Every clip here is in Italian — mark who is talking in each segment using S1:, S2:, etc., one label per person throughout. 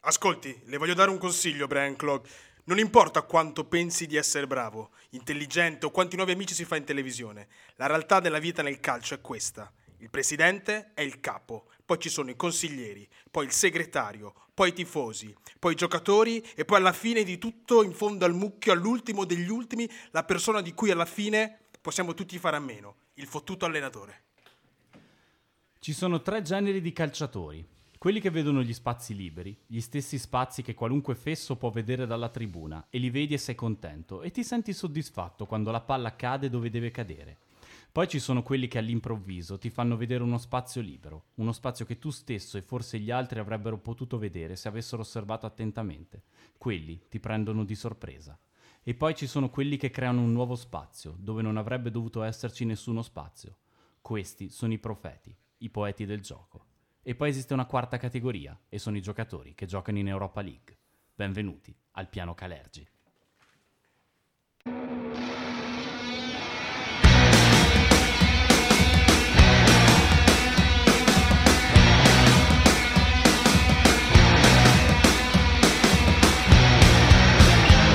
S1: Ascolti, le voglio dare un consiglio, Brian Clog. Non importa quanto pensi di essere bravo, intelligente o quanti nuovi amici si fa in televisione, la realtà della vita nel calcio è questa. Il presidente è il capo, poi ci sono i consiglieri, poi il segretario, poi i tifosi, poi i giocatori e poi alla fine di tutto, in fondo al mucchio, all'ultimo degli ultimi, la persona di cui alla fine possiamo tutti fare a meno, il fottuto allenatore.
S2: Ci sono tre generi di calciatori. Quelli che vedono gli spazi liberi, gli stessi spazi che qualunque fesso può vedere dalla tribuna, e li vedi e sei contento, e ti senti soddisfatto quando la palla cade dove deve cadere. Poi ci sono quelli che all'improvviso ti fanno vedere uno spazio libero, uno spazio che tu stesso e forse gli altri avrebbero potuto vedere se avessero osservato attentamente. Quelli ti prendono di sorpresa. E poi ci sono quelli che creano un nuovo spazio, dove non avrebbe dovuto esserci nessuno spazio. Questi sono i profeti, i poeti del gioco. E poi esiste una quarta categoria, e sono i giocatori che giocano in Europa League. Benvenuti al piano Calergi.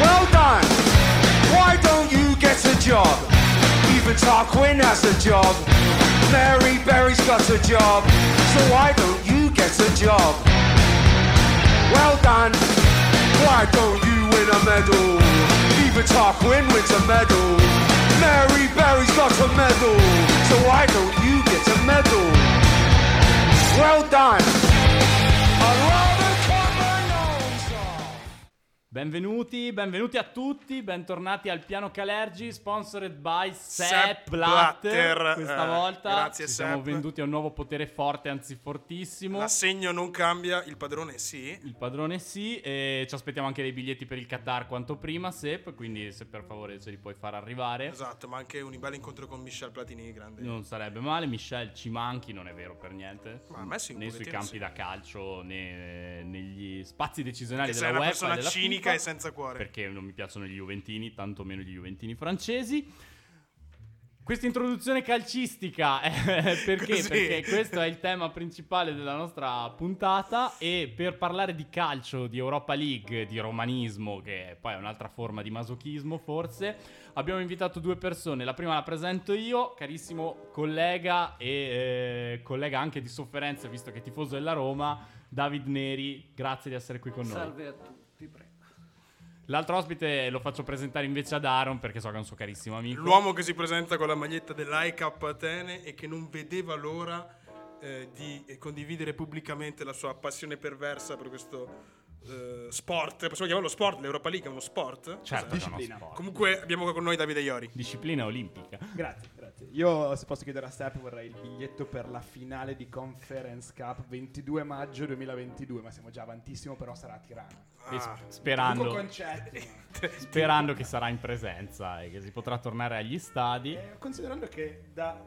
S3: Well done. Why don't you get a job? Even Tarquin has a job. Mary Berry's got a job. So why don't you get a job? Well done. Why don't you win a medal? Even Tarquin wins a medal. Mary Berry's got a medal. So why don't you get a medal? Well done. I'd rather cut my nose off.
S2: Benvenuti, benvenuti a tutti, bentornati al Piano Calergi, sponsored by
S1: Sepp
S2: Sepp Blatter.
S1: Blatter,
S2: Questa
S1: eh,
S2: volta
S1: grazie,
S2: ci siamo
S1: Sepp.
S2: venduti a un nuovo potere forte, anzi fortissimo.
S1: L'assegno non cambia, il padrone sì.
S2: Il padrone sì, e ci aspettiamo anche dei biglietti per il Qatar quanto prima, Sepp, quindi se per favore ce li puoi far arrivare.
S1: Esatto, ma anche un bel incontro con Michel Platini, grande.
S2: Non sarebbe male, Michel ci manchi, non è vero per niente.
S1: Ma a me sì, un
S2: Né sui
S1: pochettino
S2: campi
S1: sì.
S2: da calcio, né negli spazi decisionali
S1: Perché sei
S2: della
S1: una
S2: UEFA. e
S1: persona
S2: della
S1: cinica
S2: FIFA,
S1: e senza cuore.
S2: Perché non mi piacciono gli Juventini, tantomeno gli Juventini francesi. Questa introduzione calcistica eh, perché?
S1: Così.
S2: Perché questo è il tema principale della nostra puntata e per parlare di calcio, di Europa League, di romanismo, che poi è un'altra forma di masochismo forse, abbiamo invitato due persone. La prima la presento io, carissimo collega e eh, collega anche di sofferenza, visto che è tifoso della Roma, David Neri, grazie di essere qui con noi.
S4: Salve a tutti, prego.
S2: L'altro ospite lo faccio presentare invece ad Aaron perché so che è un suo carissimo amico.
S1: L'uomo che si presenta con la maglietta dell'AIK Atene e che non vedeva l'ora eh, di eh, condividere pubblicamente la sua passione perversa per questo eh, sport. Possiamo chiamarlo sport? L'Europa League è uno sport? Cos'è?
S2: Certo, che è uno
S5: Disciplina.
S2: sport.
S1: Comunque abbiamo qua con noi Davide Iori.
S2: Disciplina olimpica.
S5: Grazie, grazie. Io, se posso chiedere a Step, vorrei il biglietto per la finale di Conference Cup 22 maggio 2022, ma siamo già avantissimo, però sarà a Tirana.
S2: E s-
S1: Ah.
S2: Sperando.
S5: Dico concetti. ma-
S2: Sperando che sarà in presenza e che si potrà tornare agli stadi.
S5: Eh, considerando che da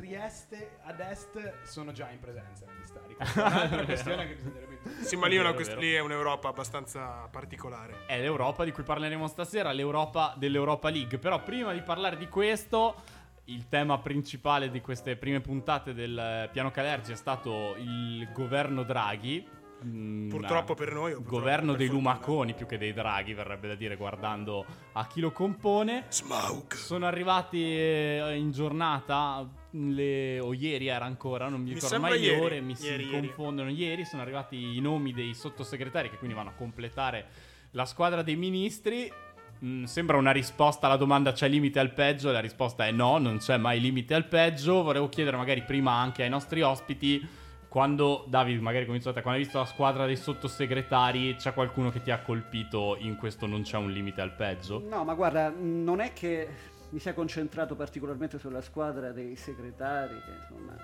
S5: Trieste ad est sono già in presenza negli stadi. Questa è un'altra questione che bisognerebbe
S1: Sì, ma lì è, una
S2: Vero,
S1: quest-
S2: vero.
S1: lì è un'Europa abbastanza particolare.
S2: È l'Europa di cui parleremo stasera, l'Europa dell'Europa League. Però prima di parlare di questo, il tema principale di queste prime puntate del eh, Piano Calergi è stato il governo Draghi. Mm,
S1: Purtroppo
S2: una-
S1: per noi, o purtroppo
S2: governo
S1: per
S2: dei
S1: fortuna.
S2: lumaconi più che dei draghi, verrebbe da dire guardando a chi lo compone.
S1: Smaug.
S2: Sono arrivati eh, in giornata, le- o ieri era ancora, non mi
S1: Mi
S2: ricordo
S1: sembra
S2: mai le
S1: ieri.
S2: ore, mi
S1: Ieri,
S2: si
S1: ieri.
S2: confondono. Ieri sono arrivati i nomi dei sottosegretari che quindi vanno a completare la squadra dei ministri. Mm, sembra una risposta alla domanda c'è limite al peggio, la risposta è no, non c'è mai limite al peggio. Volevo chiedere magari prima anche ai nostri ospiti, quando David magari cominciate, quando hai visto la squadra dei sottosegretari, c'è qualcuno che ti ha colpito in questo non c'è un limite al peggio?
S4: No, ma guarda, mh, non è che mi sia concentrato particolarmente sulla squadra dei segretari, che insomma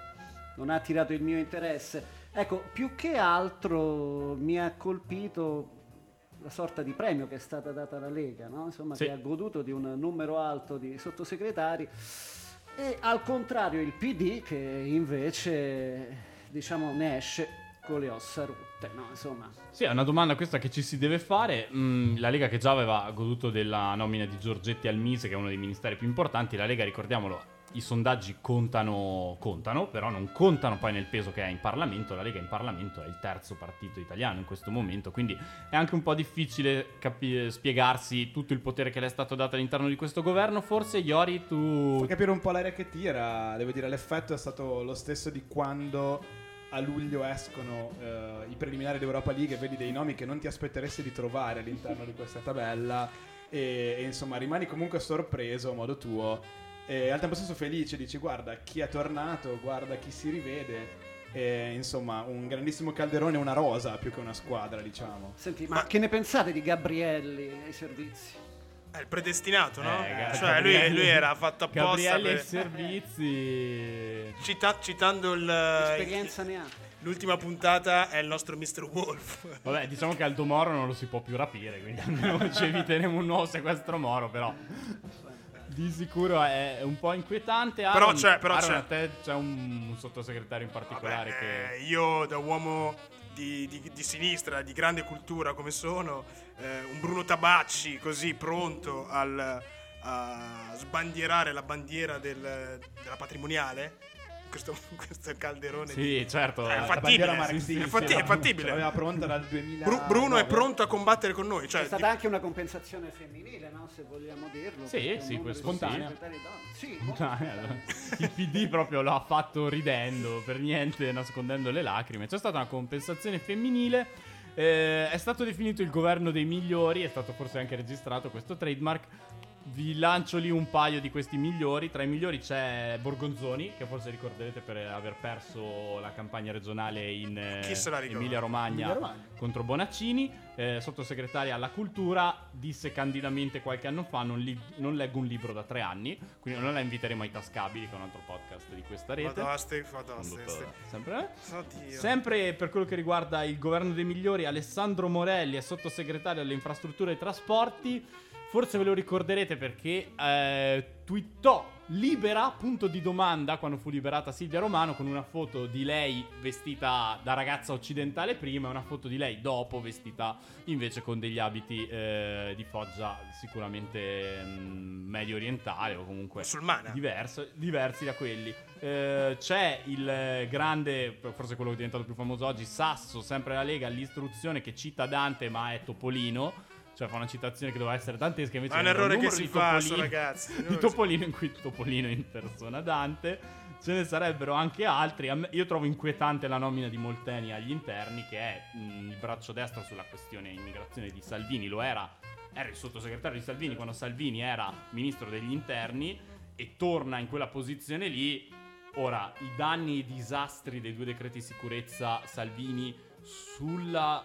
S4: non ha attirato il mio interesse. Ecco, più che altro mi ha colpito la sorta di premio che è stata data alla Lega, no? insomma,
S2: Sì.
S4: che ha goduto di un numero alto di sottosegretari e al contrario il PD che invece diciamo ne esce con le ossa rotte, no? insomma.
S2: Sì, è una domanda questa che ci si deve fare. Mm, la Lega che già aveva goduto della nomina di Giorgetti al Mise, che è uno dei ministeri più importanti, la Lega, ricordiamolo, i sondaggi contano, contano, però non contano poi nel peso che ha in Parlamento. La Lega in Parlamento è il terzo partito italiano in questo momento, quindi è anche un po' difficile capi- spiegarsi tutto il potere che le è stato dato all'interno di questo governo. Forse, Iori, tu...
S3: Fa capire un po' l'aria che tira, devo dire, l'effetto è stato lo stesso di quando a luglio escono eh, i preliminari d'Europa League e vedi dei nomi che non ti aspetteresti di trovare all'interno di questa tabella e, e insomma rimani comunque sorpreso a modo tuo e al tempo stesso felice, dici guarda chi è tornato, guarda chi si rivede e insomma un grandissimo calderone, una rosa più che una squadra diciamo.
S4: Senti, ma che ne pensate di Gabrielli ai servizi?
S1: È il predestinato, no?
S2: Eh, Gab-
S1: cioè, lui,
S2: Gabrielli-
S1: lui era fatto apposta
S2: Gabriele
S1: per...
S2: Servizi.
S1: Cita- citando il-
S4: Esperienza ne ha.
S1: l'ultima puntata è il nostro Mr. Wolf.
S2: Vabbè, diciamo che Aldo Moro non lo si può più rapire, quindi almeno ci eviteremo un nuovo sequestro Moro, però di sicuro è un po' inquietante. Aaron,
S1: Però c'è, però
S2: Aaron,
S1: c'è.
S2: a te c'è un, un sottosegretario in particolare
S1: Vabbè,
S2: che...
S1: eh, Io da uomo di, di- di sinistra, di grande cultura come sono, eh, un Bruno Tabacci così pronto al- a sbandierare la bandiera del- della patrimoniale, questo, questo calderone di...
S2: Sì, certo.
S1: Eh, infatti-
S2: eh,
S3: La
S1: fattibile,
S3: bandiera
S1: sì,
S3: marxista,
S1: sì, è fatti- è fattibile.
S3: ce l'aveva pronta dal 2000.
S1: Bru- Bruno è pronto a combattere con noi,
S4: C'è
S1: cioè,
S4: stata anche una compensazione femminile, no? Se vogliamo dirlo.
S2: Sì,
S4: perché è un
S2: sì,
S4: numero
S2: questo
S4: di
S2: sì.
S4: segretari donne. Sì, molto spontaneo.
S2: Il PD proprio lo ha fatto ridendo, per niente nascondendo le lacrime. C'è stata una compensazione femminile. eh, è stato definito il governo dei migliori, è stato forse anche registrato questo trademark. Vi lancio lì un paio di questi migliori. Tra i migliori c'è Borgonzoni, che forse ricorderete per aver perso la campagna regionale in eh,
S1: Chi se la ricorda?
S2: Emilia Romagna
S3: Emilia-Romagna.
S2: contro Bonaccini, eh, sottosegretaria alla cultura, disse candidamente qualche anno fa non, li- non leggo un libro da tre anni, quindi non la inviteremo ai Tascabili, che è un altro podcast di questa rete.
S1: Fadaste, fadaste,
S2: Condotto da-
S1: ste-
S2: Sempre. eh?
S1: Oddio.
S2: Sempre per quello che riguarda il governo dei migliori, Alessandro Morelli è sottosegretario alle infrastrutture e ai trasporti. Forse ve lo ricorderete perché eh, twittò libera, punto di domanda, quando fu liberata Silvia Romano, con una foto di lei vestita da ragazza occidentale prima e una foto di lei dopo vestita invece con degli abiti eh, di foggia sicuramente mm, medio orientale o comunque
S1: Musulmana.
S2: diverso- diversi da quelli. Eh, c'è il eh, grande, forse quello che è diventato più famoso oggi, Sasso, sempre la Lega, all'istruzione che cita Dante ma è Topolino. Cioè fa una citazione che doveva essere dantesca invece
S1: Ma è un
S2: era
S1: errore che
S2: numero
S1: si
S2: di
S1: fa,
S2: Topolino-
S1: ragazzi.
S2: Di Topolino in cui Topolino impersona Dante. Ce ne sarebbero anche altri. A me- Io trovo inquietante la nomina di Molteni agli interni, che è mh, il braccio destro sulla questione immigrazione di Salvini. Lo era, era il sottosegretario di Salvini quando Salvini era ministro degli interni e torna in quella posizione lì. Ora, i danni e i disastri dei due decreti sicurezza Salvini sulla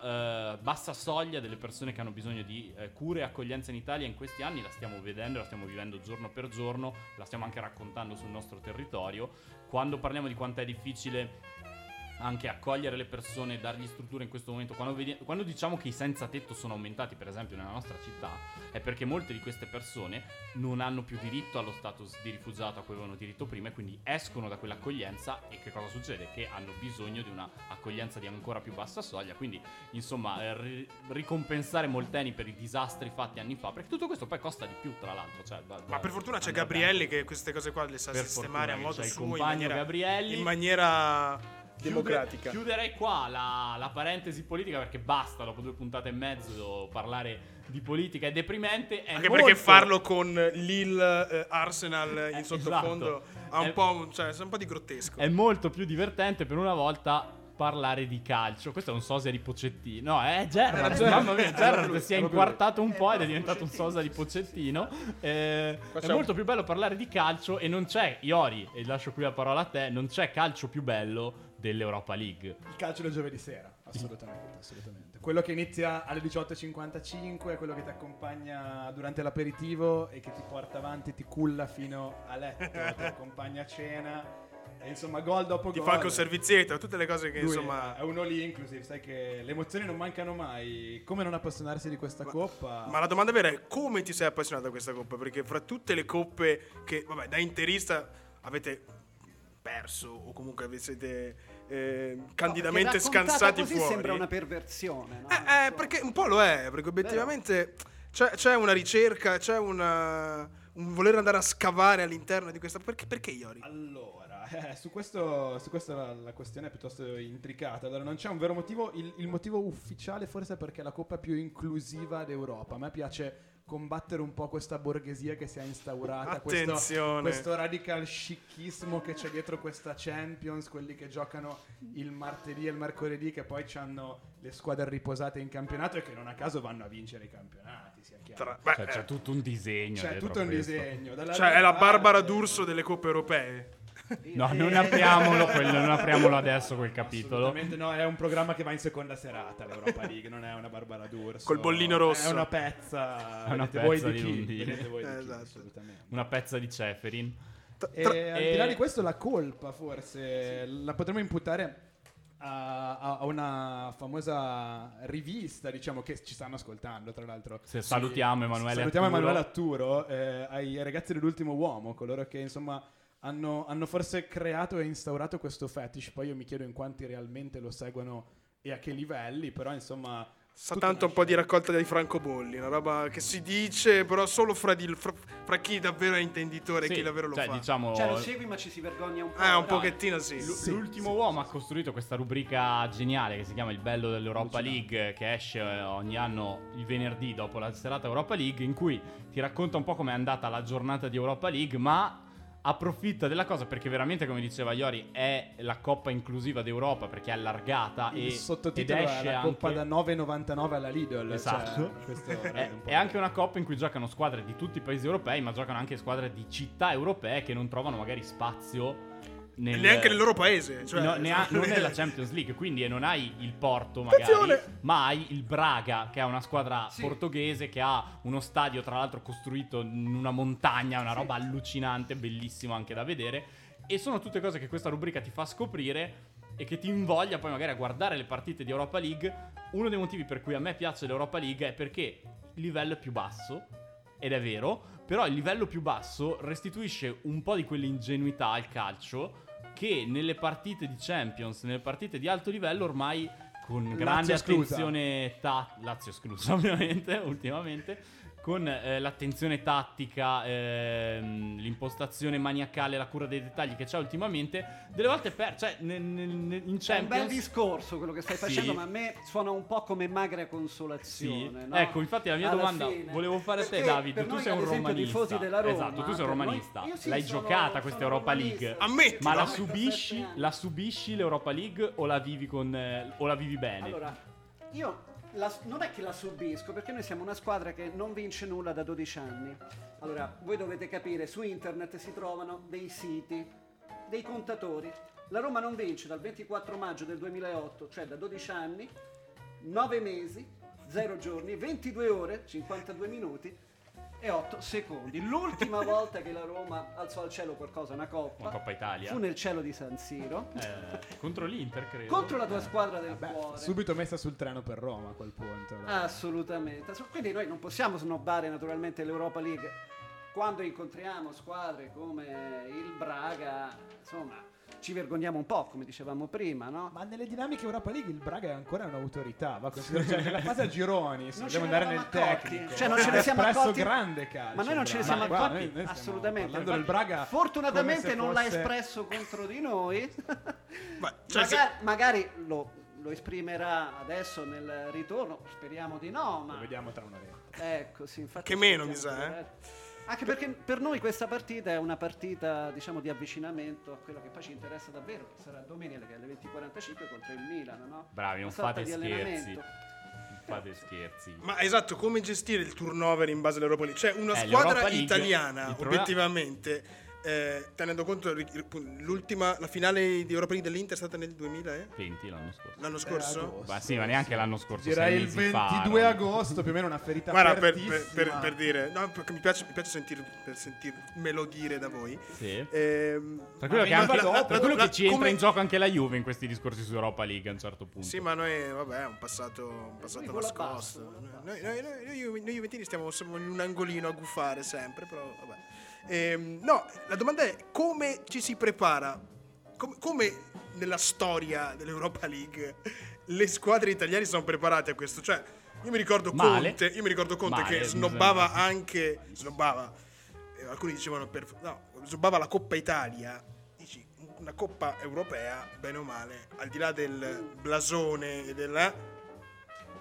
S2: eh, bassa soglia delle persone che hanno bisogno di eh, cure e accoglienza in Italia in questi anni la stiamo vedendo, la stiamo vivendo giorno per giorno, la stiamo anche raccontando sul nostro territorio. Quando parliamo di quanto è difficile anche accogliere le persone, dargli strutture in questo momento, quando, vedi- quando diciamo che i senza tetto sono aumentati, per esempio nella nostra città, è perché molte di queste persone non hanno più diritto allo status di rifugiato a cui avevano diritto prima e quindi escono da quell'accoglienza e che cosa succede? Che hanno bisogno di un'accoglienza di ancora più bassa soglia, quindi insomma eh, ri- ricompensare Molteni per i disastri fatti anni fa, perché tutto questo poi costa di più tra l'altro. cioè, da-
S1: Ma
S2: da-
S1: per fortuna c'è
S2: andrà
S1: Gabrielli
S2: bene.
S1: che queste cose qua le sa
S2: Per
S1: sistemare a
S2: fortuna
S1: modo
S2: che c'è il
S1: suo in
S2: compagno
S1: maniera,
S2: Gabrielli.
S1: in maniera
S2: Chiude-
S1: democratica.
S2: chiuderei qua la, la parentesi politica perché basta dopo due puntate e mezzo parlare di politica è deprimente. È
S1: Anche
S2: molto-
S1: perché farlo con Lille eh, Arsenal in
S2: Eh,
S1: sottofondo
S2: esatto.
S1: ha un
S2: È-
S1: po', un- cioè, è un po' di grottesco.
S2: è molto più divertente per una volta parlare di calcio. Questo è un sosia di Pocettino. No, è
S3: Era
S2: Gerrard.
S3: Gerrard.
S2: Mamma mia,
S3: Era
S2: Gerrard
S3: lui,
S2: si è
S3: era proprio
S2: inquartato un
S1: Eh,
S2: po' ed è
S4: proprio
S2: diventato un
S4: Pochettino.
S2: sosia di Pocettino. Eh,
S1: Qua
S2: è
S1: c'è un-
S2: molto più bello parlare di calcio e non c'è, Iori, e lascio qui la parola a te, non c'è calcio più bello dell'Europa League.
S3: Il calcio del giovedì sera,
S1: Mm.
S3: assolutamente, assolutamente. Quello che inizia alle 18.55, quello che ti accompagna durante l'aperitivo e che ti porta avanti, ti culla fino a letto, ti accompagna a cena. E insomma, gol dopo
S1: Ti
S3: gol.
S1: fa anche un servizietto, tutte le cose che
S3: Lui
S1: insomma...
S3: è uno lì inclusive, sai che le emozioni non mancano mai. Come non appassionarsi di questa coppa?
S1: Ma la domanda vera è come ti sei appassionato a questa coppa? Perché fra tutte le coppe che, vabbè, da interista avete perso o comunque avete- siete eh, candidamente
S4: Perché raccontata
S1: scansati
S4: così
S1: fuori.
S4: sembra una perversione. no?
S1: Eh, eh, perché un po' lo è, perché obiettivamente c'è, c'è una ricerca, c'è una, un voler andare a scavare all'interno di questa... Perché, perché Iori?
S3: Allora, eh, su questo, su questo la, la questione è piuttosto intricata. Allora, non c'è un vero motivo. Il, il motivo ufficiale forse è perché è la coppa più inclusiva d'Europa. A me piace combattere un po' questa borghesia che si è instaurata. questo-
S1: Attenzione.
S3: Questo, radical chicchismo che c'è dietro questa Champions, quelli che giocano il martedì e il mercoledì, che poi hanno le squadre riposate in campionato e che non a caso vanno a vincere i campionati, sia chiaro.
S1: Tra- beh, eh,
S2: Cioè, c'è tutto un disegno.
S3: eh, c'è
S2: dietro
S3: tutto un
S2: questo.
S3: disegno. dalla
S1: cioè, è la Barbara
S3: parte-
S1: D'Urso delle coppe europee.
S2: No, non apriamolo, quello, non apriamolo adesso quel capitolo.
S3: Assolutamente no, è un programma che va in seconda serata l'Europa League, non è una Barbara d'Urso.
S1: Col bollino rosso.
S3: È una pezza,
S2: È una
S3: vedete voi
S2: pezza
S3: di
S2: di
S3: chi,
S2: Lundini.
S3: vedete voi di
S1: Eh,
S3: chi,
S1: esatto.
S3: assolutamente.
S2: Una pezza di Ceferin.
S1: Tra-
S3: E
S2: Eh,
S1: tra-
S3: al di là
S2: e-
S3: di questo la colpa forse la potremmo imputare a, a- a una famosa rivista, diciamo, che ci stanno ascoltando, tra l'altro.
S2: Se salutiamo Emanuele
S3: Salutiamo
S2: Atturo.
S3: Emanuele Atturo, eh, ai ragazzi dell'ultimo uomo, coloro che insomma hanno, hanno forse creato e instaurato questo fetish. Poi io mi chiedo in quanti realmente lo seguono e a che livelli, però insomma.
S1: Sa
S3: tutto
S1: tanto un po' di
S3: nasce-
S1: raccolta dei francobolli, una roba che si dice però solo fra, di- fra- fra chi davvero è intenditore e
S2: Sì,
S1: chi davvero lo
S2: cioè,
S1: fa.
S2: diciamo,
S4: Cioè, lo segui, ma ci si vergogna un po'.
S1: Eh, un
S4: però-
S1: pochettino sì.
S2: L-
S3: Sì,
S2: L'ultimo
S3: sì,
S2: uomo ha costruito questa rubrica geniale che si chiama Il bello dell'Europa
S3: Allucinante.
S2: League, che esce eh, ogni anno il venerdì dopo la serata Europa League, in cui ti racconta un po' com'è andata la giornata di Europa League, ma approfitta della cosa perché veramente, come diceva Iori, è la coppa inclusiva d'Europa perché è allargata Ah, e
S3: Il sottotitolo
S2: ed esce
S3: è la coppa
S2: anche-
S3: da 9,99 alla Lidl.
S2: Esatto.
S3: cioè, questo
S2: è,
S3: rende un po'
S2: è anche una coppa in cui giocano squadre di tutti i paesi europei, ma giocano anche squadre di città europee che non trovano magari spazio nel-
S1: Neanche nel loro paese. Cioè,
S2: No, ne ha- non è la Champions League, quindi non hai il Porto magari,
S1: Attenzione!
S2: ma hai il Braga, che è una squadra
S4: Sì.
S2: portoghese che ha uno stadio tra l'altro costruito in una montagna, una roba allucinante, bellissima anche da vedere. E sono tutte cose che questa rubrica ti fa scoprire e che ti invoglia poi magari a guardare le partite di Europa League. Uno dei motivi per cui a me piace l'Europa League è perché il livello è più basso, ed è vero, però il livello più basso restituisce un po' di quell'ingenuità al calcio che nelle partite di Champions, nelle partite di alto livello ormai con grande
S3: esclusa.
S2: attenzione ta- Lazio esclusa ovviamente ultimamente con eh, l'attenzione tattica, ehm, l'impostazione maniacale, la cura dei dettagli che c'è ultimamente, delle volte per cioè nel- nel- nel- in
S4: È un bel
S2: Champions
S4: discorso quello che stai
S2: Sì.
S4: facendo, ma a me suona un po' come magra
S2: Sì.
S4: consolazione. no?
S2: Ecco, infatti la mia
S4: Alla
S2: domanda
S4: fine.
S2: volevo fare a te,
S4: Perché
S2: Davide.
S4: per
S2: Tu
S4: noi,
S2: sei un
S4: ad esempio,
S2: romanista.
S4: tifosi della Roma,
S2: esatto, tu sei un
S4: per noi-
S2: romanista.
S4: Io sì,
S2: L'hai
S4: sono-
S2: giocata
S4: sono
S2: questa Europa
S4: romanista.
S2: League.
S1: Ammetti,
S2: Ma la
S1: dai.
S2: subisci, la subisci l'Europa League o la vivi, con, eh, o la vivi bene?
S4: Allora, io la- non è che la subisco, perché noi siamo una squadra che non vince nulla da 12 anni. Allora, voi dovete capire, su internet si trovano dei siti, dei contatori. La Roma non vince dal 24 maggio del 2008, cioè da 12 anni, 9 mesi, 0 giorni, 22 ore, 52 minuti e 8 secondi. L'ultima volta che la Roma alzò al cielo qualcosa, una coppa,
S2: Una Coppa Italia.
S4: fu nel cielo di San Siro,
S2: Eh, contro l'Inter, credo. Eh,
S4: contro la tua squadra del
S3: Vabbè,
S4: cuore.
S3: subito messa sul treno per Roma a quel punto. dai.
S4: Assolutamente. Assu- Quindi noi non possiamo snobbare naturalmente l'Europa League. Quando incontriamo squadre come il Braga, insomma, ci vergogniamo un po', come dicevamo prima, no?
S3: Ma nelle dinamiche Europa League il Braga è ancora un'autorità, va considerato, cioè nella fase a gironi, se
S4: Non
S3: vogliamo
S4: ce ne
S3: andare
S4: eravamo
S3: nel
S4: accorti.
S3: tecnico.
S4: Cioè, non ce
S3: ha
S4: ne siamo
S3: espresso
S4: accorti.
S3: grande calcio.
S4: Ma noi non
S3: il
S4: ce ne
S3: Braga.
S4: siamo
S3: Ma guarda,
S4: accorti,
S3: noi- noi stiamo
S4: assolutamente.
S3: parlando del
S4: Infatti,
S3: Braga
S4: fortunatamente
S3: come se
S4: non l'ha
S3: fosse-
S4: espresso contro di noi.
S1: Ma, cioè, se-
S4: magari magari lo, lo esprimerà adesso nel ritorno, speriamo di no,
S3: Lo
S4: ma
S3: vediamo tra un'oretta.
S4: Ecco, sì, infatti.
S1: Che
S4: ci
S1: meno,
S4: dobbiamo
S1: mi sa, eh.
S4: preparare. Anche perché per noi questa partita è una partita, diciamo, di avvicinamento a quello che poi ci interessa davvero, che sarà domenica alle 20.45 contro il Milan, no?
S2: Bravi,
S4: Una
S2: non
S4: sorta
S2: fate
S4: di
S2: scherzi.
S4: allenamento.
S2: Fate scherzi.
S1: Ma esatto, come gestire il turnover in base all'Europa League? Cioè, una
S2: Eh,
S1: squadra
S2: l'Europa League-
S1: italiana,
S2: il problema-
S1: obiettivamente, eh, tenendo conto ri- l'ultima, la finale di Europa League dell'Inter è stata nel 2000, eh?
S2: 20 l'anno scorso.
S1: L'anno scorso?
S2: Ma sì, ma neanche l'anno scorso.
S3: Direi
S2: sei
S3: il
S2: mesi fa,
S3: 22
S2: no?
S3: agosto, più o meno una ferita
S1: Guarda, per, per-
S3: apertissima.
S1: per- per dire, no, perché mi piace, mi piace sentir- per sentirmelo dire da voi.
S2: Sì.
S1: Ehm,
S2: Tranquillo
S1: ma-
S2: che,
S1: ma-
S2: anche-
S1: la- la-
S2: tranquillo
S1: la-
S2: che ci entra
S1: come-
S2: in gioco anche la Juve in questi discorsi su Europa League a un certo punto.
S1: Sì, ma noi, vabbè, è un passato, un passato
S4: Lui vola
S1: nascosto.
S4: basso, vola
S1: Noi, noi, noi, noi Ju- noi Juventini stiamo siamo in un angolino a guffare sempre, però vabbè. Ehm, no, la domanda è come ci si prepara? Com- come nella storia dell'Europa League le squadre italiane sono preparate a questo? Cioè, io mi ricordo
S2: Male.
S1: Conte, io mi ricordo Conte
S2: Male,
S1: che
S2: scusami.
S1: snobbava anche... Snobbava. eh, alcuni dicevano per, no, zumbava la Coppa Italia. Dici, una Coppa europea, bene o male, al di là del blasone e della...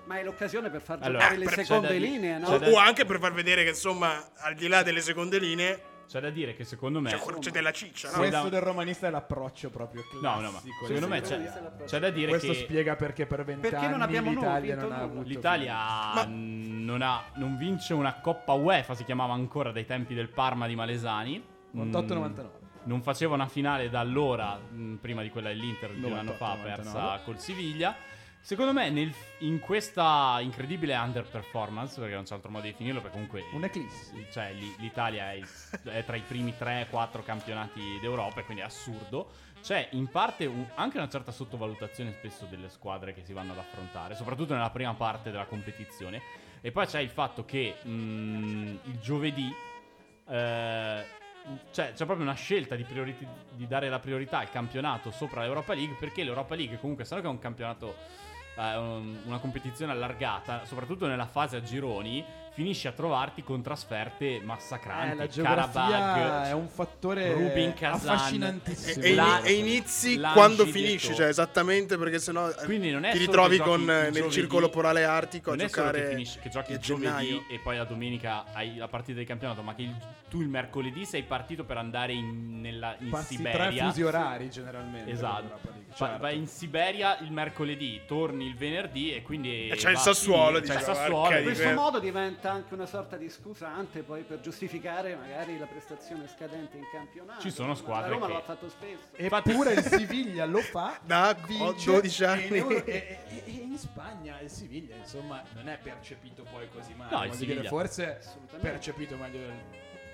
S4: Ma è l'occasione per far
S6: Allora,
S4: giocare
S6: eh,
S4: le
S1: però-
S4: seconde
S6: c'è da di-
S4: linee, no?
S6: c'è da-
S1: O anche per far vedere che insomma, al di là delle seconde linee,
S2: C'è da dire che secondo me
S1: c'è, c'è della ciccia, no?
S2: Sì.
S3: Questo
S2: da-
S3: del romanista è l'approccio proprio
S2: No, no,
S3: classico.
S2: ma
S3: del
S2: secondo me
S3: romanista.
S4: Sì,
S2: c'è, c'è da dire
S3: Questo
S2: che
S3: spiega perché per vent'anni
S4: non abbiamo nulla,
S3: l'Italia
S4: vinto
S3: non ha
S4: nulla.
S3: avuto
S2: l'Italia
S1: Ma-
S2: mh, non, ha- non vince una Coppa UEFA, si chiamava ancora dai tempi del Parma di Malesani. Mm,
S3: 88-99.
S2: Non faceva una finale da allora, mh, prima di quella dell'Inter di un anno fa,
S3: 98-99.
S2: persa col Siviglia. Secondo me nel- in questa incredibile underperformance, perché non c'è altro modo di definirlo, perché comunque
S3: Un'eclissi.
S2: cioè, lì- l'Italia è, il- è tra i primi 3-4 campionati d'Europa, e quindi è assurdo. C'è in parte un- anche una certa sottovalutazione spesso delle squadre che si vanno ad affrontare, soprattutto nella prima parte della competizione. E poi c'è il fatto che mh, il giovedì eh, cioè, c'è proprio una scelta di, prioriti- di dare la priorità al campionato sopra l'Europa League, perché l'Europa League comunque, sanno che è un campionato eh, un- una competizione allargata, soprattutto nella fase a gironi, finisci a trovarti con trasferte
S3: Eh, la
S2: massacranti.
S3: geografia
S2: Karabakh
S3: è un fattore
S2: Rubin Kazan.
S1: E,
S3: affascinantissimo.
S1: e-
S2: La-
S1: e inizi
S2: lanci
S1: quando
S2: dietro.
S1: finisci, cioè esattamente perché sennò eh,
S2: Quindi non è
S1: ti
S2: solo
S1: ritrovi
S2: che giochi
S1: con,
S2: il
S1: eh, nel
S2: giovedì,
S1: circolo polare artico
S2: non
S1: a
S2: è solo
S1: giocare
S2: che, finisci, che giochi
S1: a
S2: il
S1: gennaio.
S2: giovedì e poi la domenica hai la partita di campionato, ma che il- tu il mercoledì sei partito per andare in, nella, in
S3: Passi tre
S2: Siberia.
S3: fusi orari generalmente.
S2: Esatto,
S3: per l'Europa League,
S2: Va-
S3: certo.
S2: vai in Siberia il mercoledì, torni il venerdì e quindi...
S1: E c'è il
S2: va-
S1: Sassuolo,
S2: c'è il
S1: dici,
S2: Sassuolo,
S1: porca
S4: In
S1: di
S2: quindi-
S4: questo
S1: Eh.
S4: modo diventa anche una sorta di scusante poi per giustificare magari la prestazione scadente in campionato.
S2: Ci sono
S4: Ma
S2: squadre
S4: La Roma
S2: che-
S4: lo ha fatto spesso.
S3: Eppure il Siviglia lo fa
S1: Da
S3: vince,
S1: 12 anni.
S3: e in, Euro- e- e- e in Spagna il Siviglia insomma non è percepito poi così male.
S2: No, il
S3: voglio dire,
S2: Siviglia-
S3: forse
S4: Assolutamente.
S3: percepito meglio del-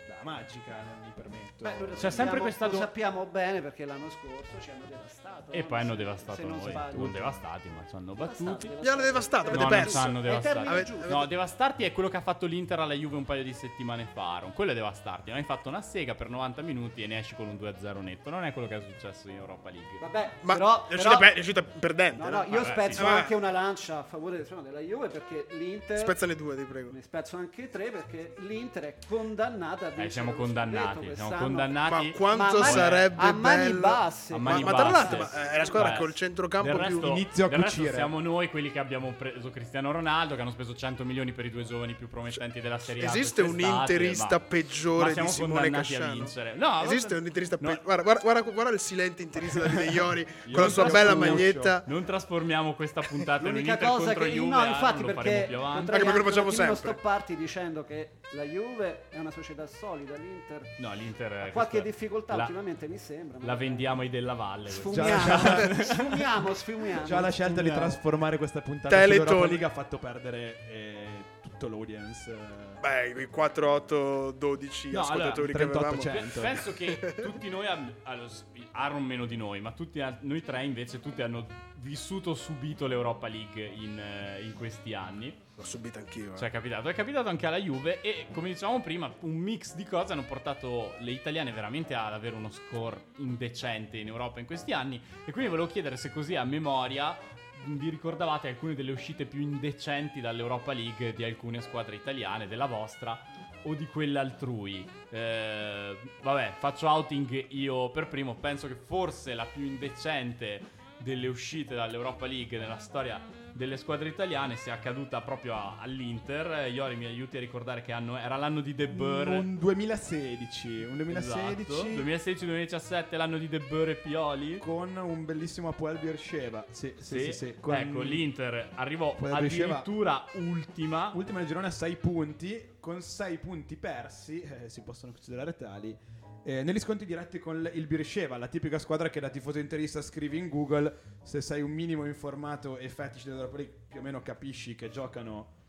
S3: la magica, non mi permetto.
S4: Beh, lo
S2: C'è sempre
S4: sappiamo-
S2: questa
S4: lo
S2: do-
S4: sappiamo bene perché l'anno scorso ci hanno devastato.
S2: E
S1: eh.
S4: no?
S2: poi hanno
S4: Se-
S2: devastato
S4: se non
S2: noi,
S4: sbaglio.
S2: non devastati, ma ci hanno battuti.
S4: Devastato,
S1: Vi hanno devastato,
S2: No,
S1: avete
S2: non
S1: perso.
S2: sanno
S4: È il
S2: devastarti.
S4: termine
S1: Avete-
S4: giusto.
S2: No, devastarti è quello che ha fatto l'Inter alla Juve un paio di settimane fa. Aaron. Quello è devastarti. Non hai fatto una sega per 90 minuti e ne esci con un 2-0 netto. Non è quello che è successo in Europa League. Eh,
S4: Vabbè,
S1: Ma
S4: però,
S1: è
S4: però-
S1: uscita, pe- è uscita perdente.
S4: No,
S1: no? Ah,
S4: no, io
S2: Vabbè,
S4: spezzo
S1: sì.
S4: anche una lancia a favore insomma, della Juve perché l'Inter
S1: Spezzane due, ti prego.
S4: ne spezzo anche tre perché l'Inter è condannata a vincere
S2: Eh, siamo
S4: lo scudetto
S2: condannati. Siamo
S4: quest'anno.
S2: condannati.
S1: Ma quanto
S4: Ma a mani-
S1: sarebbe
S4: a mani
S1: bello-
S4: basse.
S2: a
S1: Ma-
S2: mani
S1: ma tra
S2: basse.
S1: l'altro, ma è la squadra
S2: Beh,
S1: col centrocampo
S2: del
S1: più
S2: resto,
S3: Inizio a
S2: del resto
S3: cucire.
S2: siamo noi quelli che abbiamo preso Cristiano Ronaldo, che hanno speso 100 milioni per i due giovani più promettenti della Serie A.
S1: Esiste un
S2: quest'estate,
S1: interista
S2: ma-
S1: peggiore
S2: ma siamo
S1: di Simone
S2: condannati
S1: Casciano?
S2: a vincere. No,
S1: Esiste
S2: vabbè.
S1: un interista
S2: No,
S1: pe- guarda, guarda, guarda, guarda il silente interista di De Iori
S2: Io
S1: con la sua
S2: non
S1: bella
S3: so-
S1: maglietta.
S2: Non trasformiamo questa puntata in un
S4: L'unica
S2: Inter
S4: cosa
S2: contro
S4: che
S2: Juve,
S4: no,
S2: ah,
S4: infatti
S2: non lo faremo
S4: perché
S2: più avanti.
S4: potrei
S1: Anche perché lo
S4: anche
S1: facciamo
S4: un attimo
S1: sempre.
S4: stopparti dicendo che la Juve è una società solida, l'Inter
S2: No, l'Inter
S4: ha
S2: è
S4: qualche
S2: questa-
S4: difficoltà
S2: la,
S4: ultimamente mi sembra. ma
S2: la
S4: vabbè.
S2: vendiamo ai della Valle. questa.
S4: Sfumiamo, sfumiamo, sfumiamo.
S3: Già la scelta di
S2: No.
S3: trasformare questa puntata
S1: Teleton.
S3: sull'Europa League ha fatto perdere eh, tutto l'audience. eh,
S1: Beh, i 4, 8, 12
S2: No, cioè.
S1: ascoltatori che
S3: 38
S1: avevamo.
S3: c'è.
S2: Pe- Penso che tutti noi, ab- allo- s- Aaron meno di noi, ma tutti al- noi tre invece tutti hanno vissuto, subito l'Europa League in, eh, in questi anni.
S1: L'ho subita anch'io. eh.
S2: Cioè è capitato, è capitato anche alla Juve e come dicevamo prima un mix di cose hanno portato le italiane veramente ad avere uno score indecente in Europa in questi anni e quindi volevo chiedere se così a memoria vi ricordavate alcune delle uscite più indecenti dall'Europa League di alcune squadre italiane, della vostra o di quella altrui. Eh, vabbè, faccio outing io per primo, penso che forse la più indecente delle uscite dall'Europa League nella storia delle squadre italiane sia accaduta proprio a- all'Inter. Eh, Iori mi aiuti a ricordare che anno era l'anno di De Boer.
S3: Un 2016, un 2016
S2: Esatto. 2016-2017 l'anno di De Boer e Pioli.
S3: con un bellissimo Apoel Beersheva. Sì, sì, sì, sì, con-
S2: Ecco, l'Inter arrivò
S3: Poi riusciva-
S2: addirittura ultima.
S3: Ultima nel girone a 6 punti, con 6 punti persi, eh, si possono considerare tali, eh, negli scontri diretti con l- il Birsheva, la tipica squadra che da tifoso interista scrivi in Google, se sei un minimo informato e fetici dell'Europa League più o meno capisci che giocano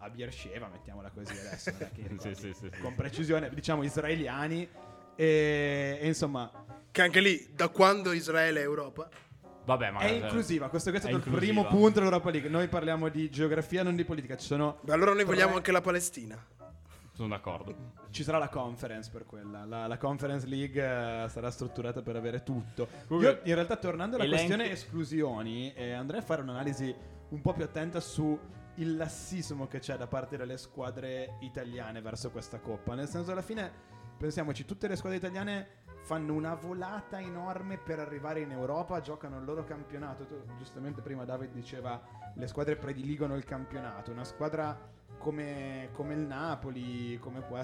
S3: a Birsheva, mettiamola così adesso, non è che ricordi
S2: Sì, sì, sì, sì.
S3: con precisione, diciamo israeliani, e, e insomma
S1: Che anche lì, da quando Israele è Europa,
S2: Vabbè, ma
S3: è inclusiva, questo, questo è,
S2: è
S3: stato il
S2: inclusiva.
S3: primo punto dell'Europa League, noi parliamo di geografia, non di politica, ci sono...
S1: beh, allora noi vogliamo
S3: Tre-
S1: anche la Palestina.
S2: sono d'accordo.
S3: Ci sarà la conference per quella. La, la conference league eh, sarà strutturata per avere tutto. Io,
S2: Comunque,
S3: in realtà, tornando alla
S2: elenchi-
S3: questione esclusioni, eh, andrei a fare un'analisi un po' più attenta su il lassismo che c'è da parte delle squadre italiane verso questa coppa. Nel senso, alla fine. pensiamoci, tutte le squadre italiane fanno una volata enorme per arrivare in Europa, giocano il loro campionato. Tu, giustamente prima David diceva le squadre prediligono il campionato, una squadra come, come il Napoli, come può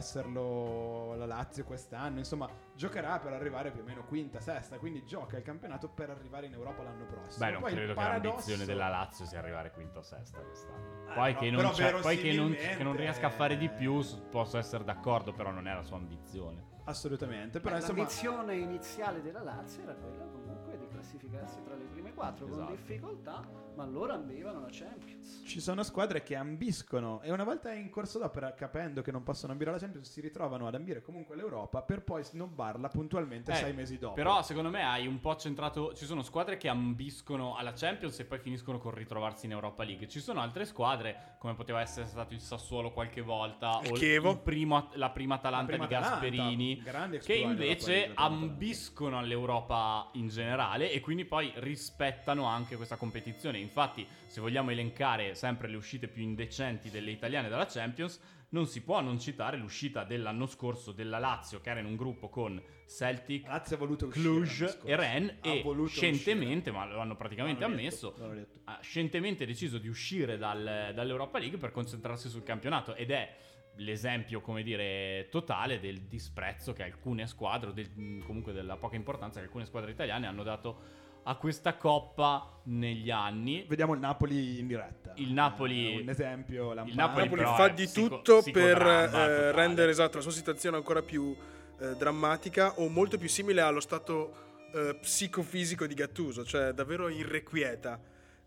S3: esserlo la Lazio quest'anno, insomma, giocherà per arrivare più o meno quinta, sesta, quindi gioca il campionato per arrivare in Europa l'anno prossimo.
S7: Beh, non
S3: Poi il
S7: credo che l'ambizione
S3: paradosso-
S7: della Lazio sia arrivare quinta o sesta quest'anno.
S3: Eh,
S7: Poi,
S3: no,
S7: che,
S3: però eh.
S7: non c'è- poi che, non,
S3: verosimilmente-
S7: che non riesca a fare di più, s- posso essere d'accordo, però non è la sua ambizione.
S3: Assolutamente, però
S4: Beh,
S3: insomma...
S4: L'ambizione iniziale della Lazio era quella comunque di classificarsi tra le prime quattro
S7: Esatto.
S4: con difficoltà, ma loro ambivano la Champions.
S3: Ci sono squadre che ambiscono e una volta in corso d'opera, capendo che non possono ambire la Champions, si ritrovano ad ambire comunque l'Europa per poi snobbarla puntualmente
S2: Eh,
S3: sei mesi dopo.
S2: Però secondo me hai un po' centrato. Ci sono squadre che ambiscono alla Champions e poi finiscono con ritrovarsi in Europa League. Ci sono altre squadre, come poteva essere stato il Sassuolo qualche volta,
S1: Il
S2: o
S1: Chievo.
S2: il primo- la prima
S3: La
S2: Atalanta
S3: prima
S2: di
S3: Atalanta,
S2: Gasperini,
S3: grande
S2: che
S3: exploit della
S2: invece
S3: Parigi, dell'Atalanta.
S2: ambiscono all'Europa in generale e quindi poi rispettano anche questa competizione. Infatti, se vogliamo elencare sempre le uscite più indecenti delle italiane dalla Champions, non si può non citare l'uscita dell'anno scorso della Lazio, che era in un gruppo con Celtic,
S3: Lazio ha voluto uscire l'anno
S2: Cluj
S3: scorso.
S2: e Rennes
S3: Ha
S2: e
S3: voluto
S2: scientemente, ma lo hanno
S3: uscire.
S2: praticamente
S3: Non l'ho detto,
S2: ammesso,
S3: non l'ho detto.
S2: ha scientemente deciso di uscire dal- dall'Europa League per concentrarsi sul campionato ed è l'esempio, come dire, totale del disprezzo che alcune squadre, o del- comunque della poca importanza che alcune squadre italiane hanno dato a questa coppa negli anni.
S3: Vediamo il Napoli in diretta.
S2: Il Napoli-
S3: Eh, un esempio,
S2: Il
S3: lampante.
S2: Napoli,
S1: Napoli
S2: però,
S1: fa
S2: è
S1: di
S2: psico-
S1: tutto per
S2: psicodramma
S1: eh,
S2: totale.
S1: rendere esatto, la sua situazione ancora più eh, drammatica o molto più simile allo stato eh, psicofisico di Gattuso, cioè davvero irrequieta.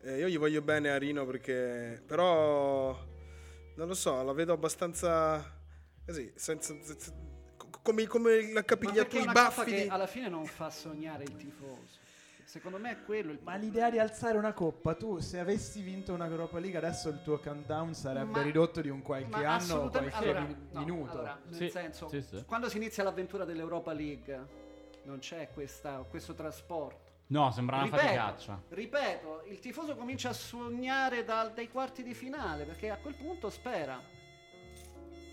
S1: Eh, io gli voglio bene a Rino perché però non lo so, la vedo abbastanza così, senza, senza- co- come, come la
S4: Ma
S1: capiglia
S4: perché è
S1: i
S4: una cosa
S1: baffi.
S4: che
S1: di-
S4: alla fine non fa sognare il tifoso. Secondo me è quello il
S3: Ma l'idea di alzare una coppa, tu se avessi vinto una Europa League adesso il tuo countdown sarebbe
S4: Ma-
S3: ridotto di un qualche
S4: ma
S3: anno o
S4: assolutamente-
S3: qualche
S4: allora,
S3: min-
S4: no,
S3: minuto.
S4: allora, nel
S2: Sì,
S4: senso,
S2: sì, sì.
S4: quando si inizia l'avventura dell'Europa League non c'è questa- questo trasporto.
S2: No, sembra una faticaccia.
S4: Ripeto, ripeto, il tifoso comincia a sognare dal- dai quarti di finale perché a quel punto spera.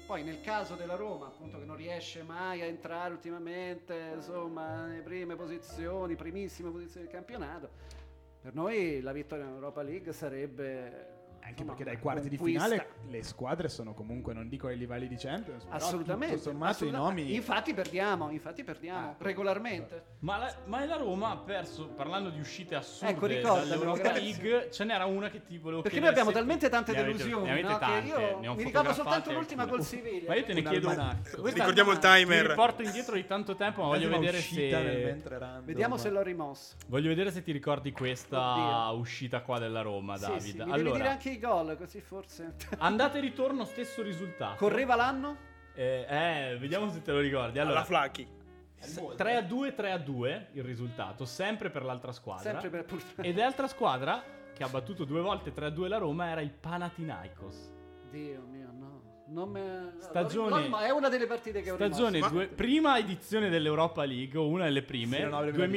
S4: Poi nel caso della Roma, appunto, che non riesce mai a entrare ultimamente, insomma, nelle prime posizioni, primissime posizioni del campionato, per noi la vittoria in Europa League sarebbe...
S3: Anche
S4: insomma,
S3: perché dai
S4: una
S3: quarti di
S4: conquista.
S3: finale le squadre sono comunque, non dico ai livelli di Champions, però
S4: Assolutamente.
S3: tutto sommato
S4: assolutamente.
S3: i nomi...
S4: Infatti perdiamo, infatti perdiamo
S3: Ah.
S4: regolarmente.
S2: Ma la, ma la Roma ha perso, parlando di uscite assurde
S4: Ecco, ricordamelo,
S2: dall'Europa
S4: grazie.
S2: League, ce n'era una che ti volevo
S4: Perché noi
S2: chiedere
S4: abbiamo
S2: se-
S4: talmente tante
S2: Ne avete-
S4: delusioni,
S2: ne avete
S4: no, che
S2: tante,
S4: io
S2: ne ho
S4: mi ricordo
S2: fotografate
S4: soltanto l'ultima
S2: alcune.
S4: col Siviglia.
S2: Ma io te ne
S3: Un
S2: chiedo
S3: almanacco.
S2: questa-
S1: Ricordiamo il
S2: Mi
S1: timer.
S2: riporto indietro di tanto tempo, ma voglio
S3: L'ultima
S2: vedere
S3: uscita nel
S2: se
S3: mentre random.
S4: Vediamo se l'ho rimosso.
S2: voglio vedere se ti ricordi questa
S4: Oddio.
S2: uscita qua della Roma,
S4: Sì,
S2: David.
S4: sì, mi devi dire
S2: allora,
S4: anche i gol, così forse.
S2: andate e ritorno stesso risultato.
S4: Correva l'anno?
S2: Eh, eh, vediamo se te lo ricordi.
S1: alla
S2: Allora,
S1: Flacchi.
S2: 3 a 2, 3 a 2 il risultato, sempre per l'altra squadra.
S4: Sempre per purtroppo.
S2: Ed è l'altra squadra che ha battuto due volte 3 a 2 la Roma era il Panathinaikos.
S4: Dio mio, no. Non me...
S2: Stagione-
S4: No, ma è una delle partite che ho
S2: Stagione
S4: rimosso.
S2: due- prima edizione dell'Europa League, o una delle prime,
S3: 2009-2010.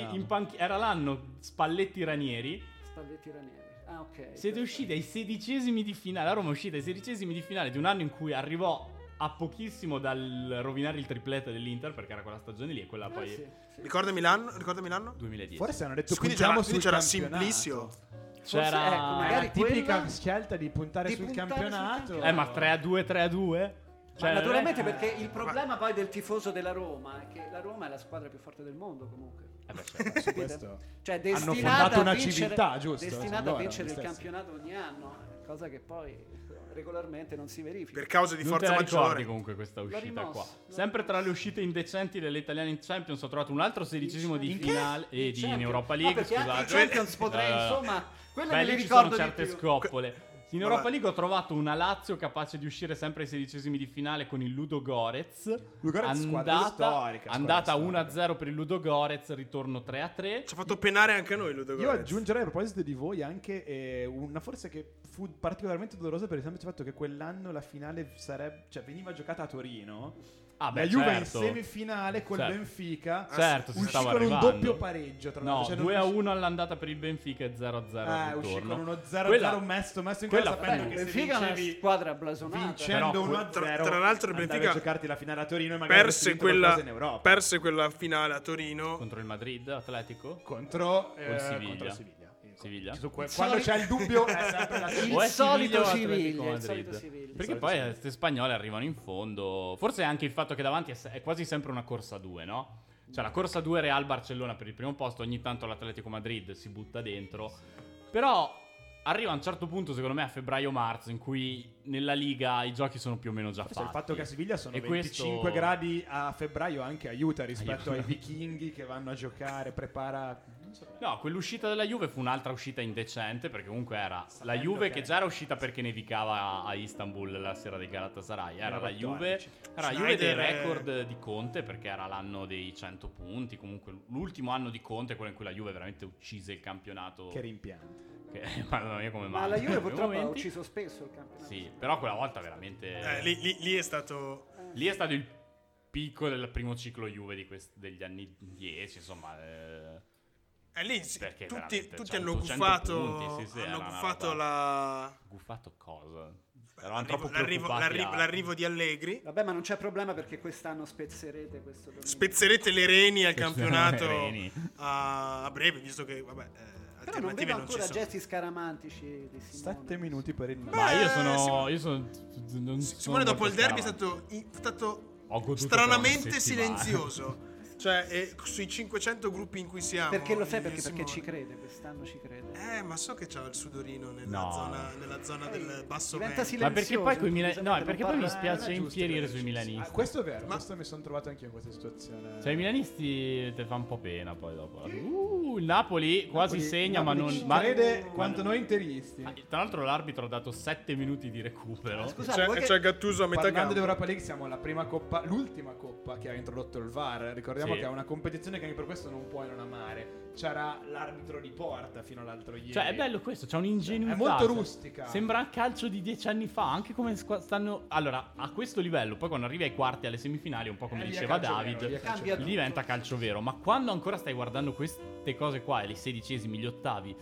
S2: 2009-2010, in panch- era l'anno Spalletti Ranieri.
S4: Spalletti Ranieri. Ah, ok.
S2: Siete
S4: perfetto.
S2: usciti ai sedicesimi di finale, la Roma è uscita ai sedicesimi di finale di un anno in cui arrivò a pochissimo dal rovinare il triplete dell'Inter, perché era quella stagione lì e quella
S4: Ah,
S2: poi
S4: sì, sì.
S1: Ricordami l'anno? Ricordami l'anno?
S2: 2010.
S3: Forse hanno detto
S1: Quindi
S3: puntiamo
S1: c'era,
S3: sul
S1: quindi c'era
S3: campionato.
S1: Simplicio.
S4: Forse,
S2: c'era
S4: ecco, magari
S3: La tipica
S4: quella-
S3: scelta di puntare
S4: di
S3: sul
S4: puntare sul
S3: campionato.
S4: campionato.
S2: Eh, ma 3 a 2, 3 a Cioè, 2?
S4: Ma naturalmente
S2: Eh,
S4: perché il problema poi del tifoso della Roma è che la Roma è la squadra più forte del mondo comunque.
S3: Eh,
S2: certo.
S3: Su questo.
S4: Cioè
S3: Hanno
S4: destinata
S3: fondato
S4: a
S3: una
S4: vincere-
S3: civiltà, giusto?
S4: Destinata
S3: Allora,
S4: a vincere
S3: gli
S4: il
S3: stessi.
S4: campionato ogni anno, eh, cosa che poi regolarmente non si verifica.
S1: Per causa di
S2: Non te
S1: forza
S2: la ricordi
S1: maggiore.
S2: comunque questa uscita
S4: rimosso,
S2: qua.
S4: l'ho
S2: Sempre tra le uscite indecenti delle italiane in Champions ho trovato un altro sedicesimo di
S4: In che?
S2: finale e di in
S4: Champions.
S2: Europa
S4: Ah,
S2: League,
S4: perché anche
S2: scusate.
S4: in Champions potrei,
S2: Eh,
S4: insomma, quelle
S2: beh,
S4: me
S2: lì
S4: le
S2: ci
S4: ricordo
S2: sono
S4: di
S2: certe
S4: più.
S2: scoppole. In
S1: Vabbè.
S2: Europa League ho trovato una Lazio capace di uscire sempre ai sedicesimi di finale con il Ludo Gorez.
S3: Gorez, squadra storica, squadra
S2: andata
S3: storica.
S2: 1-0 per il Ludo Gorez, ritorno 3-3.
S1: Ci ha fatto penare anche noi Ludo
S3: Io
S1: Goretz.
S3: aggiungerei a proposito di voi anche eh, una forse che fu particolarmente dolorosa per il semplice fatto che quell'anno la finale sareb- cioè, veniva giocata a Torino.
S2: Ah, beh,
S3: la Juve
S2: certo.
S3: in semifinale col
S2: Certo.
S3: Benfica
S2: Certo, si
S3: uscì
S2: stava
S3: con
S2: arrivando.
S3: un doppio pareggio tra
S2: No,
S3: l'altro, cioè, non
S2: 2 a
S3: riuscì-
S2: 1 all'andata per il Benfica e 0 a 0
S3: Ah,
S2: al
S3: uscì
S2: ritorno.
S3: con uno 0-0
S2: Quella-
S3: messo, messo in
S2: quella-
S3: casa sapendo
S2: beh,
S3: che se
S4: Benfica è una
S3: vincevi
S4: squadra blasonata.
S3: vincendo
S2: Però que-
S3: 1-0
S1: tra- tra l'altro il
S3: andavi
S1: Benfica
S3: a giocarti la finale a Torino e magari
S1: Perse
S3: avresti vinto qualcosa
S1: quella,
S3: in Europa.
S1: perse quella finale a Torino.
S2: Contro il Madrid, Atletico.
S3: contro, eh,
S2: Col Siviglia.
S3: contro la Siviglia.
S2: Siviglia.
S3: Su que- quando c'è il dubbio è sempre la Siviglia. Cioè,
S4: Il
S2: O è
S4: solito
S2: Siviglia o Atletico
S4: Siviglia, il
S2: Madrid?
S4: solito Siviglia.
S2: Perché poi queste spagnole arrivano in fondo. Forse è anche il fatto che davanti è, se- è quasi sempre una corsa a due, no? Cioè la corsa a due Real Barcellona per il primo posto, ogni tanto l'Atletico Madrid si butta dentro. Però arriva a un certo punto, secondo me, a febbraio-marzo, in cui nella Liga i giochi sono più o meno già fatti.
S3: Cioè, il fatto che a Siviglia sono
S2: E questo-
S3: 25 gradi a febbraio anche aiuta
S2: Aiuta.
S3: rispetto
S2: Boh.
S3: ai vichinghi che vanno a giocare, prepara... non so-
S2: No, quell'uscita della Juve fu un'altra uscita indecente perché comunque era la
S3: Sapendo
S2: Juve
S3: che-
S2: che già era uscita perché nevicava a Istanbul la sera del Galatasaray, era
S3: Era
S2: la
S3: 14.
S2: Juve, era la Juve dei
S1: Schneider è-
S2: record di Conte perché era l'anno dei 100 punti, comunque l'ultimo anno di Conte, quello in cui la Juve veramente uccise il campionato.
S3: Che rimpianto.
S2: che- Madonna mia come
S4: Ma
S2: manca
S4: la
S2: in
S4: Juve
S2: quei
S4: purtroppo ha
S2: momenti.
S4: ucciso spesso il campionato.
S2: Sì, però quella volta veramente
S1: Eh, lì, lì- lì è stato.
S2: Lì è stato il picco del primo ciclo Juve di quest- degli anni 10, insomma, eh.
S1: eh, lì si-
S2: Perché
S1: tutti,
S2: veramente,
S1: tutti
S2: 100
S1: hanno guffato.
S2: punti, sì, sì,
S1: hanno
S2: era una
S1: guffato
S2: roba-
S1: la-
S2: Guffato cosa? Eravamo
S1: l'arrivo,
S2: troppo
S1: l'arrivo-
S2: preoccupati
S1: l'arrivo-
S2: a-
S1: l'arrivo di Allegri.
S4: Vabbè, ma non c'è problema perché quest'anno spezzerete questo dominio.
S1: Spezzerete le reni al campionato
S2: le reni.
S1: a, a breve, visto che vabbè, eh,
S4: Però non
S1: alternative
S4: vedo
S1: non, ci
S4: ancora
S1: sono.
S4: gesti scaramantici di Simone.
S3: Sette minuti per il
S2: Ma io sono.
S1: Simone-
S2: Io sono. non
S1: Si-
S2: sono
S1: Simone, dopo
S2: molto
S1: il derby, è
S2: scaramantico.
S1: stato, in- è stato
S2: Ho goduto per
S1: stranamente
S2: una settimana.
S1: silenzioso. Cioè, eh, sui 500 gruppi in cui siamo.
S4: Perché lo sai?
S1: il
S4: Perché, perché
S1: Simone-
S4: ci crede, quest'anno ci crede.
S1: Eh, ma so che c'ha il sudorino nella
S2: No.
S1: zona, nella zona del
S4: Eh,
S1: basso
S4: diventa
S1: Reno.
S4: silenzioso.
S2: Ma perché poi coi Milan-
S4: improvvisamente
S2: no, perché
S4: non
S2: poi mi
S3: Eh,
S4: parla-
S3: non è
S2: spiace
S3: giusto
S2: infierire
S3: che-
S2: sui milanisti.
S3: Ah, questo è vero,
S1: Ma-
S3: questo mi sono trovato anch'io in questa situazione.
S2: Cioè, i milanisti te fa un po' pena poi dopo. Uh, il Napoli quasi
S3: Napoli-
S2: segna,
S3: Napoli
S2: ma
S3: ci
S2: non. ma-
S3: crede quanto noi interisti.
S2: Ah, Tra l'altro, l'arbitro ha dato 7 minuti di recupero.
S4: Scusate, voi che-
S1: Gattuso a
S3: Parlando di Europa League siamo alla prima coppa, l'ultima coppa che ha introdotto il VAR. Ricordiamo
S2: Sì.
S3: che è una competizione che anche per questo non puoi non amare. C'era l'arbitro di porta fino all'altro ieri.
S2: Cioè, è bello questo, c'è un'ingenuità.
S3: È molto
S2: cioè,
S3: rustica.
S2: Sembra un calcio di dieci anni fa, anche come squa- stanno... Allora, a questo livello, poi quando arrivi ai quarti, alle semifinali, un po' come
S3: Eh, lì è
S2: diceva cioè,
S3: calcio vero,
S2: David,
S3: lì è calcio
S4: Cambia vero.
S2: diventa calcio vero. Ma quando ancora stai guardando queste cose qua, i sedicesimi, gli ottavi,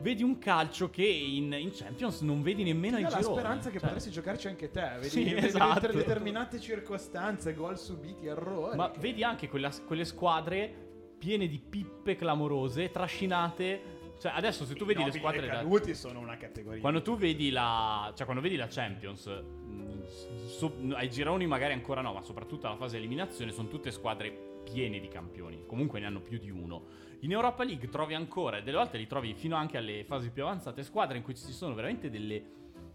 S2: vedi un calcio che in, in Champions non vedi nemmeno ai
S3: Io ho la
S2: gironi.
S3: speranza che
S2: cioè.
S3: potresti giocarci anche te. Vedi,
S2: Sì,
S3: vedi
S2: esatto.
S3: deter- determinate circostanze, gol subiti, errori.
S2: Ma vedi anche quella- quelle squadre piene di pippe clamorose, trascinate... Cioè, adesso se tu vedi le
S3: Immobile
S2: squadre...
S3: e
S2: da-
S3: Canuti sono una categoria.
S2: Quando tu vedi la, cioè quando vedi la Champions, mh, so- ai gironi magari ancora no, ma soprattutto alla fase eliminazione sono tutte squadre piene di campioni, comunque ne hanno più di uno. In Europa League trovi ancora, e delle volte li trovi fino anche alle fasi più avanzate, squadre in cui ci sono veramente delle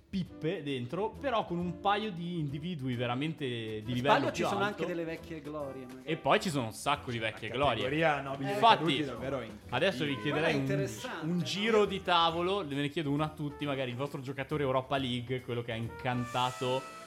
S2: pippe dentro, però con un paio di individui veramente di
S4: Se
S2: livello
S4: sbaglio
S2: più
S4: ci sono
S2: alto.
S4: anche delle vecchie glorie. magari.
S2: E poi ci sono un sacco di vecchie glorie.
S3: Categoria nobile e
S2: Infatti,
S3: Canuti davvero incredibile.
S2: Adesso vi chiederei
S4: Guarda,
S2: un,
S4: interessante,
S2: un
S4: no?
S2: giro di tavolo, ve ne chiedo uno a tutti, magari il vostro giocatore Europa League, quello che ha incantato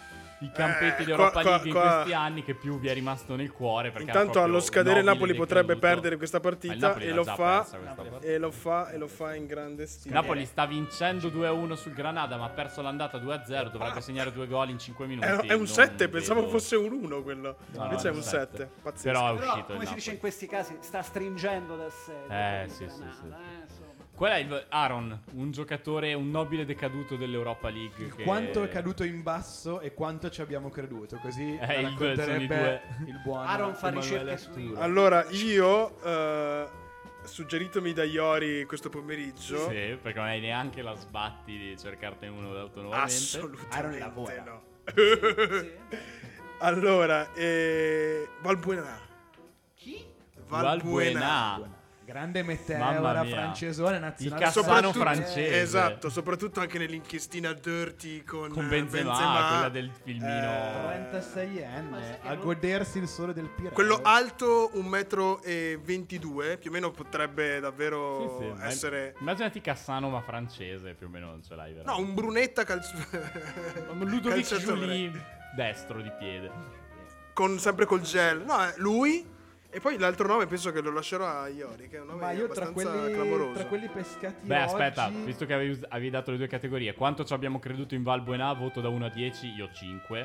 S2: i campetti
S1: Eh,
S2: di Europa
S1: qua- qua-
S2: League
S1: qua-
S2: in questi anni, che più vi è rimasto nel cuore. Perché era
S1: Intanto
S2: proprio
S1: allo scadere
S2: nobile,
S1: Napoli potrebbe
S2: deceduto.
S1: perdere questa
S2: Ma il
S1: partita
S2: Napoli
S1: e
S2: l'ha
S1: lo
S2: già
S1: fa
S2: persa questa partita.
S1: e lo fa e lo fa in grande stile.
S2: Napoli sta vincendo 2-1 sul Granada, ma ha perso l'andata 2-0, dovrebbe
S1: Ah.
S2: segnare due gol in 5 minuti.
S1: È, è un
S2: non
S1: 7,
S2: vedo-
S1: pensavo fosse un 1 quello.
S2: No,
S1: Invece è un
S2: no, un
S1: 7.
S2: sette.
S1: Pazzesco.
S2: Però è
S4: Però,
S2: uscito il
S4: come si
S2: Napoli.
S4: dice in questi casi, sta stringendo da sé.
S2: Eh, sì, sì, sì.
S4: eh,
S2: Qual è il Aaron, un giocatore, un nobile decaduto dell'Europa League? che-
S3: Quanto è caduto in basso e quanto ci abbiamo creduto.
S2: Eh,
S3: Così la
S2: il- sono i
S3: racconterebbe
S2: due.
S3: il buon
S4: Aaron fa
S3: Emanuele
S4: ricerche sui-
S3: Arturo.
S1: Allora, io eh, suggeritomi da Iori questo pomeriggio
S2: Sì, perché non hai neanche la sbatti di cercartene uno autonomamente.
S3: Aaron
S1: assolutamente
S3: lavora.
S1: no. Allora, eh, Valbuena.
S4: Chi?
S1: Valbuena.
S3: Grande
S2: Ah. Mamma
S3: meteora
S2: mia.
S3: francesore
S2: Il
S3: nazionale.
S2: Cassano
S1: Soprattutto-
S2: francese.
S1: Esatto, soprattutto anche nell'inchiestina Dirty con,
S2: Con
S1: eh,
S2: Benzema, quella del filmino.
S3: 36enne
S4: che
S3: a
S4: non-
S3: godersi il sole del Pireo.
S1: Quello alto 1,22 m, più o meno potrebbe davvero
S2: Sì, sì, ma-
S1: essere...
S2: Immaginati Cassano ma francese, più o meno non ce l'hai
S1: No,
S2: veramente.
S1: un brunetta calcio...
S2: Ludovic
S1: calciatore.
S2: Giuli destro di piede.
S1: Con, sempre col gel. No, eh, lui, E poi l'altro nome penso che lo lascerò a Iori, che è un nome
S3: Ma io tra
S1: abbastanza
S3: quelli,
S1: clamoroso.
S3: tra quelli pescati
S2: Beh, aspetta,
S3: oggi-
S2: visto che avevi, us- avevi dato le due categorie, quanto ci abbiamo creduto in Valbuena, voto da 1 a 10, io 5.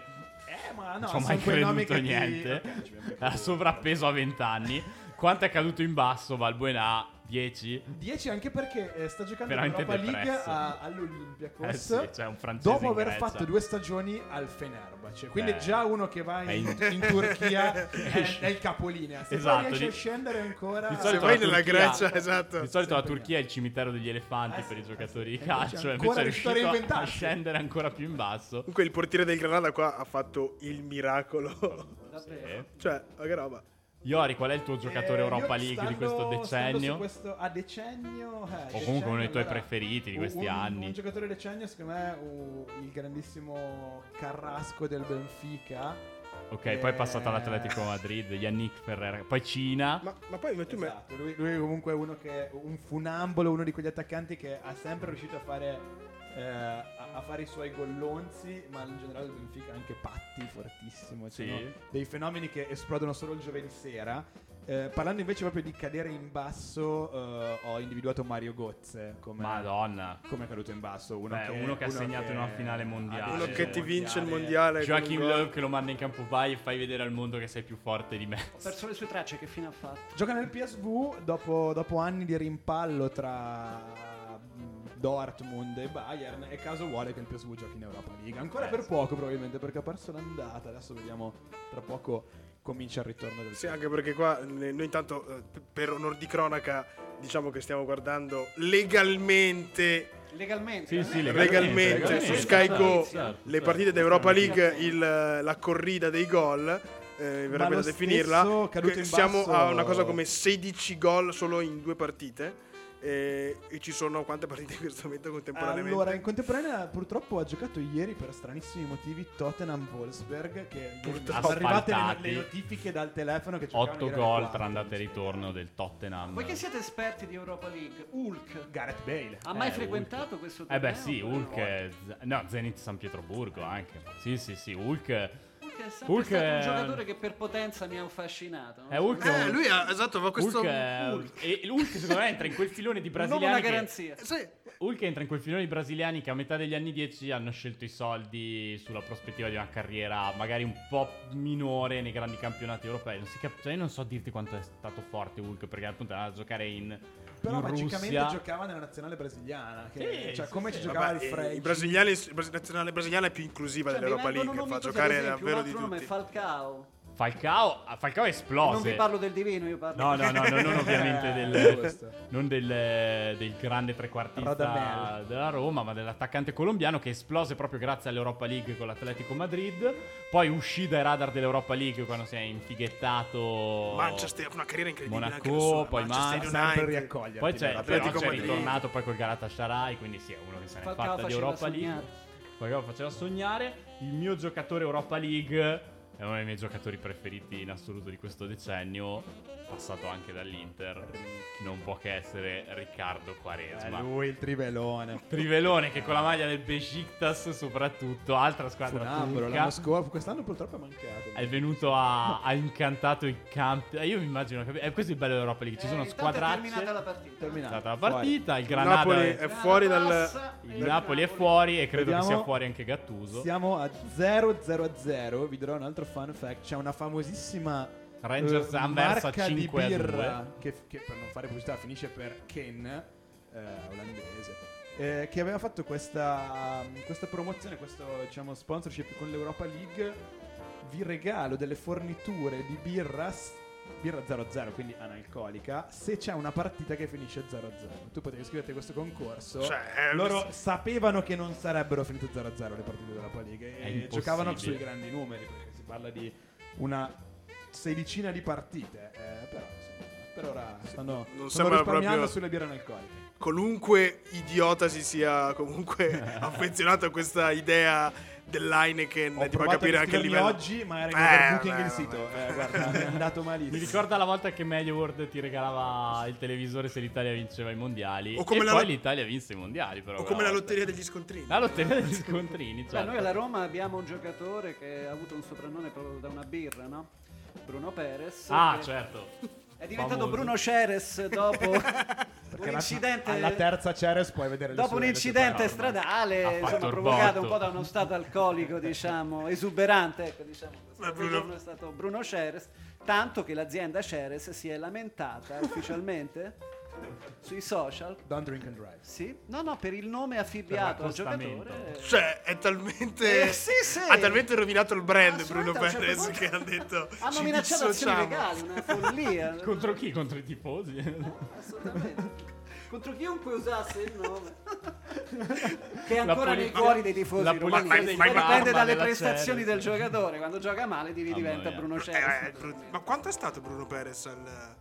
S3: Eh, ma
S2: non
S3: no,
S2: ci ho
S3: sono
S2: mai
S3: quei nomi
S2: creduto
S3: che ti-
S2: niente.
S3: Ok, ci abbiamo
S2: Era
S3: creduto.
S2: sovrappeso a 20 anni. Quanto è caduto in basso Valbuena? 10.
S3: 10 anche perché eh, sta giocando in
S2: Veramente
S3: Europa League
S2: depresso.
S3: a- all'Olympiakos
S2: Eh sì, cioè, un francese
S3: dopo
S2: in
S3: aver
S2: Grecia.
S3: fatto due stagioni al Fenerbahce quindi
S2: Beh,
S3: già uno che va
S2: è
S3: in,
S2: in-
S3: in Turchia è, è il capolinea se
S2: Esatto,
S3: poi riesce
S2: di-
S3: a scendere ancora
S2: Di
S1: Se
S2: solito
S1: vai
S2: la
S1: nella
S2: Turchia-
S1: Grecia, esatto.
S2: Di solito la
S3: sempre
S2: Turchia è il cimitero degli elefanti
S3: Eh sì,
S2: per i
S3: eh sì,
S2: giocatori di
S3: e invece
S2: calcio, e
S3: ancora
S2: invece è riuscito
S3: riuscito a
S2: a
S3: reinventarsi.
S2: scendere ancora più in basso.
S1: Comunque il portiere del Granada qua ha fatto il miracolo.
S4: Davvero.
S2: Eh.
S1: cioè, ma che roba.
S2: Iori, qual è il tuo giocatore
S3: Eh,
S2: Europa
S3: io
S2: League di
S3: stando-
S2: questo
S3: stando su
S2: decennio?
S3: questo- a decennio eh,
S2: comunque
S3: decennio,
S2: uno dei tuoi
S3: allora,
S2: preferiti di
S3: un-
S2: questi
S3: un-
S2: anni.
S3: un giocatore decennio secondo me è uh, il grandissimo Carrasco del Benfica
S2: Ok,
S3: Eh.
S2: poi è passata all'Atletico Madrid, Yannick Ferrera, poi Cina.
S1: Ma, ma poi ma tu me-
S3: Esatto, lui, lui comunque è uno che un funambolo, uno di quegli attaccanti che ha sempre riuscito a fare eh, a, a fare i suoi gollonzi, ma in generale il Benfica ha anche patti fortissimo,
S2: Sì.
S3: sono dei fenomeni che esplodono solo il giovedì sera. Eh, parlando invece proprio di cadere in basso, eh, ho individuato Mario Gozze come
S2: Madonna.
S3: come è caduto in basso, uno,
S2: Beh,
S3: che,
S2: uno che ha segnato in una finale mondiale.
S1: uno
S2: eh,
S1: che ti vince il
S3: mondiale.
S1: mondiale. con un
S2: Joachim
S1: gol.
S2: Löw che lo manda in campo vai e fai vedere al mondo che sei più forte di me.
S4: Ho perso le sue tracce, che fine ha fatto?
S3: Gioca nel PSV dopo, dopo anni di rimpallo tra mm, Dortmund e Bayern e caso vuole che il PSV giochi in Europa League. Ancora
S2: Eh,
S3: per
S2: sì.
S3: poco probabilmente perché ha perso l'andata, adesso vediamo tra poco comincia il ritorno del
S1: Sì,
S3: PSV.
S1: anche perché qua eh, noi intanto eh, p- per onor di cronaca diciamo che stiamo guardando legalmente
S4: Legalmente. eh?
S2: Sì, sì,
S1: legalmente,
S2: legalmente,
S1: su Sky
S2: certo,
S1: Go
S2: certo,
S1: le
S2: certo.
S1: partite d'Europa League, il, eh, la corrida dei gol, eh, verrebbe da
S3: lo
S1: definirla.
S3: stesso caduto
S1: che
S3: in
S1: siamo
S3: basso-
S1: a una cosa come 16 gol solo in due partite. eh, e ci sono quante partite in questo momento contemporaneamente?
S3: Allora, in contemporanea purtroppo ha giocato ieri per stranissimi motivi Tottenham Wolfsberg che ieri mi sono
S2: Ha
S3: arrivate le,
S2: spaltati.
S3: le notifiche dal telefono che giocavano
S2: 8
S3: ieri alle
S2: gol
S3: quattro.
S2: tra andata e ritorno del Tottenham.
S4: Voi che siete esperti di Europa League, Hulk
S3: Gareth Bale.
S4: ha mai
S2: Eh,
S4: frequentato
S2: Hulk.
S4: questo
S2: Eh
S4: torneo?
S2: beh sì, Hulk, è- no, Zenit San Pietroburgo anche. Sì, sì, sì, Hulk.
S4: Hulk è sempre
S2: Hulk
S4: stato
S2: è-
S4: un giocatore che per potenza mi ha affascinato. non
S2: Eh,
S4: so.
S2: Hulk è
S1: Eh,
S2: un-
S1: lui ha esatto, fa questo.
S2: Hulk, è- e Hulk secondo me entra in quel filone di
S4: Un uomo una
S2: brasiliani che,
S4: garanzia.
S1: Sì,
S2: Hulk entra in quel filone di brasiliani che a metà degli anni 10 hanno scelto i soldi sulla prospettiva di una carriera magari un po' minore nei grandi campionati europei. Non si cap- cioè, io non so dirti quanto è stato forte Hulk perché appunto andava a giocare in,
S3: Però
S2: in
S3: magicamente
S2: Russia.
S3: giocava nella nazionale brasiliana. Che,
S2: Sì,
S3: cioè,
S2: sì,
S3: come
S2: sì.
S3: ci giocava
S1: vabbè,
S3: il
S1: eh,
S3: Frey?
S1: i brasiliani, il bras- la nazionale brasiliana è più inclusiva
S4: Cioè, mi
S1: dell'Europa
S4: vengono
S1: League, fa
S4: nomi così, ad
S1: giocare
S4: esempio,
S1: davvero
S4: un
S1: di
S4: altro nome è
S1: tutti.
S4: Falcao.
S2: Falcao, ah, Falcao esplose.
S4: Non vi parlo del divino, io parlo
S2: No, no, no, no, non ovviamente
S3: Eh,
S2: del,
S3: giusto.
S2: non del, eh, del grande trequartista
S3: Radamel.
S2: della Roma, ma dell'attaccante colombiano che esplose proprio grazie all'Europa League con l'Atletico Madrid. Poi uscì dai radar dell'Europa League quando si è infighettato
S1: Manchester, una carriera incredibile. anche
S2: Monaco,
S1: da sola,
S2: poi
S1: Manchester
S2: Manchester,
S3: Sempre
S1: United.
S3: riaccogliere.
S2: Poi c'è, però
S1: Atletico
S2: c'è
S1: Madrid.
S2: ritornato poi col Galatasaray, quindi sì, è uno che se n'è
S4: Falcao
S2: fatta di
S4: faceva
S2: Europa
S4: sognare.
S2: League. Falcao faceva sognare. Il mio giocatore Europa League è uno dei miei giocatori preferiti in assoluto di questo decennio, passato anche dall'Inter. Non può che essere Riccardo
S3: Eh,
S2: Quaresma.
S3: lui il trivelone.
S2: Trivelone che con la maglia del Besiktas soprattutto, altra squadra
S3: Funambolo
S2: turca,
S3: l'anno scorso. Quest'anno purtroppo è mancato.
S2: è venuto a ha incantato i campi. Eh, Io mi immagino che eh, questo è il bello dell'Europa League, ci sono
S4: È
S2: squadracce.
S4: terminata la partita.
S2: È
S3: Terminato.
S2: stata la
S3: Fuori.
S2: partita, il
S1: Il
S2: Granada
S1: Napoli è fuori dal.
S4: Passa e
S2: Il Napoli è fuori e credo che
S3: Vediamo.
S2: sia fuori anche Gattuso.
S3: Siamo a 0-0-0. Vi darò un altro fun fact. C'è una famosissima
S2: Rangers
S3: eh,
S2: Anversa 5
S3: marca
S2: a
S3: di
S2: 2.
S3: birra che, che per non fare pubblicità finisce per Ken eh, olandese. eh, che aveva fatto questa, questa promozione, questo diciamo, sponsorship con l'Europa League. Vi regalo delle forniture di birra s- birra 00, quindi analcolica. Se c'è una partita che finisce 0-0, tu potevi iscriverti a questo concorso.
S2: Certo.
S1: Cioè, eh,
S3: Esatto. Loro sapevano che non sarebbero finite 0-0 le partite dell'Europa League
S2: È
S3: e
S2: impossibile.
S3: giocavano sui grandi numeri perché si parla di una sedicina di partite. eh, però insomma, per ora stanno,
S1: non
S3: stanno
S1: sembra
S3: risparmiando
S1: proprio-
S3: sulle birre analcoliche.
S1: qualunque idiota si sia comunque affezionato a questa idea dell'Heineken
S3: Ho
S1: ti fa
S3: provato
S1: capire
S3: a
S1: anche il
S3: scriverli
S1: livello
S3: oggi, ma era in
S1: Eh,
S3: overbooking
S1: beh,
S3: il
S1: beh,
S3: sito.
S1: beh.
S3: Eh, guarda, è andato malissimo.
S2: Mi ricorda la volta che MediaWorld ti regalava il televisore se l'Italia vinceva i mondiali.
S1: O come
S2: e
S1: la
S2: poi
S1: lot-
S2: l'Italia vinse i mondiali, però.
S1: o
S2: quella
S1: come la
S2: volta.
S1: lotteria degli scontrini
S2: La lotteria degli scontrini,
S4: Beh,
S2: certo.
S4: noi alla Roma abbiamo un giocatore che ha avuto un soprannome proprio da una birra, no? Bruno Perez.
S2: Ah,
S4: che
S2: certo.
S4: È diventato
S2: Famoso.
S4: Bruno Ceres dopo un
S3: alla-
S4: incidente.
S3: alla terza Ceres puoi vedere le sue-
S4: Dopo un
S3: le sue
S4: incidente
S3: parole.
S2: Ha
S4: stradale,
S2: fatto
S4: insomma,
S2: il
S4: provocato un
S2: botto.
S4: po' da uno stato alcolico, diciamo, esuberante, ecco, diciamo così.
S1: Ma
S4: Quel
S1: Bruno-
S4: giorno è stato Bruno Ceres, tanto che l'azienda Ceres si è lamentata ufficialmente sui social.
S3: Don't drink and drive.
S4: Sì, no, no, per il nome affibbiato al
S2: l'accostamento.
S4: giocatore.
S1: Cioè, è talmente.
S4: Eh, sì, sì.
S1: Ha talmente rovinato il brand Bruno
S4: Assolutamente, a un certo
S1: Perez
S4: punto
S1: che ha detto.
S4: Hanno
S1: "Ci
S4: minacciato azioni
S1: dissociamo".
S4: legali, una follia.
S2: Contro chi? Contro i tifosi?
S4: Assolutamente. Contro chiunque usasse il nome, che è
S2: La
S4: ancora
S2: poli-
S4: nei cuori dei tifosi
S2: la
S4: romani.
S2: polizia
S1: dei
S4: Poi dipende
S2: Parma,
S4: dalle
S2: della
S4: prestazioni
S2: Ceres.
S4: del giocatore. Quando gioca male, divi-
S2: Mamma
S4: diventa
S2: mia.
S4: Bruno
S1: Eh, eh,
S4: Ceres.
S1: Bruno- ma quanto è stato Bruno Perez al-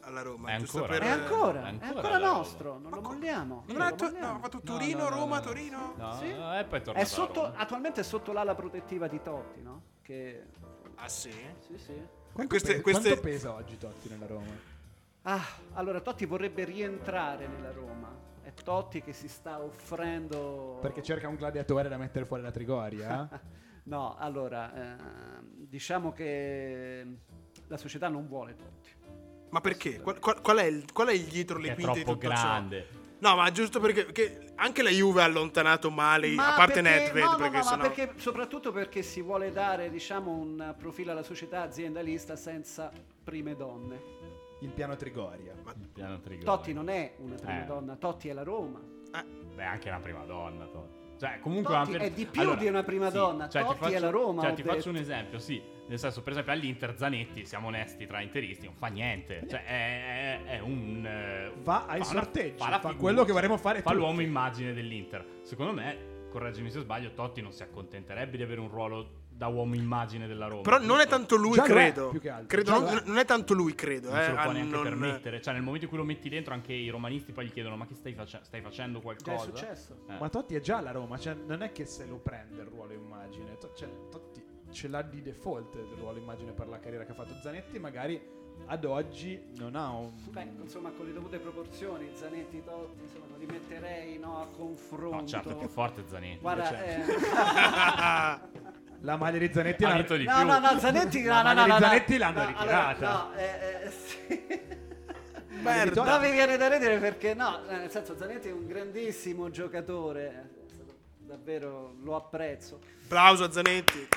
S1: alla Roma?
S2: È
S1: Giusto
S2: ancora.
S4: È
S1: per-
S4: ancora, è
S2: È ancora
S4: ancora
S2: la Roma.
S4: nostro, non lo molliamo.
S1: Non
S4: non
S1: ha
S4: lo
S1: to- no,
S4: molliamo.
S1: ha fatto
S2: No,
S1: Torino,
S2: no, no,
S1: Roma,
S2: no.
S1: Torino.
S2: No,
S4: Sì.
S2: no, e poi torna
S4: È sotto, attualmente è sotto l'ala protettiva di Totti, no? Che...
S1: Ah sì?
S4: Sì, sì.
S3: Quanto,
S1: Queste-
S3: pe-
S1: queste-
S3: quanto pesa oggi Totti nella Roma?
S4: Ah, allora Totti vorrebbe rientrare nella Roma. È Totti che si sta offrendo...
S3: Perché cerca un gladiatore da mettere fuori la Trigoria?
S4: No, allora, ehm, diciamo che la società non vuole Totti.
S1: Ma perché? Qual, qual- qual è il, qual è il dietro le
S2: Che è
S1: quinte di
S2: troppo
S1: tutto
S2: grande.
S1: ciò? No, ma giusto perché, perché anche la Juve ha allontanato male,
S4: Ma
S1: a parte
S4: perché-
S1: Nedved,
S4: no, no,
S1: perché
S4: no,
S1: sennò...
S4: ma perché, soprattutto perché si vuole dare, diciamo, un profilo alla società aziendalista senza prime donne.
S3: Il piano Trigoria.
S2: Il piano Trigoni.
S4: Totti non è una prima
S2: Eh.
S4: donna, Totti è la Roma.
S2: Beh, anche una prima donna, Totti. Cioè, comunque
S4: Totti
S2: una per-
S4: è di più di una prima donna,
S2: ti
S4: Totti è la Roma,
S2: Cioè,
S4: ho
S2: ti
S4: detto.
S2: faccio un esempio, sì. Nel senso, per esempio, all'Inter Zanetti, siamo onesti tra interisti, non fa niente. Cioè, è, è- è un. eh,
S3: Va ai
S2: una-
S3: sorteggi, fa
S2: figura,
S3: quello che vorremmo fare
S2: Fa
S3: tutti.
S2: l'uomo immagine dell'Inter. Secondo me, correggimi se sbaglio, Totti non si accontenterebbe di avere un ruolo da uomo immagine della Roma.
S1: Però non è
S2: giusto?
S1: tanto lui,
S3: Già lo è,
S1: credo.
S3: più che altro.
S1: Credo
S3: Già
S1: non,
S3: lo è.
S1: non è tanto lui, credo.
S2: non
S1: eh,
S2: se lo può
S1: a
S2: neanche
S1: non-
S2: permettere. Cioè, nel momento in cui lo metti dentro, anche i romanisti poi gli chiedono: Ma che stai, face- stai facendo
S4: Già
S2: qualcosa?
S4: è successo.
S2: Eh.
S3: Ma Totti è già alla Roma, cioè non è che se lo prende il ruolo immagine, To- cioè, Totti ce l'ha di default il ruolo immagine per la carriera che ha fatto Zanetti, magari ad oggi non ha un...
S4: Beh, insomma, con le dovute proporzioni, Zanetti, Totti, insomma, li metterei no, a confronto.
S2: No, certo, più forte Zanetti.
S4: Guarda,
S3: Certo.
S4: eh,
S3: La maglia di Zanetti è
S2: Ha
S3: una-
S2: vinto di
S4: no,
S2: più.
S4: no, no, Zanetti, no,
S3: La
S4: no, no,
S3: maglia di
S4: no,
S3: Zanetti
S4: no,
S3: l'hanno
S4: no,
S3: ritirata.
S4: allora, no, eh, eh, sì.
S1: Merda.
S4: No, mi viene da ridere perché no, eh, nel senso Zanetti è un grandissimo giocatore, eh, davvero lo apprezzo.
S1: Applauso a Zanetti.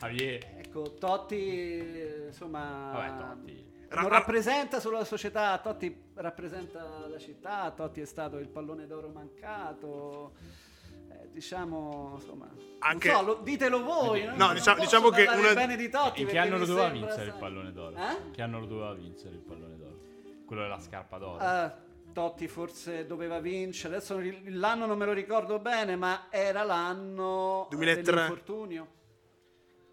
S2: Javier.
S4: Ecco, Totti, eh, insomma,
S2: Vabbè, Totti.
S1: Ra-
S4: non rappresenta solo la società, Totti rappresenta la città, Totti è stato il pallone d'oro mancato. eh, Diciamo, insomma, non
S1: Anche-
S4: so, lo- ditelo voi.
S1: No,
S4: non
S1: diciamo-
S4: posso
S1: diciamo che
S4: parlare
S1: una-
S4: bene di Totti
S2: In che
S4: perché
S2: anno
S4: mi
S2: lo doveva
S4: sembra,
S2: vincere il
S4: sai-
S2: pallone d'oro?
S4: Eh?
S2: In che anno lo doveva vincere il pallone d'oro? Quello della scarpa d'oro.
S4: Ah, Totti forse doveva vincere, adesso ri- l'anno non me lo ricordo bene, ma era l'anno eh,
S1: 2003.
S4: dell'infortunio.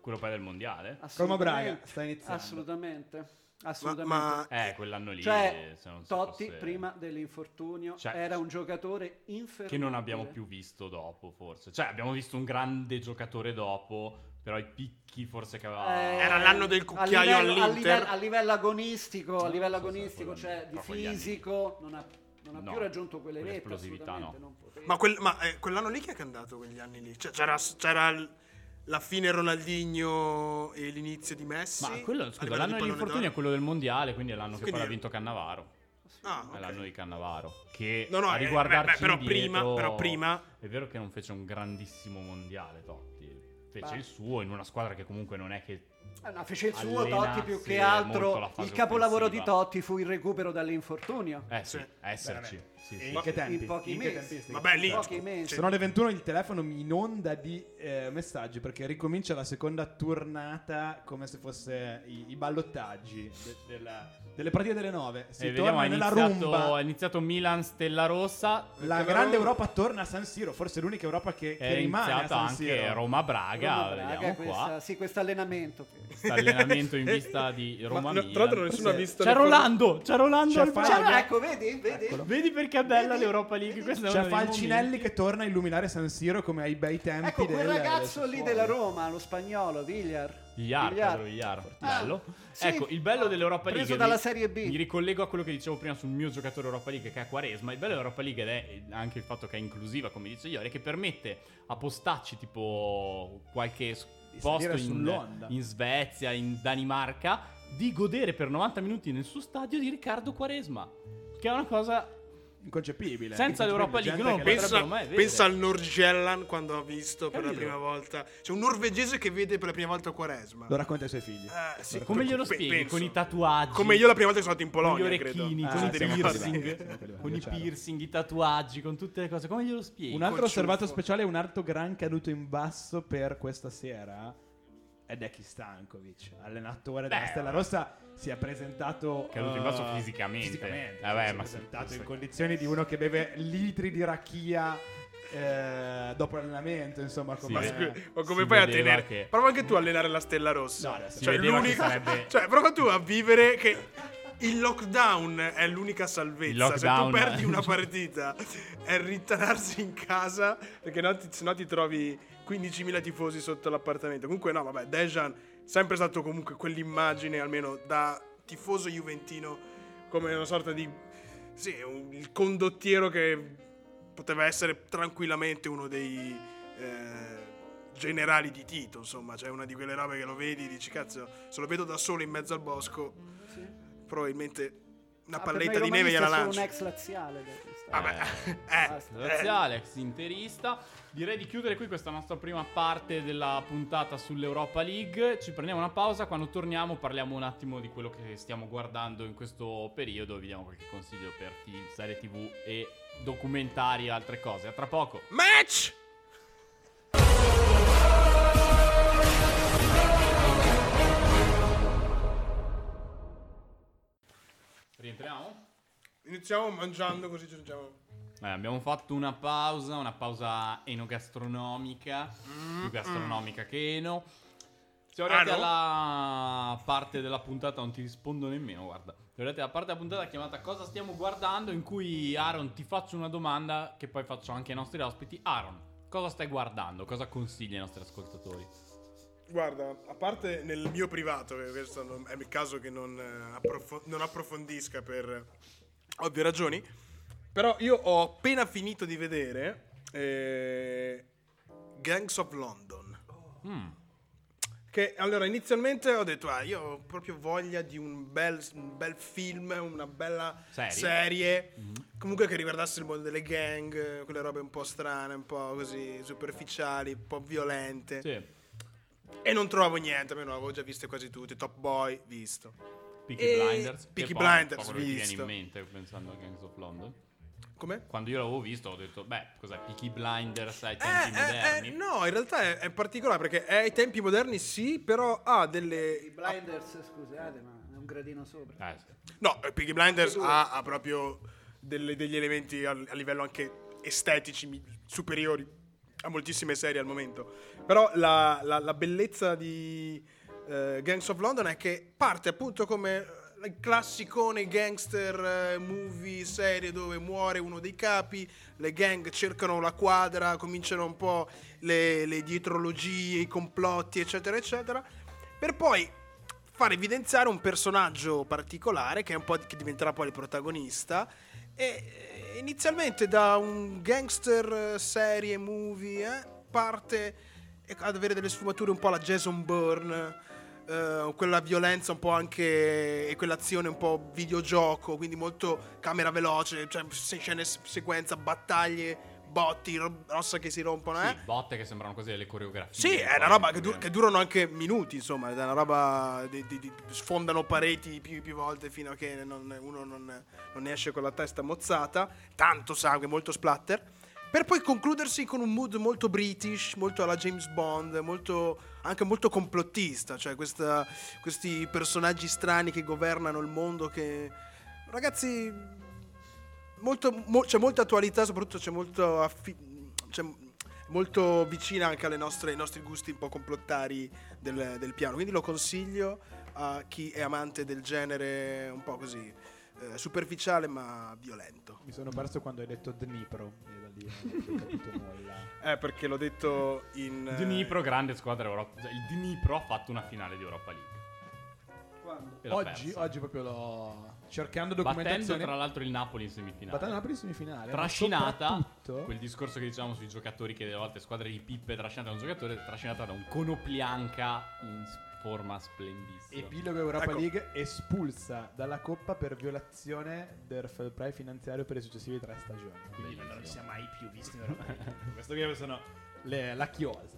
S2: Quello poi del mondiale?
S3: Roma
S4: Assolutamente.
S3: Braga, sta iniziando.
S4: Assolutamente.
S1: Ma,
S4: Assolutamente.
S1: ma
S2: Eh, quell'anno lì.
S4: Ah. cioè,
S2: se non si
S4: Totti
S2: fosse-
S4: prima dell'infortunio
S2: Cioè,
S4: era un giocatore infermo.
S2: Che non abbiamo più visto dopo, forse. Cioè, abbiamo visto un grande giocatore dopo, però i picchi forse che aveva...
S1: Era l'anno del cucchiaio all'Inter.
S4: Eh, A livello, a livello agonistico, a livello
S2: so se
S4: agonistico,
S2: quello-
S4: cioè di
S2: però quegli anni-
S4: fisico, non ha, non ha
S2: No,
S4: più raggiunto quelle vette.
S2: quell'esplosività
S4: assolutamente,
S2: no.
S4: non poteva.
S1: ma quel- ma, eh, quell'anno lì chi è che è andato quegli anni lì? Cioè, c'era, c'era l- la fine Ronaldinho e l'inizio di Messi.
S2: Ma quello,
S1: a
S2: scusa,
S1: livello di
S2: l'anno
S1: pallone
S2: dell'infortunio è quello del mondiale, quindi è l'anno che
S1: Quindi-
S2: poi l'ha vinto Cannavaro.
S1: d'oro. Ah,
S2: È
S1: ok.
S2: l'anno di Cannavaro. Che
S1: No, no,
S2: a
S1: eh,
S2: riguardarci
S1: beh, beh, però
S2: indietro-
S1: prima- però prima-
S2: È vero che non fece un grandissimo mondiale, Totti. Fece
S4: Ma-
S2: il suo in una squadra che comunque non è che
S4: Eh, no, fece il suo
S2: Allenasse
S4: Totti più che
S2: molto la
S4: altro.
S2: fase
S4: Il capolavoro
S2: offensiva.
S4: di Totti fu il recupero dall'infortunio.
S2: Eh sì,
S1: Sì,
S2: esserci.
S3: veramente.
S2: Sì, Eh,
S3: E
S2: sì.
S3: in che tempi?
S4: In pochi
S3: che
S4: mesi.
S3: tempistiche?
S1: Vabbè, lì
S4: Pochi mesi.
S3: Sono le 21 il telefono mi inonda di eh, messaggi perché ricomincia la seconda tornata come se fosse i, i ballottaggi de- della- delle partite delle 9. Si
S2: E Eh, vediamo,
S3: torna
S2: ha
S3: nella
S2: iniziato, ha
S3: rumba.
S2: iniziato Milan Stella Rossa.
S3: La grande Europa torna a San Siro, forse l'unica Europa che, che
S2: È
S3: rimane a
S2: iniziata
S3: San
S2: anche
S3: Siro.
S2: Roma Braga.
S4: Roma Braga,
S2: Vediamo
S4: questa-
S2: qua.
S4: sì, questo allenamento.
S2: Questo allenamento in vista di
S1: Ma
S2: Roma
S1: no,
S2: Milan.
S1: tra l'altro nessuno ha visto
S2: C'è
S1: le foto-
S2: Rolando, c'è Rolando
S3: C'è
S2: al
S3: Fa-
S2: Braga.
S4: Cioè, ecco, vedi? Vedi?
S2: Vedi perché è bella
S4: Vedi?
S2: l'Europa League? Questa è
S3: C'è
S2: una dei
S3: Cioè, Falcinelli
S2: momenti.
S3: che torna a illuminare San Siro come ai bei tempi
S4: Ecco, quel
S3: del-
S4: ragazzo
S3: del
S4: lì
S3: Sassuolo.
S4: della Roma, lo spagnolo, Villar.
S2: Villar,
S4: Villar.
S2: Pedro Villar.
S4: Ah,
S2: bello.
S4: sì. Ah,
S2: Ecco, il bello dell'Europa
S4: Preso
S2: League.
S4: dalla
S2: mi-
S4: Serie B.
S2: Mi ricollego a quello che dicevo prima sul mio giocatore Europa League che è Quaresma. Il bello dell'Europa League ed è anche il fatto che è inclusiva, come dice Iori, che permette a postacci tipo qualche s-
S3: di
S2: posto
S3: salire
S2: in,
S3: sull'onda.
S2: in Svezia, in Danimarca, di godere per 90 minuti nel suo stadio di Riccardo Quaresma, che è una cosa
S3: Inconcepibile.
S2: Senza l'Europa League,
S3: Gente
S2: no,
S3: che la-
S1: Pensa,
S2: pensa-
S3: Pensa...
S2: potrebbero mai vedere.
S1: pensa al Norgellan quando ha visto per la
S2: Capito?
S1: prima volta. C'è un norvegese che vede per la prima volta Quaresma.
S3: Lo racconta ai suoi figli.
S1: Eh, sì,
S2: Come glielo
S1: pe-
S2: spieghi?
S1: penso.
S2: Con i tatuaggi?
S1: Come io la prima volta che sono andato in
S2: Con gli
S1: Polonia,
S2: orecchini,
S1: credo.
S3: Ah,
S2: con i
S3: sì, siamo arrivati, siamo
S2: piercing,
S3: arrivati,
S2: con i
S1: certo.
S3: chiaro.
S2: piercing, i tatuaggi, con tutte le cose. Come glielo spieghi?
S3: Un altro
S1: col
S3: osservato
S1: ciuffo.
S3: speciale è un altro gran caduto in basso per questa sera è Decky Stankovic, allenatore della
S2: Beh,
S3: Stella Rossa. Si è presentato
S2: Caduto in
S3: eh,
S2: basso fisicamente.
S3: fisicamente,
S2: Vabbè,
S3: si è
S2: ma sì,
S3: presentato
S2: sì.
S3: in condizioni di uno che beve litri di racchia eh, dopo l'allenamento. Insomma,
S1: Ma,
S3: come
S2: Sì,
S1: scu- ma
S2: si
S1: come fai a
S2: vedeva
S1: tenere?
S2: che-
S1: Prova anche tu a allenare la Stella Rossa.
S3: No, adesso
S1: cioè,
S2: si vedeva che
S1: l'unica-
S2: sarebbe-
S1: cioè, prova tu a vivere che il lockdown è l'unica salvezza.
S2: Il lockdown-
S1: Se tu perdi una partita è rintanarsi in casa perché no, ti, sennò ti trovi 15.000 tifosi sotto l'appartamento. Comunque, no, vabbè, Dejan sempre stato comunque quell'immagine, almeno da tifoso juventino, come una sorta di. Sì, un- il condottiero che poteva essere tranquillamente uno dei eh, generali di Tito, insomma, cioè una di quelle robe che lo vedi e dici cazzo, se lo vedo da solo in mezzo al bosco, probabilmente una
S4: Ah, per
S1: palletta
S4: noi
S1: di neve
S4: romanisti
S1: gliela
S4: è solo
S1: lancio.
S4: un ex laziale. dai, sta-
S1: Vabbè, eh,
S4: Basta.
S2: Graziale, ex interista. Direi di chiudere qui questa nostra prima parte della puntata sull'Europa League. Ci prendiamo una pausa. Quando torniamo, parliamo un attimo di quello che stiamo guardando in questo periodo. Vi diamo qualche consiglio per t- serie TV e documentari e altre cose. A tra poco.
S1: match!
S2: Rientriamo?
S1: Iniziamo mangiando così ci sentiamo.
S2: Eh, abbiamo fatto una pausa, una pausa enogastronomica,
S1: Mm.
S2: più gastronomica che eno. Siamo arrivati
S1: Ah, no?
S2: alla parte della puntata, non ti rispondo nemmeno, guarda. Siamo arrivati alla parte della puntata chiamata Cosa stiamo guardando, in cui Aaron ti faccio una domanda che poi faccio anche ai nostri ospiti. Aaron, cosa stai guardando? Cosa consigli ai nostri ascoltatori?
S1: Guarda, a parte nel mio privato, che questo non- è il caso che non, eh, approfo- non approfondisca per ovvie ragioni, però io ho appena finito di vedere eh, Gangs of London.
S2: Mm.
S1: Che allora inizialmente ho detto, ah, io ho proprio voglia di un bel, un bel film, una bella
S2: Serie. Mhm.
S1: serie. Comunque che riguardasse il mondo delle gang, quelle robe un po' strane, un po' così superficiali, un po' violente.
S2: Sì,
S1: E non trovo niente, almeno avevo già viste quasi tutte. Top Boy, visto.
S2: Peaky
S1: E-
S2: Blinders. che
S1: Eh, Peaky
S2: poi è un po'
S1: Blinders,
S2: quello che ti viene
S1: visto.
S2: in mente pensando a Gangs of London.
S1: Come?
S2: Quando io l'avevo visto ho detto, beh, cos'è? Peaky Blinders ai tempi
S1: Eh, eh,
S2: moderni?
S1: eh, no, in realtà è, è particolare perché è ai tempi moderni sì, però ha
S4: I
S1: delle...
S4: blinders, scusate, ma è un gradino sopra.
S2: Eh, sì.
S1: No, eh, Peaky Blinders ha, ha proprio delle- degli elementi al- a, livello anche estetici mi- superiori a moltissime serie al momento. Però la, la- la bellezza di eh, Gangs of London è che parte appunto come eh, il classicone gangster eh, movie serie dove muore uno dei capi, le gang cercano la quadra, cominciano un po' le, le dietrologie, i complotti, eccetera, eccetera, per poi far evidenziare un personaggio particolare che, è un po' di- che diventerà poi il protagonista. E eh, inizialmente da un gangster eh, serie movie eh, parte eh, ad avere delle sfumature un po' alla Jason Bourne. eh, quella violenza un po' anche e quell'azione un po' videogioco quindi molto camera veloce cioè se- scene s- sequenza battaglie botti ro- rossa che si rompono eh?
S2: Sì, botte che sembrano quasi delle coreografie.
S1: Sì, è una
S2: Poi,
S1: roba che, du-
S2: ovviamente.
S1: che durano anche minuti, insomma, è una roba di, di- di- sfondano pareti più, più volte fino a che non- uno non, non ne esce con la testa mozzata, tanto sangue, molto splatter, per poi concludersi con un mood molto british, molto alla James Bond, molto, anche molto complottista, cioè questa- questi personaggi strani che governano il mondo che... Ragazzi, molto- mo- c'è molta attualità, soprattutto c'è molto, affi- c'è molto vicina anche alle nostre- ai nostri gusti un po' complottari del, del piano. Quindi lo consiglio a chi è amante del genere un po' così eh, superficiale ma violento.
S3: Mi sono perso quando hai detto Dnipro. Io da lì non ho capito nulla.
S1: Eh, perché l'ho detto in. eh,
S2: Dnipro, grande squadra Europa. cioè, Il Dnipro ha fatto una finale di Europa League.
S4: Qua
S3: giocando.
S2: E l'ha
S3: Oggi,
S2: persa.
S3: oggi proprio l'ho
S2: Battendo
S3: cercando documentazione.
S2: tra l'altro il Napoli in semifinale.
S3: Battendo Napoli in semifinale. ma
S2: Trascinata,
S3: soprattutto-
S2: quel discorso che dicevamo sui giocatori che delle volte squadre di pippe trascinata da un giocatore, trascinata da un Conoplianca in s- forma splendissima.
S3: Epilogo Europa
S1: Ecco.
S3: League espulsa dalla Coppa per violazione del fair play finanziario per le successive tre stagioni. Quindi
S2: Bellissimo.
S3: non ci siamo mai più visti in Europa League. Questo qui sono le- la chiosa.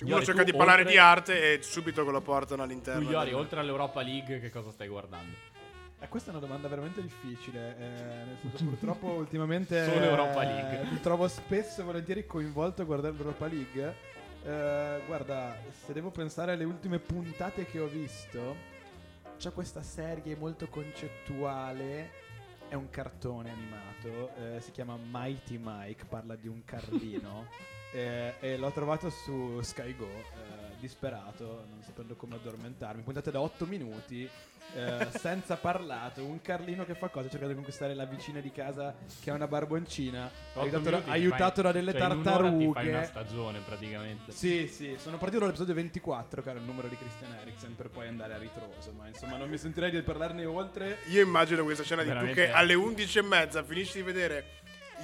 S2: Iori,
S1: Uno
S2: tu
S1: cerca di parlare
S2: oltre-
S1: di arte e subito che lo portano all'interno.
S2: Tu, Iori,
S1: del-
S2: oltre all'Europa League, che cosa stai guardando?
S3: Eh, questa è una domanda veramente difficile. eh, nel senso, purtroppo ultimamente.
S2: Solo Europa League.
S3: eh, mi trovo spesso e volentieri coinvolto a guardare l'Europa League. Eh, guarda, se devo pensare alle ultime puntate che ho visto, c'è questa serie molto concettuale. È un cartone animato. eh, si chiama Mighty Mike. Parla di un carlino. eh, e l'ho trovato su Sky Go. eh, disperato, non sapendo come addormentarmi. Puntate da 8 minuti. Eh, senza parlato, un Carlino che fa cosa? Cerca di conquistare la vicina di casa che ha una barboncina, aiutato, da, aiutato da delle
S2: cioè, Ti fai una
S3: tartarughe.
S2: stagione praticamente.
S3: Sì, sì, sono partito dall'episodio 24, che era il numero di Christian Eriksen, per poi andare a ritroso. Ma insomma, non mi sentirei di parlarne oltre.
S1: Io immagino questa scena di tu
S2: Veramente.
S1: che alle 11 e mezza finisci di vedere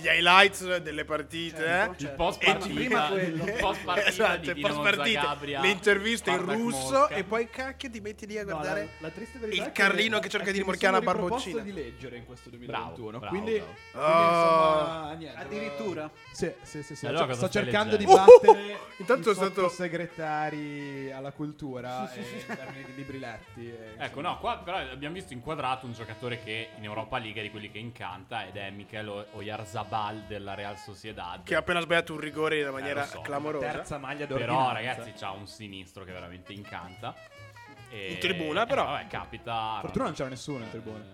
S1: gli highlights delle partite.
S4: Certo,
S1: eh,
S2: Il
S4: certo.
S2: Cioè, post
S1: E
S2: partita,
S1: ti-
S4: prima quello.
S2: il post partita
S1: Esatto,
S2: di
S1: il
S2: Dinamo
S1: post partite,
S2: Zagabria,
S1: le interviste in
S2: Spartak
S1: russo
S2: Mosca.
S1: e poi cacchio ti metti lì a
S3: No,
S1: guardare.
S3: la- la triste verità
S1: il
S3: è
S1: Carlino che cerca
S3: è
S1: di
S3: mi
S1: rimorchiare
S3: sono
S1: la
S3: riproposto
S1: barboncina.
S3: di leggere in questo 2021.
S2: Bravo, bravo,
S3: quindi,
S2: bravo.
S3: quindi, insomma,
S1: Ah.
S3: niente.
S4: Addirittura?
S3: Sì, sì, sì. sì.
S2: Allora cosa
S3: sto
S2: stai
S3: cercando di
S1: leggendo? Oh,
S3: battere
S1: intanto
S3: i
S1: è stato-
S3: sottosegretari alla cultura e in termini di libri letti. e
S2: Ecco, no, qua però abbiamo visto inquadrato un giocatore che in Europa League è di quelli che incanta ed è Michel O- Oyarzabal della Real Sociedad.
S1: Che ha appena sbagliato un rigore in maniera
S2: Eh, lo so.
S1: clamorosa.
S3: terza maglia d'ordinanza.
S2: però ragazzi c'ha un sinistro che veramente incanta. E-
S1: In tribuna, però.
S2: eh, vabbè, capita. Eh.
S3: Fortuna non c'era nessuno in tribuna.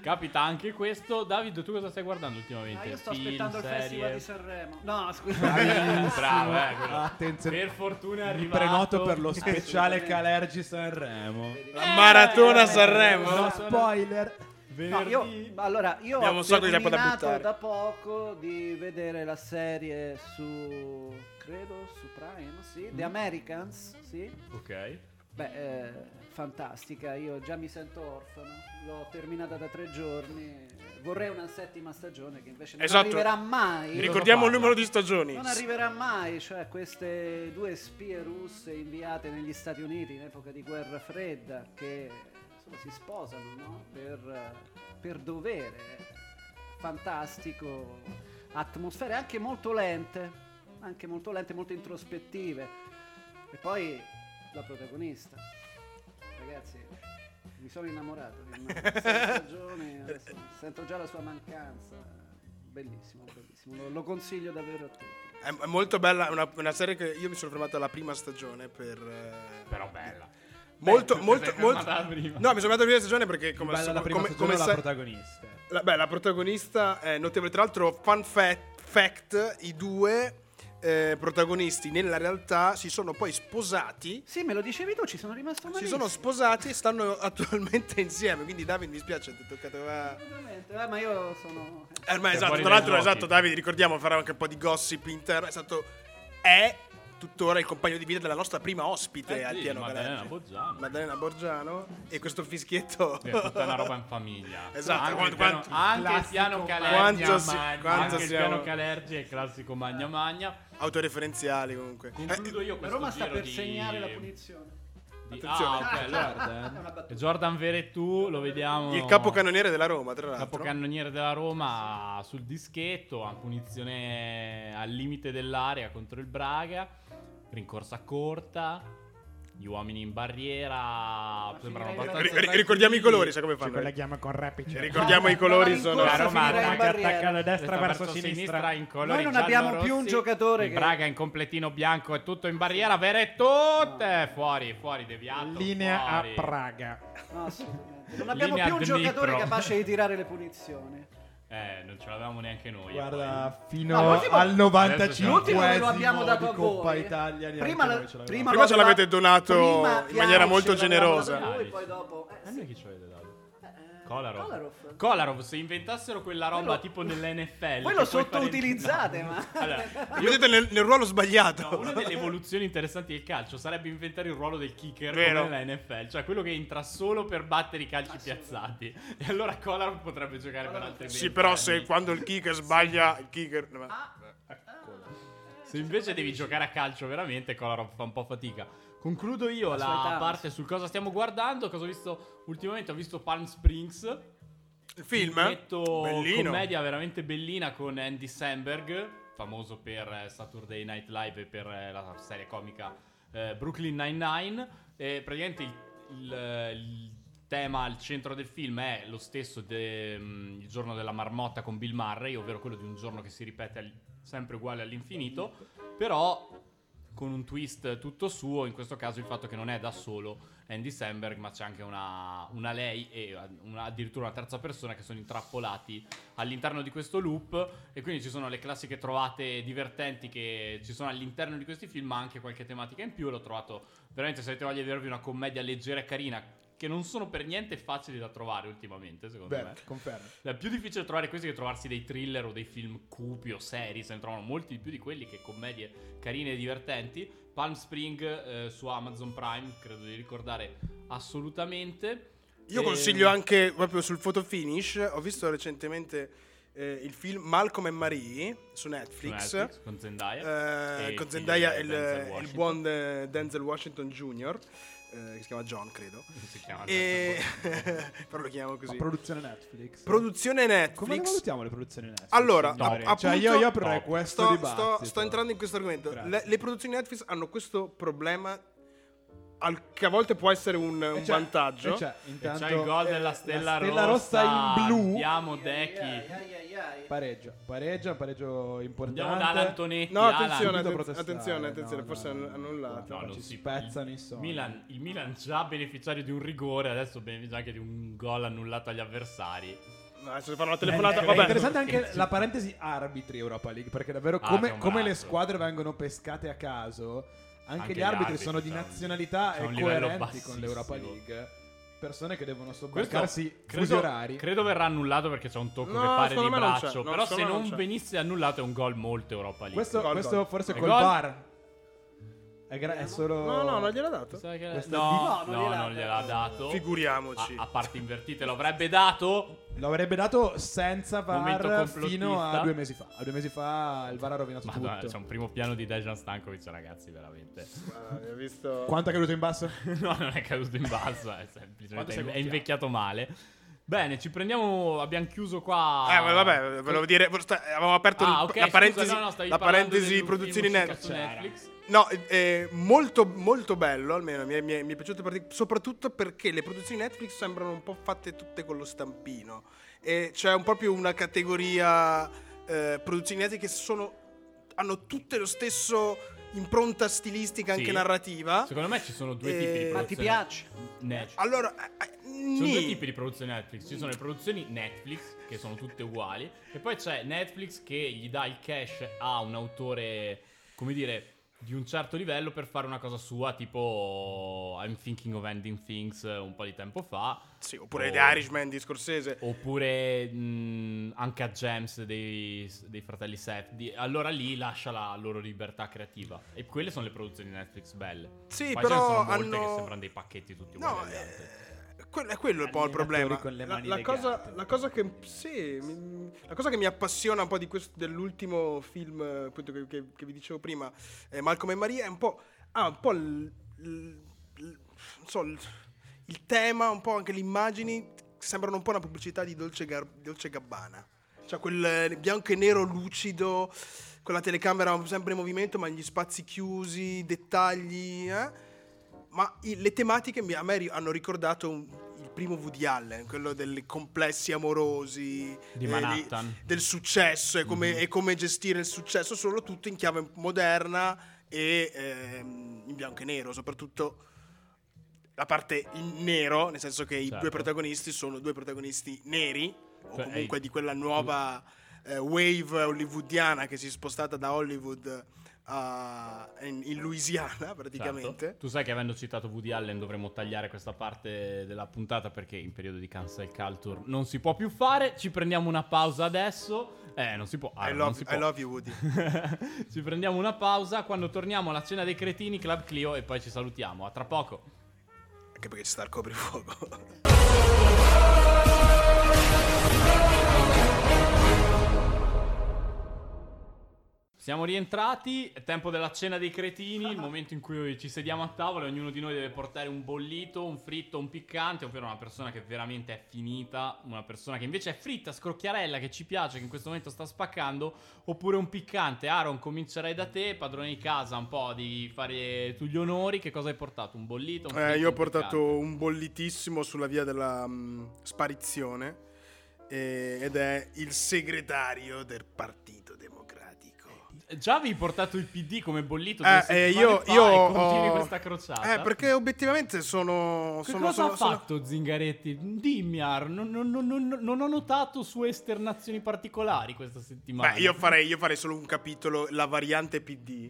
S2: Capita anche questo. David, tu cosa stai guardando ultimamente?
S4: Ah, io sto
S2: Film,
S4: aspettando il festival
S2: serie? Ah,
S4: di Sanremo. No, scusa.
S2: Bravissimo. Bravo, eh, quello.
S3: Attenzione.
S2: Per fortuna è
S3: Mi
S2: arrivato.
S3: prenoto per lo speciale
S4: Assolutamente.
S3: Calergi Sanremo.
S1: La maratona
S4: Eh,
S1: Sanremo.
S3: No, spoiler.
S4: No, io, allora, io
S1: Abbiamo
S4: ho
S1: un sacco di tempo da
S4: terminato
S1: buttare.
S4: da poco di vedere la serie su, credo, su Prime, sì,
S2: Mm.
S4: The Americans, sì.
S2: Ok.
S4: Beh, eh, fantastica, io già mi sento orfano, l'ho terminata da tre giorni, vorrei una settima stagione che invece non
S1: Esatto.
S4: arriverà mai.
S1: Ricordiamo il
S2: parla?
S1: numero di stagioni.
S4: Non arriverà mai, cioè queste due spie russe inviate negli Stati Uniti in epoca di guerra fredda che insomma, si sposano no? per, per dovere. Fantastico, atmosfere anche molto lente, anche molto lente, molto introspettive. E poi la protagonista. Ragazzi, mi sono innamorato di una stagione, adesso sento già la sua mancanza. Bellissimo, bellissimo, lo, lo consiglio davvero a tutti.
S1: È, è molto bella, è una, una serie che io mi sono fermato alla prima stagione per... eh,
S2: Però bella.
S1: Molto,
S2: Beh,
S1: molto,
S2: sei
S1: molto...
S2: fermata alla prima.
S1: No, mi sono fermato alla prima stagione perché come...
S3: Bella la prima
S1: come-
S3: stagione,
S1: come
S3: la
S1: sa-
S3: protagonista.
S1: La, beh, la protagonista è notevole. Tra l'altro, fun fa- fact, i due eh, protagonisti nella realtà si sono poi sposati.
S4: Sì, me lo dicevi tu, ci sono rimasto
S1: Si
S4: malissimo.
S1: sono sposati e stanno attualmente insieme. Quindi, Davide, mi dispiace, ti è toccato. va-
S4: Veramente, eh, ma io sono...
S1: Eh, ormai,
S2: È
S1: esatto.
S2: fuori
S1: Tra
S2: dai
S1: l'altro,
S2: giochi.
S1: esatto, Davide, ricordiamo, farà anche un po' di gossip interno. È stato. È tuttora il compagno di vita della nostra prima ospite
S2: Eh
S1: al
S2: sì,
S1: piano
S2: Maddalena
S1: Galante.
S2: Boggiano.
S1: Maddalena Borgiano. E questo fischietto.
S2: Sì, È tutta una roba in famiglia.
S1: Esatto,
S2: anche,
S1: quanto-
S2: il piano,
S1: quanto-
S2: anche il piano
S3: classico
S2: Calergi.
S1: Quanto si-
S2: Magna,
S1: quanto
S2: anche il
S1: siamo-
S2: piano Calergi è il classico
S4: Eh.
S2: magna magna.
S1: Autoreferenziali, comunque. Eh,
S2: Concludo io
S4: La
S2: questo
S4: Roma sta
S2: giro
S4: per
S2: di-
S4: segnare la punizione.
S2: di-
S1: Attenzione.
S2: Ah, ok, allora.
S4: È una battuta.
S2: Jordan Veretù, lo vediamo.
S1: il capocannoniere della Roma, tra l'altro.
S2: Capocannoniere della Roma sul dischetto, a punizione al limite dell'area contro il Braga, rincorsa corta, gli uomini in barriera, sembrano
S4: finirei-
S1: Ri-
S2: abbastanza...
S1: ri- ricordiamo i colori, sai come
S8: Ci
S1: fanno?
S8: colleghiamo con Rapid.
S1: Ricordiamo i colori
S4: Ma
S1: sono.
S4: la rincorsa
S2: Caro Marco,
S4: finirà in
S2: che
S4: barriera.
S8: attacca la destra
S2: Destra
S8: verso sinistra.
S2: in colori
S4: Noi non abbiamo
S2: giallo-rossi,
S4: più un giocatore
S2: il
S4: che-
S2: Braga in completino bianco è tutto in barriera Veretù eh, fuori fuori deviato
S8: Linea a
S2: fuori.
S8: Praga.
S4: No, assolutamente. Non abbiamo
S2: Linea
S4: più un
S2: Dnipro.
S4: giocatore capace di tirare le punizioni.
S2: eh non ce l'avevamo neanche noi eh,
S3: Guarda, fino
S4: No, l'ultimo-
S3: al
S4: L'ultimo ve
S3: 95
S4: lo abbiamo dato a
S3: di Coppa
S4: voi.
S3: Italia. neanche
S4: prima, la-
S3: noi ce l'avevamo.
S4: prima,
S1: Prima
S4: lo
S1: ce
S4: aveva-
S1: l'avete donato
S4: prima
S1: in maniera
S4: Pjanic
S1: molto
S4: ce l'avevamo
S1: generosa.
S4: dato a Lui, poi dopo... eh,
S2: e
S4: sì. Eh,
S2: noi chi ci avete dato Kolarov.
S8: Kolarov.
S2: Kolarov, se inventassero quella
S8: Quello-
S2: roba tipo nell'NFL.
S8: Voi lo sottoutilizzate, ma-
S1: Lo vedete nel, nel ruolo sbagliato.
S2: una delle evoluzioni interessanti del calcio sarebbe inventare il ruolo del kicker
S1: Vero.
S2: come nella NFL, cioè quello che entra solo per battere i calci piazzati. E allora Kolarov potrebbe giocare per altre
S1: Sì,
S2: 20
S1: però
S2: anni.
S1: se quando il kicker sbaglia, il kicker...
S2: Ah. Se invece devi giocare a calcio veramente, Kolarov fa un po' fatica. Concludo io la,
S8: sua età.
S2: parte sul cosa stiamo guardando, cosa ho visto ultimamente, ho visto Palm Springs,
S1: Il film?
S2: Filmetto
S1: Bellino.
S2: commedia veramente bellina con Andy Samberg, famoso per eh, Saturday Night Live e per eh, la serie comica eh, Brooklyn Nine-Nine. E praticamente il, il- il tema al centro del film è lo stesso del giorno della marmotta con Bill Murray, ovvero quello di un giorno che si ripete al- sempre uguale all'infinito, però con un twist tutto suo, in questo caso il fatto che non è da solo Andy Samberg, ma c'è anche una, una lei e una- addirittura una terza persona che sono intrappolati all'interno di questo loop e quindi ci sono le classiche trovate divertenti che ci sono all'interno di questi film, ma anche qualche tematica in più. L'ho trovato veramente, se avete voglia di vedervi una commedia leggera e carina, che non sono per niente facili da trovare ultimamente, secondo
S3: Beh,
S2: me.
S3: confermo.
S2: È più difficile trovare questi che trovarsi dei thriller o dei film cupi o seri, se ne trovano molti di più di quelli che commedie carine e divertenti. Palm Spring eh, su Amazon Prime, credo di ricordare assolutamente.
S1: Io
S2: E-
S1: consiglio anche proprio sul photo finish. Ho visto recentemente eh, il film Malcolm e Marie su
S2: su
S1: Netflix.
S2: Netflix, con Zendaya.
S1: eh,
S2: E
S1: con
S2: il
S1: Zendaya e
S2: figlio
S1: il,
S2: di Denzel
S1: e il
S2: Washington.
S1: buon eh, Denzel Washington Jr. eh, che si chiama John, credo.
S2: Si chiama
S1: E...
S2: Ah, Denzel
S1: però lo chiamiamo
S3: Ma
S1: così.
S3: produzione Netflix.
S1: Produzione
S3: Come le
S1: Netflix.
S3: valutiamo le produzioni Netflix?
S1: Allora,
S3: Vittoria?
S1: app-
S3: cioè
S1: appunto-
S3: io, io aprirei
S2: No.
S3: questo
S1: Sto,
S3: dibattito.
S1: sto- sto entrando in questo argomento.
S3: Grazie.
S1: Le, le produzioni Netflix hanno questo problema al- che a volte può essere un,
S2: Eh,
S1: un
S3: E cioè-
S1: vantaggio.
S3: e cioè,
S2: E
S3: intanto,
S2: c'è il gol
S3: eh,
S2: della stella,
S3: la stella rossa. in blu.
S2: Andiamo Dechi.
S4: Ai, ai, ai.
S3: Pareggio, pareggio, pareggio importante.
S2: Andiamo da Alan Antonetti.
S1: No,
S2: Alan.
S1: attenzione,
S3: Alan.
S1: atten- attenzione, attenzione,
S3: No,
S1: forse
S3: no, no,
S1: hanno
S3: no.
S1: annullato.
S2: No,
S3: Ma
S2: non
S3: ci
S2: si-
S3: spezzano i
S2: il,
S3: soldi.
S2: Milan, il Milan già beneficiario di un rigore, adesso beneficia anche di un gol annullato agli avversari.
S1: No, adesso
S2: eh,
S1: fanno una
S3: È
S1: telefonata,
S3: è
S1: vabbè.
S3: interessante anche la parentesi arbitri Europa League, perché davvero
S2: Ah,
S3: come,
S2: c'è un
S3: come le
S2: razzo.
S3: squadre vengono pescate a caso, anche,
S2: Anche gli
S3: gli arbitri,
S2: arbitri,
S3: sono di
S2: c'è un-
S3: nazionalità
S2: c'è un
S3: e
S2: livello
S3: coerenti con l'Europa
S2: bassissimo.
S3: League. Persone che devono
S2: Questo
S3: sobbarcarsi fusi
S2: credo,
S3: orari.
S2: credo verrà annullato perché c'è un tocco
S1: No,
S2: che pare di
S1: secondo me non c'è.
S2: braccio.
S1: No,
S2: però se
S1: secondo me
S2: non
S1: non c'è.
S2: venisse annullato è un gol molto Europa League.
S3: questo
S1: Gol,
S3: questo
S1: gol.
S3: forse
S2: È
S3: col
S2: gol? Eh,
S3: VAR. È, gra- è solo...
S1: No, no, non gliel'ha dato.
S2: Sai che-
S3: Questa-
S2: No,
S4: no,
S2: no,
S4: non
S2: non gliel'ha dato.
S1: Figuriamoci.
S2: A, a parte invertite lo avrebbe dato.
S3: Lo avrebbe dato senza
S2: Momento
S3: VAR fino
S2: complottista.
S3: a due mesi fa. A due mesi fa il VAR ha rovinato
S2: Madonna,
S3: tutto.
S2: c'è un primo piano di Dejan Stankovic, ragazzi, veramente.
S1: Guarda, Eh, hai visto...
S3: Quanto è caduto in basso?
S2: No, non è caduto in basso, è
S3: Quanto
S2: semplicemente
S3: sei
S2: è
S3: gonfiato?
S2: invecchiato male. Bene, ci prendiamo. Abbiamo chiuso qua.
S1: Eh, ma vabbè, volevo dire, sta- avevamo aperto
S2: Ah,
S1: il-
S2: ok,
S1: la
S2: scusa,
S1: parentesi,
S2: no, no, stavi
S1: la
S2: parlando
S1: parentesi
S2: dell'ultimo
S1: produzioni
S2: film
S1: Netflix.
S2: su Netflix.
S1: No, eh, eh, molto, molto bello, almeno mi è, mi è- mi è piaciuto partic- soprattutto perché le produzioni Netflix sembrano un po' fatte tutte con lo stampino. E c'è un- proprio una categoria eh, produzioni Netflix che sono, hanno tutte lo stesso impronta stilistica, anche
S2: Sì.
S1: narrativa.
S2: Secondo me ci sono due
S1: Eh,
S2: tipi di
S1: ma
S2: produzioni.
S4: ti piace?
S1: Cioè,
S2: Net-
S1: Allora, eh, eh,
S2: Ci sono due
S1: nì.
S2: tipi di produzioni Netflix. Ci sono le produzioni Netflix, che sono tutte uguali, e poi c'è Netflix che gli dà il cash a un autore, come dire, di un certo livello per fare una cosa sua, tipo I'm thinking of ending things eh, un po' di tempo fa.
S1: Sì, oppure
S2: Oh.
S1: The Irishman di Scorsese.
S2: Oppure mh, anche a James dei, dei fratelli Safdie. Allora lì lascia la loro libertà creativa. E quelle sono le produzioni Netflix belle.
S1: Sì,
S2: Poi
S1: però
S2: ce ne sono molte
S1: hanno-
S2: che sembrano dei pacchetti tutti uguali
S1: No,
S2: agli altri.
S1: eh, quello, è quello un po' il problema.
S3: con le
S1: La-
S3: mani
S1: la,
S3: legate.
S1: cosa, la cosa che sì, mi- la cosa che mi appassiona un po' di questo, dell'ultimo film eh, appunto, che, che- che vi dicevo prima, eh, Malcolm e Maria, è un po', ha Ah, un po' il, il- il- non so, il- il tema, un po' anche le immagini, sembrano un po' una pubblicità di Dolce, Gar- Dolce Gabbana. Cioè quel eh, bianco e nero lucido, con la telecamera sempre in movimento, ma gli spazi chiusi, dettagli. eh. Ma i- le tematiche mi- a me ri- hanno ricordato un- il primo Woody Allen, quello dei complessi amorosi,
S2: Di
S1: eh,
S2: Manhattan. Mm-hmm.
S1: li- del successo e come, e come gestire il successo, solo tutto in chiave moderna e ehm, in bianco e nero, soprattutto la parte in nero, nel senso che i
S2: Certo.
S1: due protagonisti sono due protagonisti neri, o
S2: Cioè,
S1: comunque
S2: ehi.
S1: eh, di quella nuova eh, wave hollywoodiana che si è spostata da Hollywood a- in, in Louisiana praticamente.
S2: Certo. Tu sai che avendo citato Woody Allen dovremmo tagliare questa parte della puntata perché in periodo di cancel culture non si può più fare. Ci prendiamo una pausa adesso. Eh, non si può. Ah,
S1: I,
S2: non
S1: love,
S2: si può.
S1: I love you Woody.
S2: ci prendiamo una pausa. Quando torniamo alla cena dei cretini, Club Clio e poi ci salutiamo. A tra poco.
S1: Anche perché ci sta il coprifuoco.
S2: Siamo rientrati, è tempo della cena dei cretini, il momento in cui ci sediamo a tavola e ognuno di noi deve portare un bollito, un fritto, un piccante, ovvero una persona che veramente è finita, una persona che invece è fritta, scrocchiarella, che ci piace, che in questo momento sta spaccando, oppure un piccante. Aaron, comincerei da te, padrone di casa, un po' di fare tu gli onori, che cosa hai portato? Un bollito? Un
S1: Eh,
S2: fritto,
S1: io ho
S2: un piccante?
S1: portato un bollitissimo sulla via della mm, sparizione eh, ed è il segretario del Partito Democratico.
S2: Già avevi portato il PD come bollito?
S1: Eh,
S2: due
S1: eh,
S2: settimane
S1: io,
S2: fa
S1: io
S2: e
S1: ho-
S2: continui questa crociata.
S1: Eh, perché obiettivamente sono...
S2: Che
S1: sono-
S2: cosa
S1: sono-
S2: ha
S1: sono-
S2: fatto Zingaretti? Dimmi, Ar, non, non- non- non- non ho notato sue esternazioni particolari questa settimana.
S1: Beh, io farei, io farei solo un capitolo, la variante PD,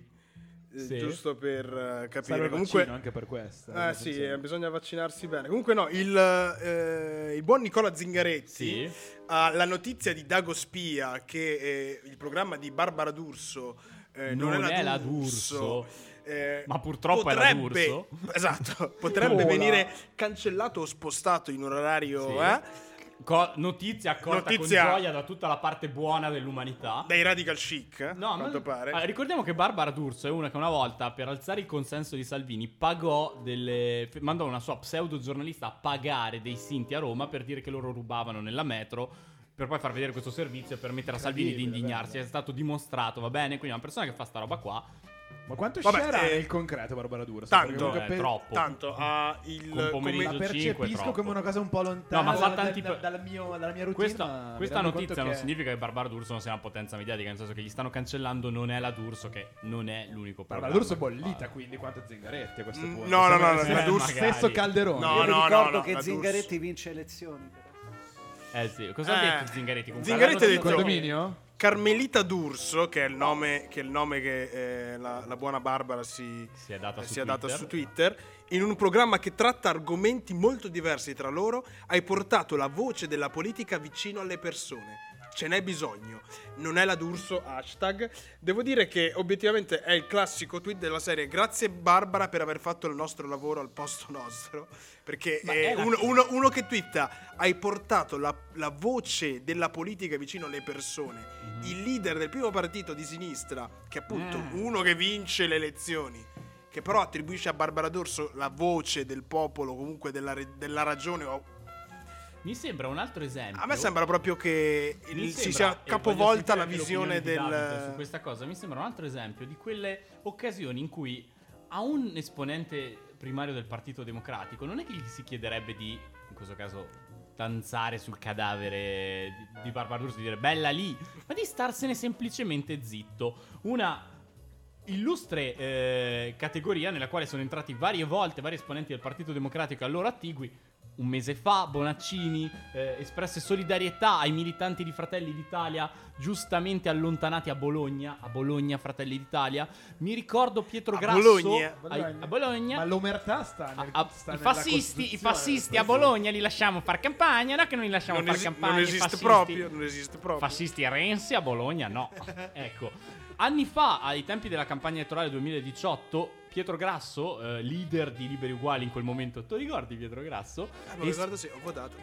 S1: eh,
S2: Sì.
S1: giusto per eh,
S3: Serve
S1: capire.
S3: il
S1: Comunque,
S3: vaccino anche per questo.
S1: Ah, sì, eh, bisogna vaccinarsi bene. Comunque, no, il, eh, il buon Nicola Zingaretti
S2: Sì.
S1: ha Ah, la notizia di Dago Spia che eh, il programma di Barbara D'Urso eh, non,
S2: Non
S1: era
S2: è la
S1: D'Urso.
S2: D'Urso.
S1: eh,
S2: Ma purtroppo è la D'Urso.
S1: Esatto, potrebbe
S3: Cola.
S1: venire cancellato o spostato in un orario
S2: Sì.
S1: eh,
S2: Co- notizia accolta
S1: Notizia-
S2: con gioia da tutta la parte buona dell'umanità.
S1: dai radical chic, eh, a
S2: No,
S1: quanto
S2: ma-
S1: pare.
S2: Ah, ricordiamo che Barbara D'Urso è una che una volta, per alzare il consenso di Salvini, pagò delle... f- mandò una sua pseudo giornalista a pagare dei sinti a Roma per dire che loro rubavano nella metro. Per poi far vedere questo servizio e permettere a Salvini di
S3: Incredibile,
S2: indignarsi.
S3: bello.
S2: È stato dimostrato, va bene? Quindi una persona che fa sta roba qua
S3: Ma quanto
S1: Vabbè,
S3: scerà
S1: eh,
S3: nel concreto Barbara D'Urso?
S1: tanto,
S3: Perché comunque
S2: eh,
S3: per-
S2: troppo.
S1: Tanto ha il
S2: Con pomeriggio
S3: La
S1: come-
S2: cinque è
S3: percepisco
S2: troppo.
S3: come una cosa un po' lontana
S2: No, ma fa
S3: dal-
S2: tanti
S3: dal-
S2: pe-
S3: dalla, mio- dalla mia routine. ma
S2: Questa,
S3: mi
S2: questa
S3: rendo conto
S2: notizia non
S3: che-
S2: significa che Barbara D'Urso non sia una potenza mediatica, nel senso che gli stanno cancellando, non è la D'Urso, che non è l'unico
S3: Barbara
S2: programma
S3: D'Urso è
S2: che
S3: bollita,
S2: fa.
S3: quindi quanto Zingaretti a questo
S1: Mm,
S3: punto.
S1: no, no,
S3: Sembra
S1: no,
S3: che
S1: no,
S3: sia
S1: la
S3: lo
S2: D'Urso-
S3: stesso Calderone.
S1: No,
S4: Io vi
S1: no, no,
S4: ricordo
S1: la
S4: che
S1: D'Urso.
S4: Zingaretti vince le elezioni. però.
S2: Eh sì, cosa ha
S1: Eh,
S2: detto Zingaretti? Comunque,
S1: Zingaretti ha
S2: l'hanno
S1: detto-
S2: detto-
S3: Condominio?
S1: Carmelita D'Urso, che è il nome che, è il nome che eh, la, la buona Barbara si,
S2: Si è data
S1: eh,
S2: su
S1: si è data
S2: Twitter.
S1: su Twitter, in un programma che tratta argomenti molto diversi tra loro, hai portato la voce della politica vicino alle persone. Ce n'è bisogno. Non è la D'Urso, hashtag. Devo dire che obiettivamente è il classico tweet della serie Grazie Barbara per aver fatto il nostro lavoro al posto nostro. Perché
S2: Ma
S1: eh,
S2: è la-
S1: uno, uno- uno che twitta hai portato la, la voce della politica vicino alle persone.
S2: Mhm.
S1: Il leader del primo partito di sinistra, che è appunto
S2: Eh.
S1: uno che vince le elezioni, che però attribuisce a Barbara D'Orso la voce del popolo, comunque della, re- della ragione. o-
S2: Mi sembra un altro esempio.
S1: A me sembra proprio che il-
S2: Mi
S1: si sia
S2: sembra- e
S1: capovolta
S2: voglio
S1: la
S2: sentire
S1: visione
S2: l'opinione di
S1: del.
S2: Davide su questa cosa mi sembra un altro esempio di quelle occasioni in cui a un esponente primario del Partito Democratico non è che gli si chiederebbe di, in questo caso, danzare sul cadavere di- di Barbara D'Urso e dire bella lì, ma di starsene semplicemente zitto. Una illustre eh, categoria nella quale sono entrati varie volte vari esponenti del Partito Democratico allora attigui. Un mese fa Bonaccini eh, espresse solidarietà ai militanti di Fratelli d'Italia giustamente allontanati a Bologna, a Bologna Fratelli d'Italia. Mi ricordo Pietro
S1: A
S2: Grasso
S1: Bologna.
S2: ai- a Bologna
S3: Ma l'omertà sta, nel,
S2: a-
S3: sta
S2: I
S3: nella
S2: fascisti, i
S3: Costituzione,
S2: fascisti
S3: nel
S2: a
S3: senso-
S2: Bologna li lasciamo far campagna, no che non li lasciamo
S1: Non,
S2: far
S1: esi- non
S2: campagna. i
S1: esiste
S2: fascisti-
S1: proprio. Non esiste proprio.
S2: Fascisti a Renzi a Bologna no. ecco, anni fa, ai tempi della campagna elettorale 2018, Pietro Grasso, eh, leader di Liberi Uguali in quel momento, tu ricordi Pietro Grasso?
S1: Eh, me lo
S2: Es-
S1: ricordo, sì, ho votato.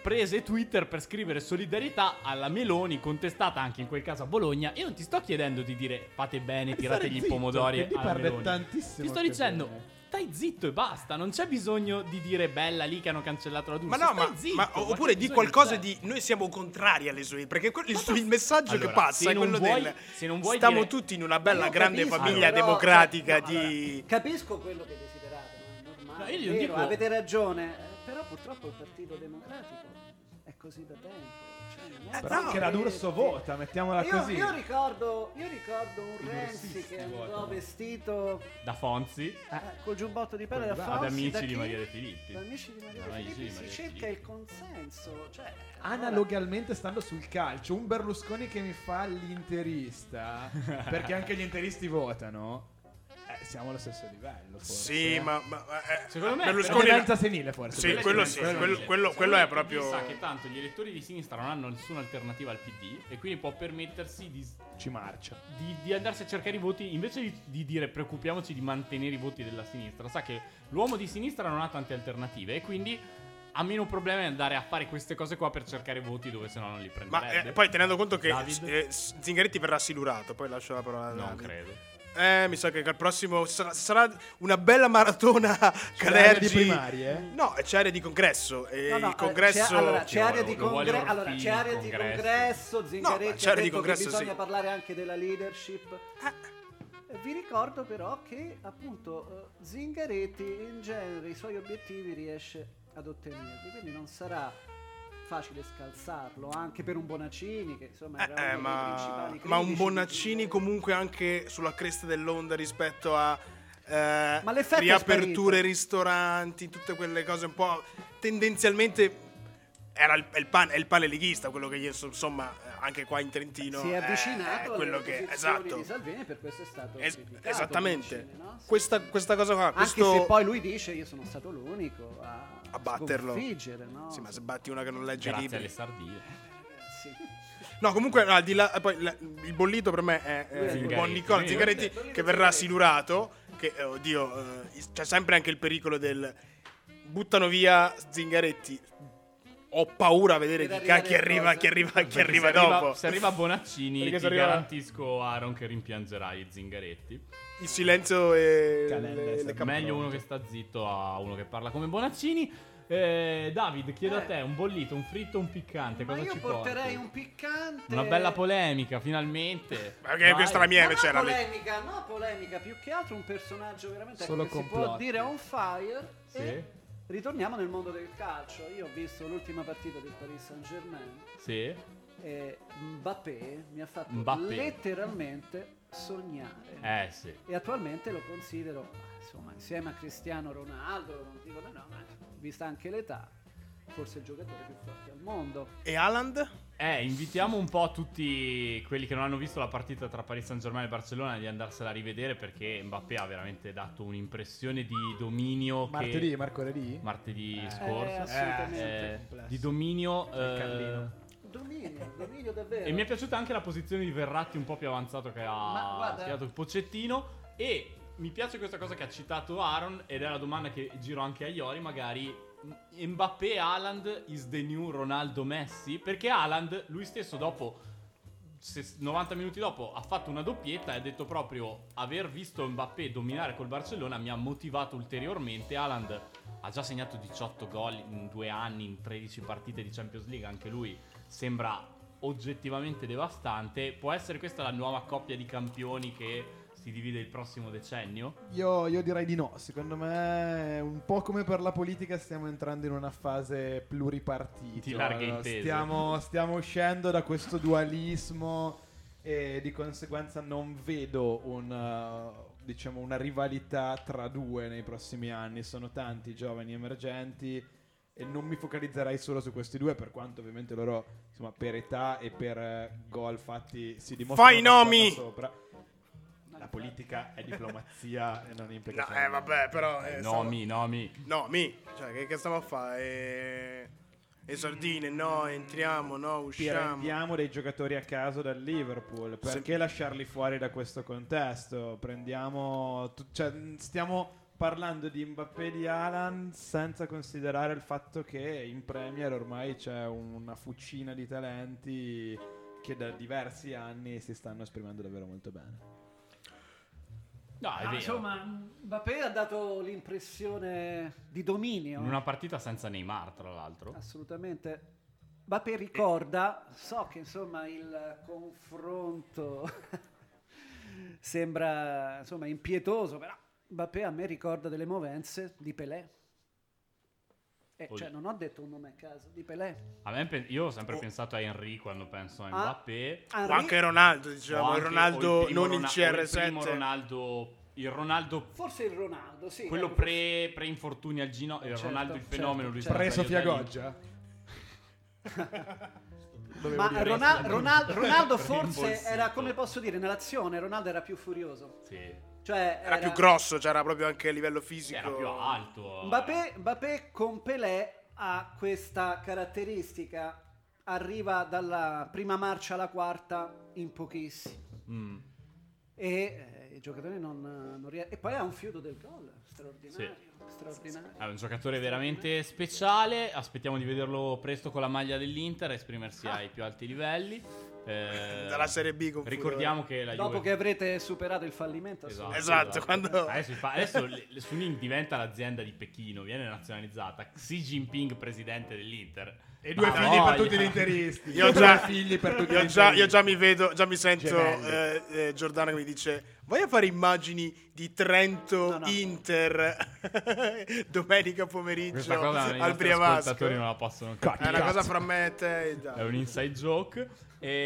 S2: prese Twitter per scrivere solidarietà alla Meloni, contestata anche in quel caso a Bologna. Io non ti sto chiedendo di dire fate bene,
S3: stare
S2: tirategli i
S3: Eh, zitto,
S2: pomodori
S3: che ti
S2: alla
S3: perde
S2: Meloni.
S3: tantissimo
S2: Ti sto
S3: anche
S2: dicendo,
S3: bene.
S2: stai zitto e basta. Non c'è bisogno di dire bella lì che hanno cancellato la D'Urso.
S1: Ma no,
S2: stai
S1: ma,
S2: zitto,
S1: ma-
S2: ma che
S1: oppure di
S2: bisogno
S1: qualcosa
S2: c'è?
S1: di noi siamo contrari alle sue perché que- il,
S2: Ma
S1: suo-
S2: tu-
S1: il messaggio
S2: Allora,
S1: che passa
S2: se
S1: è
S2: non
S1: quello
S2: vuoi-
S1: del
S2: se non vuoi
S1: stiamo
S2: dire-
S1: tutti in una
S4: Ma
S1: bella
S4: io
S1: grande
S4: capisco,
S1: famiglia
S4: però-
S1: democratica
S2: cioè,
S4: no,
S1: di
S4: allora, capisco quello che desiderate, ma è normale,
S2: No, io
S4: è
S2: glielo
S4: vero,
S2: dico-
S4: avete ragione, eh, però purtroppo il Partito Democratico è così da tempo. cioè, eh.
S3: Però
S4: No,
S3: anche la
S4: eh,
S3: D'Urso
S4: sì.
S3: vota, mettiamola
S4: Io,
S3: così.
S4: io ricordo, io ricordo un
S3: I
S4: Renzi
S3: dursisti
S4: che andò
S3: votano.
S4: vestito
S2: Da Fonzi
S4: eh, col giubbotto di pelle da
S3: Ad
S4: Fauci,
S2: amici
S4: da
S2: di
S4: chi?
S2: Maria De Filippi.
S4: Da amici di Maria
S2: Da
S4: De
S2: amici
S4: Filippi
S2: di
S4: si
S2: Maria De
S4: cerca
S2: Filippi.
S4: il consenso. Cioè, allora-
S3: Analogamente stando sul calcio, un Berlusconi che mi fa l'interista, perché anche gli interisti votano, eh, siamo allo stesso livello. Forse,
S1: Sì,
S3: eh.
S1: ma, ma, eh,
S2: Secondo me-
S1: Berlusconi
S3: Demenza senile forse.
S1: Sì,
S3: perché-
S1: quello sì, quello- quello- quello è proprio-
S2: Sa che tanto gli elettori di sinistra non hanno nessuna alternativa al PD e quindi può permettersi di,
S3: Ci marcia.
S2: di- di andarsi a cercare i voti invece di, di dire preoccupiamoci di mantenere i voti della sinistra. Sa che l'uomo di sinistra non ha tante alternative e quindi ha meno problemi ad andare a fare queste cose qua per cercare voti dove se no non li
S1: ma,
S2: prenderebbe.
S1: eh, poi tenendo conto che
S2: David?
S1: eh, Zingaretti verrà silurato, poi lascio la parola a
S2: non
S1: David.
S2: credo.
S1: Eh, mi sa che al prossimo sarà, sarà una bella maratona Calergi.
S3: di primarie?
S1: No, c'è area di congresso. E
S4: No, no,
S1: il
S4: eh,
S1: congresso...
S4: c'è, allora, c'è
S2: Lo
S4: area
S2: vuole-
S4: di,
S2: lo vuole
S4: congre-
S2: Orfini,
S4: allora, c'è area di
S2: congresso.
S4: congresso.
S1: No, ma
S4: Zingaretti
S1: c'è
S4: ha
S1: area di
S4: detto che
S1: congresso,
S4: bisogna
S1: sì. Eh.
S4: parlare anche della leadership. Vi ricordo però che appunto eh, Zingaretti in genere i suoi obiettivi riesce ad ottenerli, quindi non sarà facile scalzarlo anche per un Bonaccini che insomma era
S1: Eh, eh,
S4: uno dei
S1: ma,
S4: principali
S1: ma un
S4: critici di
S1: Bonaccini
S4: Zingaretti.
S1: comunque anche sulla cresta dell'onda rispetto a eh,
S4: Ma l'effetto è
S1: riaperture,
S4: sparito.
S1: ristoranti, tutte quelle cose un po' tendenzialmente era il, è il pan- è il pane leghista, quello che io so- insomma eh, anche qua in Trentino
S4: si è
S1: eh,
S4: avvicinato
S1: è quello
S4: alle
S1: che
S4: posizioni
S1: esatto.
S4: di Salvini e per questo è stato
S1: Es-
S4: criticato
S1: esattamente.
S4: Bonaccini, no? Sì.
S1: Questa, questa cosa qua,
S4: Anche
S1: questo
S4: se poi lui dice io sono stato l'unico a,
S1: a batterlo.
S4: sconfiggere, no?
S1: Sì, ma se batti una che non legge i
S2: Grazie
S1: libri.
S2: alle sardine.
S4: Sì.
S1: No, comunque, no, al di là- eh, poi, la- il bollito per me è eh,
S4: Zingaretti.
S1: buon Nicola Zingaretti che verrà silurato. Che, eh, oddio, eh, c'è sempre anche il pericolo del buttano via Zingaretti. Ho paura a vedere
S4: Per
S1: chi, ca- chi arriva,
S4: arrivare
S1: chi arriva, chi
S2: Perché
S1: arriva
S2: se arriva-
S1: dopo.
S2: se arriva Bonaccini,
S3: Perché
S2: ti
S3: se arriva-
S2: garantisco, Aaron, che rimpiangerai Zingaretti.
S1: Il silenzio e
S3: Calenda,
S1: le- le
S2: esatto.
S3: sempre.
S1: cap-
S2: Cioè, Meglio uno che sta zitto a uno che parla come Bonaccini. Eh, David, chiedo a te un bollito, un fritto, un piccante.
S4: Ma
S2: cosa
S4: io
S2: ci
S4: porterei
S2: porti?
S4: un piccante.
S2: Una bella polemica, finalmente.
S1: Ma che
S2: Vai.
S1: questa è la mia
S4: Ma no
S1: invece era lì.
S4: polemica, no polemica, più che altro un personaggio veramente ecco,
S3: Solo
S4: che si può
S3: complotti.
S4: dire on fire.
S2: Sì,
S4: E ritorniamo nel mondo del calcio. Io ho visto l'ultima partita del Paris Saint Germain
S2: sì.
S4: e Mbappé mi ha fatto
S2: Mbappé.
S4: letteralmente sognare.
S2: Eh sì.
S4: e attualmente lo considero insomma insieme a Cristiano Ronaldo non dico di no ma vista anche l'età forse il giocatore più forte al mondo
S1: E Haaland?
S2: Eh, invitiamo un po' tutti quelli che non hanno visto la partita tra Paris Saint Germain e Barcellona di andarsela a rivedere perché Mbappé ha veramente dato un'impressione di dominio che-
S3: Martedì, mercoledì?
S2: martedì
S3: Eh,
S4: eh,
S2: scorso
S4: assolutamente.
S2: eh,
S3: complesso.
S2: di dominio
S1: Cioè,
S2: eh,
S3: Carlino.
S4: dominio dominio davvero
S2: E mi è piaciuta anche la posizione di Verratti un po' più avanzato che
S4: Ma
S2: ha
S4: guarda-
S2: tirato il Pocettino. E mi piace questa cosa che ha citato Aaron ed è la domanda che giro anche a Iori magari. M- Mbappé Haaland is the new Ronaldo Messi? Perché Haaland lui stesso dopo se- 90 minuti dopo ha fatto una doppietta e ha detto proprio aver visto Mbappé dominare col Barcellona mi ha motivato ulteriormente. Haaland ha già segnato 18 gol in due anni, in 13 partite di Champions League, anche lui sembra oggettivamente devastante. Può essere questa la nuova coppia di campioni che si divide il prossimo decennio?
S3: Io, io direi di no, secondo me è un po' come per la politica stiamo entrando in una fase pluripartita.
S2: Di larghe intese.
S3: Stiamo, stiamo uscendo da questo dualismo e di conseguenza non vedo un, uh, diciamo, una rivalità tra due nei prossimi anni. Sono tanti i giovani emergenti e non mi focalizzerei solo su questi due per quanto ovviamente loro insomma, per età e per eh, gol fatti si dimostrano
S1: Fai i nomi!
S3: sopra. La politica è diplomazia e non implica.
S1: No, eh, vabbè, però. eh, stavo-
S2: Nomi, nomi.
S1: No, mi. Cioè, che, che stiamo a fare? Eh, E sardine, no, entriamo, no, usciamo.
S3: Prendiamo dei giocatori a caso dal Liverpool. Perché lasciarli fuori da questo contesto? Prendiamo. tu- cioè, mh, stiamo parlando di Mbappé e di Alan senza considerare il fatto che in Premier ormai c'è una fucina di talenti che da diversi anni si stanno esprimendo davvero molto bene.
S2: No, è
S4: Ah,
S2: vero.
S4: insomma Mbappé ha dato l'impressione di dominio
S2: In una partita senza Neymar, tra l'altro.
S4: Ah, assolutamente Mbappé ricorda so che insomma il confronto sembra insomma impietoso però Mbappé a me ricorda delle movenze di Pelé Eh,
S2: Poi-
S4: cioè, non ho detto un nome a caso, di Pelé.
S2: A me pe- io ho sempre
S1: Oh.
S2: pensato a Henry quando penso a
S4: Ah,
S2: Mbappé.
S1: O
S4: Henry-
S1: anche Ronaldo,
S2: O
S1: diciamo,
S2: anche-
S1: il Ronaldo
S2: o primo
S1: non il
S2: Rona- o Il primo
S1: CR7.
S2: Ronaldo, il Ronaldo
S4: Forse il Ronaldo, sì.
S2: quello
S1: eh,
S4: ecco,
S2: pre, infortuni al ginocchio, il
S4: Certo,
S2: Ronaldo il
S4: certo,
S2: fenomeno, lui
S4: certo.
S2: Antonio
S3: Preso Sofia
S2: Dalì.
S3: Goggia.
S4: Ma Rona- Ronal- Ronaldo
S2: Per
S4: forse
S2: impulsito.
S4: era, come posso dire, nell'azione Ronaldo era più furioso.
S2: Sì.
S4: Cioè,
S1: Era più grosso, c'era proprio anche a livello fisico.
S2: Era più alto.
S4: Mbappé, Mbappé con Pelé ha questa caratteristica, arriva dalla prima marcia alla quarta in pochissimo.
S2: Mm.
S4: E eh, i giocatori non, non riescono. E poi ha un fiuto del gol, straordinario. straordinario.
S2: È un giocatore veramente speciale. Aspettiamo di vederlo presto con la maglia dell'Inter, esprimersi ai più alti livelli. Eh,
S1: Dalla Serie B con
S2: Ricordiamo che la
S4: Dopo
S2: Juve
S4: che avrete superato il fallimento,
S2: Esatto,
S1: Esatto, quando-
S2: Adesso, fa- adesso le- le- Suning diventa l'azienda di Pechino, viene nazionalizzata. Xi Jinping, presidente dell'Inter. Ah,
S3: E due
S2: Ma
S3: figli per
S2: voglia.
S3: tutti gli interisti.
S1: Io
S3: Due
S1: già-
S3: figli per tutti
S1: Io
S3: gli
S1: già,
S3: interisti.
S1: io già mi vedo, già mi sento eh,
S3: Gemelli.
S1: eh, Giordano che mi dice vai a fare immagini di Trento
S4: No, no.
S1: Inter domenica pomeriggio
S2: Questa cosa i
S1: al
S2: nostri
S1: Briavasco.
S2: ascoltatori non la possono capire.
S1: È una cosa fra me e te e
S2: È
S1: Davide.
S2: un inside joke.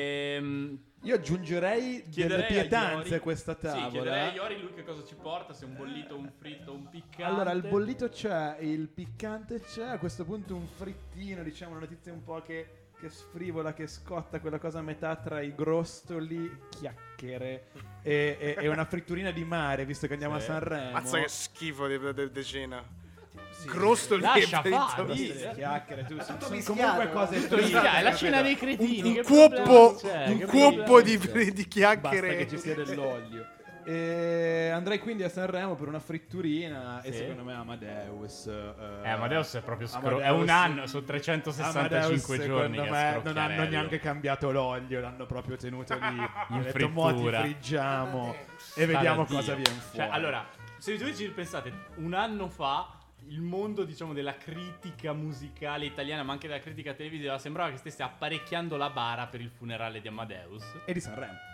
S2: Ehm,
S3: Io aggiungerei delle
S2: chiederei a
S3: pietanze
S2: Iori-
S3: a questa tavola. eh.
S2: Sì, chiederei a Iori lui che cosa ci porta, se un bollito, un fritto, un piccante.
S3: Allora, il bollito c'è, il piccante c'è, a questo punto un frittino, diciamo, una notizia un po' che, che sfrivola, che scotta, quella cosa a metà tra i grostoli, chiacchiere e, e- e una fritturina di mare, visto che andiamo
S2: Sì.
S3: a Sanremo.
S1: Mazza che schifo di, di, di cena.
S3: Eh, boh. Sì.
S1: Grosso lì
S2: Lascia
S1: per
S2: fare,
S1: il-
S3: Sì, sì, chiacchiere, tu, sono
S4: mischiato,
S3: comunque
S4: no?
S3: cose
S2: Tutto lì,
S3: fritte,
S2: dai, è la
S3: capito?
S2: cena dei cretini.
S1: un
S2: che
S1: cuoppo,
S2: problema c'è?
S1: un
S2: Che
S1: cuoppo di,
S2: problema c'è?
S1: di
S3: Basta
S1: chiacchiere.
S3: che ci sia dell'olio. E andrei quindi a Sanremo per una fritturina e
S2: Sì.
S3: secondo me Amadeus...
S2: Eh, Amadeus è proprio scro-
S3: Amadeus-
S2: È un anno, sono 365
S3: Amadeus,
S2: giorni.
S3: Secondo
S2: che
S3: me
S2: è
S3: non hanno
S2: scrocchiarello.
S3: neanche cambiato l'olio, l'hanno proprio tenuto lì.
S2: In
S3: Hanno detto, "Mo' ti
S2: frittura."
S3: friggiamo e vediamo
S2: Addio.
S3: cosa viene fuori.
S2: Cioè, allora, se voi ci pensate, un anno fa il mondo, diciamo, della critica musicale italiana, ma anche della critica televisiva, sembrava che stesse apparecchiando la bara per il funerale di Amadeus.
S3: E di Sanremo.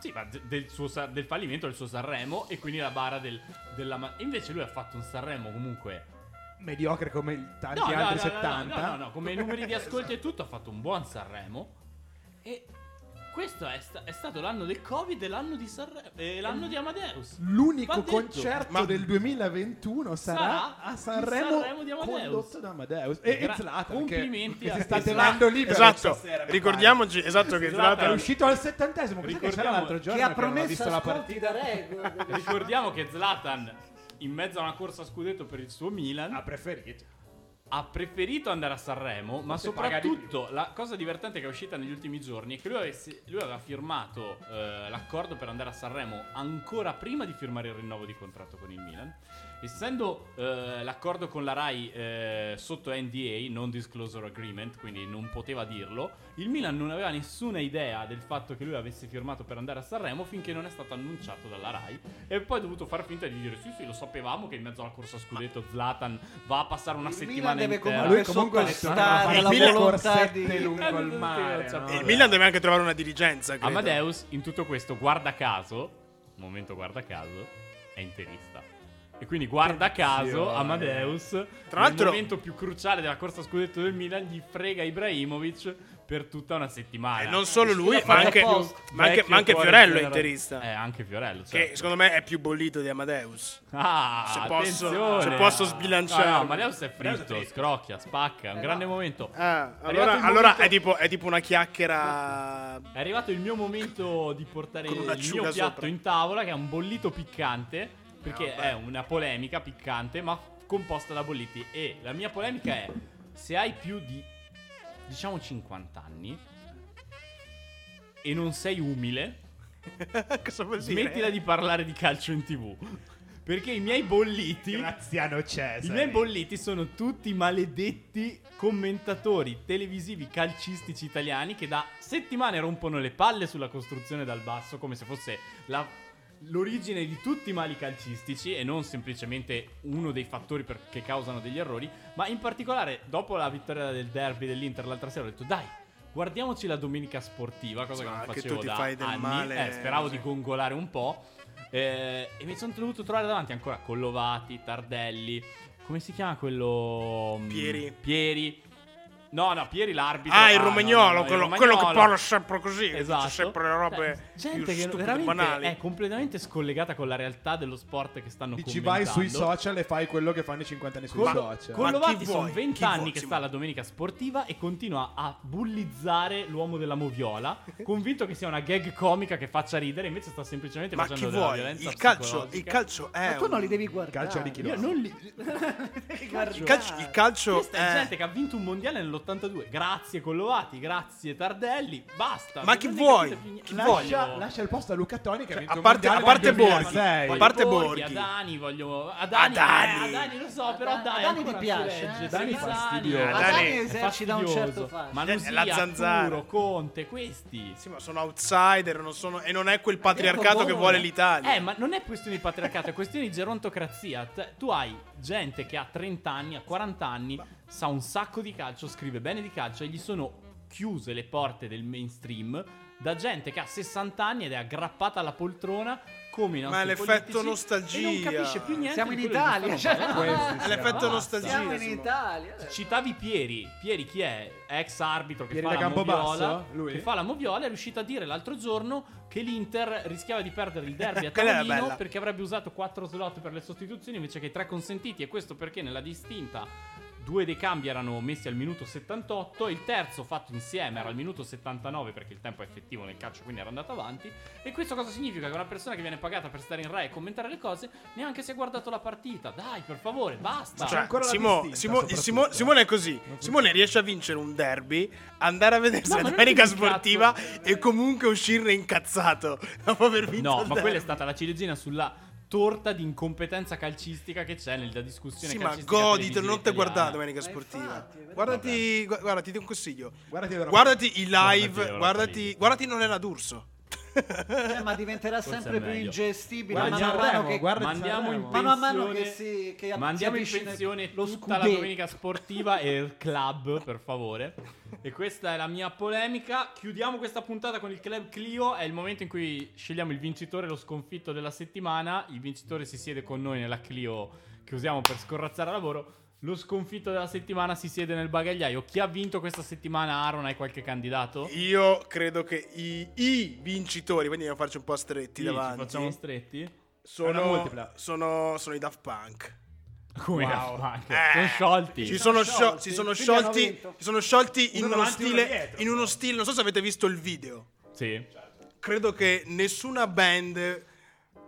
S2: Sì, ma de- del, suo Sa- del fallimento del suo Sanremo e quindi la bara del, della... Ma- invece lui ha fatto un Sanremo comunque...
S3: Mediocre come il- tanti
S2: No, no,
S3: altri
S2: no, no,
S3: 70.
S2: No, no, no, come numeri di ascolti e tutto ha fatto un buon Sanremo. E questo è, sta- è stato l'anno del Covid e l'anno di Sanremo e l'anno di Amadeus. Va
S3: L'unico
S2: detto.
S3: concerto
S1: Ma-
S3: del 2021 sarà,
S2: Sarà
S3: a
S2: il
S3: Sanremo,
S2: Sanremo di Amadeus.
S3: condotto da Amadeus. E
S2: Gra-
S3: e Zlatan,
S2: complimenti
S3: che, che
S2: a-
S3: si sta
S2: e Zlatan.
S3: tenendo lì per
S1: Esatto,
S3: stasera, mi
S1: ricordiamoci esatto che
S2: Zlatan-
S3: pare. È
S1: Zlatan
S3: uscito al settantesimo, cos'è che c'era
S2: Ricordiamo-
S3: l'altro giorno
S4: che ha
S3: che non ho
S4: promesso
S3: visto la
S4: ascolti
S3: partita.
S4: da record.
S2: Ricordiamo che Zlatan in mezzo a una corsa a scudetto per il suo Milan
S3: Ha preferito.
S2: ha preferito andare a Sanremo, ma
S3: Forse paga di
S2: soprattutto la cosa divertente che è uscita negli ultimi giorni è che lui, avesse- lui aveva firmato eh, l'accordo per andare a Sanremo ancora prima di firmare il rinnovo di contratto con il Milan. Essendo eh, l'accordo con la Rai eh, sotto NDA, non disclosure agreement, quindi non poteva dirlo, il Milan non aveva nessuna idea del fatto che lui avesse firmato per andare a Sanremo finché non è stato annunciato dalla Rai e poi ha dovuto far finta di dire sì sì lo sapevamo che in mezzo alla corsa a scudetto Zlatan va a passare una
S4: Il
S2: settimana
S4: Milan deve
S2: in terra.
S3: Ma
S4: Ma
S3: lui
S4: lui
S3: comunque
S4: sottostare
S3: è
S1: alla
S4: volontà di-
S2: Eh,
S3: al mare.
S2: cioè,
S3: no?
S1: E il eh, Milan deve anche trovare una dirigenza, credo.
S2: Amadeus in tutto questo guarda caso momento guarda caso è interista e quindi guarda caso Amadeus
S1: Tra
S2: nel
S1: l'altro-
S2: momento più cruciale della corsa a scudetto del Milan gli frega Ibrahimovic per tutta una
S1: E
S2: settimana
S1: Eh, non solo lui,
S4: Sì,
S1: ma
S4: ma
S1: anche,
S4: vecchio-
S1: ma anche- ma anche Fiorello è interista.
S2: eh anche Fiorello
S1: Che
S2: certo.
S1: secondo me è più bollito di Amadeus.
S2: Ah,
S1: Se posso-
S2: attenzione.
S1: se posso sbilanciarmi.
S2: No, no, Amadeus è fritto, scrocchia, spacca. Un
S4: Eh,
S2: grande
S4: no.
S2: momento.
S1: Ah,
S2: È arrivato
S1: allora,
S2: il
S1: allora
S2: momento-
S1: è, tipo, è tipo una chiacchiera.
S2: È arrivato il mio momento di portare
S1: Con
S2: il
S1: un'acciuga
S2: mio piatto
S1: sopra.
S2: in tavola, che è un bollito piccante, perché
S1: vabbè.
S2: è una polemica piccante, ma composta da bolliti. E la mia polemica è, se hai più di, diciamo, 50 anni e non sei umile,
S1: Cosa vuol dire? eh?
S2: smettila di parlare di calcio in tv. Perché i miei bolliti...
S3: Graziano
S1: Eh,
S3: Cesare.
S2: I miei bolliti sono tutti maledetti commentatori televisivi calcistici italiani che da settimane rompono le palle sulla costruzione dal basso come se fosse la- l'origine di tutti i mali calcistici e non semplicemente uno dei fattori per- che causano degli errori, ma in particolare dopo la vittoria del derby dell'Inter l'altra sera ho detto dai Guardiamoci la domenica sportiva, cosa che
S1: Insomma,
S2: non
S1: anche
S2: facevo
S1: tu ti
S2: da
S1: fai del
S2: anni.
S1: male,
S2: Eh, speravo
S1: sì.
S2: di gongolare un po'. Eh, e mi sono dovuto trovare davanti ancora Collovati, Tardelli, Come si chiama quello. mm,
S1: Pieri.
S2: Pieri. No, no, Pieri l'arbitro.
S1: Ah, il
S2: no,
S1: romagnolo,
S2: no, no, il
S1: quello, quello che
S2: romagnolo.
S1: parla sempre così, che
S2: Esatto.
S1: dice sempre le robe
S2: Cioè, gente
S1: più
S2: che
S1: stupide,
S2: veramente
S1: banali.
S2: è ecco, completamente scollegata con la realtà dello sport che stanno
S3: Ci vai
S2: commentando.
S3: sui social e fai quello che fanno i 50 anni sui
S1: Quello- Ma
S3: social.
S2: Con
S1: chi
S2: Lovati sono
S1: vuoi?
S2: 20
S1: Chi vuoi,
S2: anni che sta
S1: Simone?
S2: alla domenica sportiva e continua a bullizzare l'uomo della moviola, convinto che sia una gag comica che faccia ridere, invece sta semplicemente
S1: Ma chi
S2: facendo della
S1: vuoi?
S2: violenza
S1: Il calcio, il
S2: psicologica.
S1: calcio è
S4: Ma tu non li
S1: un-
S4: devi guardare.
S3: Eh, Calcio a Ricky
S2: Io
S3: Love.
S2: non li...
S4: devi
S1: il
S4: guardare.
S1: calcio, il calcio
S2: Questa è
S1: è
S2: gente che ha vinto un mondiale nell'82. Grazie Collovati, grazie Tardelli, basta.
S1: Ma
S2: Non
S1: chi
S2: ne
S1: vuoi?
S2: capite più niente.
S1: Chi
S3: Lascia, lascia il posto a Luca Toni
S2: Cioè,
S3: che ha vinto
S1: a
S3: un
S1: parte-
S3: mondiale
S1: a parte
S3: nel
S1: Borghi,
S3: 2006.
S1: a
S2: Voglio
S1: parte- Borghi.
S2: Adani, voglio Adani,
S1: Adani.
S2: eh, Adani lo so, però Adani,
S4: Adani- Adani ti
S2: ancora si
S4: piace,
S2: regge,
S4: eh?
S3: Adani
S2: senza
S3: fastidioso.
S2: animo.
S1: Adani Adani
S4: esercita un certo
S2: fastidioso.
S4: fascino.
S1: Eh,
S2: Manusia,
S1: la zanzara.
S2: Arturo, Conte, questi.
S1: Sì, ma sono outsider non sono- e non è quel patriarcato che
S4: buono.
S1: vuole l'Italia.
S2: Eh, ma non è questione di patriarcato, è questione di gerontocrazia. T- tu hai gente che ha 30 anni, ha 40 anni, sa un sacco di calcio, scrive bene di calcio e gli sono chiuse le porte del mainstream da gente che ha 60 anni ed è aggrappata alla poltrona come i
S1: Ma
S2: nostri
S1: è l'effetto
S2: politici
S1: nostalgia.
S2: e non capisce più niente
S4: Siamo
S2: di
S4: in
S2: quello di cui
S4: Italia,
S2: stanno
S4: cioè,
S2: parlando.
S3: Questi
S1: È l'effetto
S2: Basta.
S1: nostalgia.
S4: Siamo in
S1: Simone.
S4: Italia.
S2: Citavi Pieri. Pieri chi è? Ex arbitro che
S3: Pieri
S2: fa
S3: da
S2: la
S3: Campobasso?
S2: moviola.
S3: Lui?
S2: Che fa la moviola è riuscito a dire l'altro giorno che l'Inter rischiava di perdere il derby a
S1: Quella era
S2: Torino
S1: bella.
S2: perché avrebbe usato 4 slot per le sostituzioni invece che i 3 consentiti e questo perché nella distinta due dei cambi erano messi al minuto 78 il terzo fatto insieme era al minuto 79 perché il tempo è effettivo nel calcio quindi era andato avanti e questo cosa significa? Che una persona che viene pagata per stare in Rai e commentare le cose neanche si è guardato la partita dai per favore basta
S1: Cioè,
S3: ancora la
S1: Simo-
S3: distinta,
S1: Simo- il
S3: soprattutto.
S1: Simo- Simone è così. Simone riesce a vincere un derby, andare a vedersi
S2: No,
S1: la
S2: ma non
S1: domenica
S2: è che mi
S1: sportiva
S2: incazzo.
S1: e comunque uscirne incazzato dopo aver vinto.
S2: No,
S1: il
S2: ma quella è
S1: derby.
S2: stata la ciliegina sulla torta di incompetenza calcistica che c'è nella discussione
S1: Sì, ma
S2: calcistica.
S1: goditelo,
S2: televisiva
S1: non te
S2: italiana.
S1: guardare domenica
S4: Ma
S1: sportiva.
S4: infatti,
S1: Guardati, gu- guarda, ti do un consiglio.
S3: Guardati l'Europa-
S1: Guardati i
S2: Guardati
S1: live,
S2: l'Europa
S1: guardati,
S2: League.
S1: guardati non era d'urso.
S4: Eh, ma diventerà
S2: Forse è
S4: sempre più
S2: meglio.
S4: ingestibile.
S2: Guarda
S4: Man mano a
S3: Sanremo,
S4: mano che
S3: guarda
S2: Ma andiamo in
S3: Sanremo.
S2: pensione,
S4: Man mano che si- che
S2: ma andiamo in
S4: si avvicina
S2: pensione
S4: lo
S2: tutta la
S4: scudetto.
S2: domenica sportiva e il club, per favore. E questa è la mia polemica. Chiudiamo questa puntata con il club Clio. È il momento in cui scegliamo il vincitore e lo sconfitto della settimana. Il vincitore si siede con noi nella Clio che usiamo per scorrazzare al lavoro. Lo sconfitto della settimana si siede nel bagagliaio. Chi ha vinto questa settimana? Aaron, hai qualche candidato?
S1: Io credo che i, i vincitori, quindi dobbiamo farci un po' stretti
S2: Sì, Ci
S1: davanti.
S2: facciamo stretti.
S3: Una
S1: Sono,
S3: multipla.
S1: sono, sono i Daft Punk.
S2: Come
S3: Wow.
S2: Daft Punk?
S1: Eh,
S2: Sono sciolti.
S1: Si sono,
S4: Sono
S1: sciol-
S4: sciolti.
S1: si sono
S4: Quindi hanno
S1: sciolti,
S4: vinto.
S1: si sono sciolti in
S3: Uno
S1: uno
S3: davanti, uno
S1: stile.
S3: dietro.
S1: In uno stile, non so se avete visto il video.
S2: Sì.
S1: Credo che nessuna band,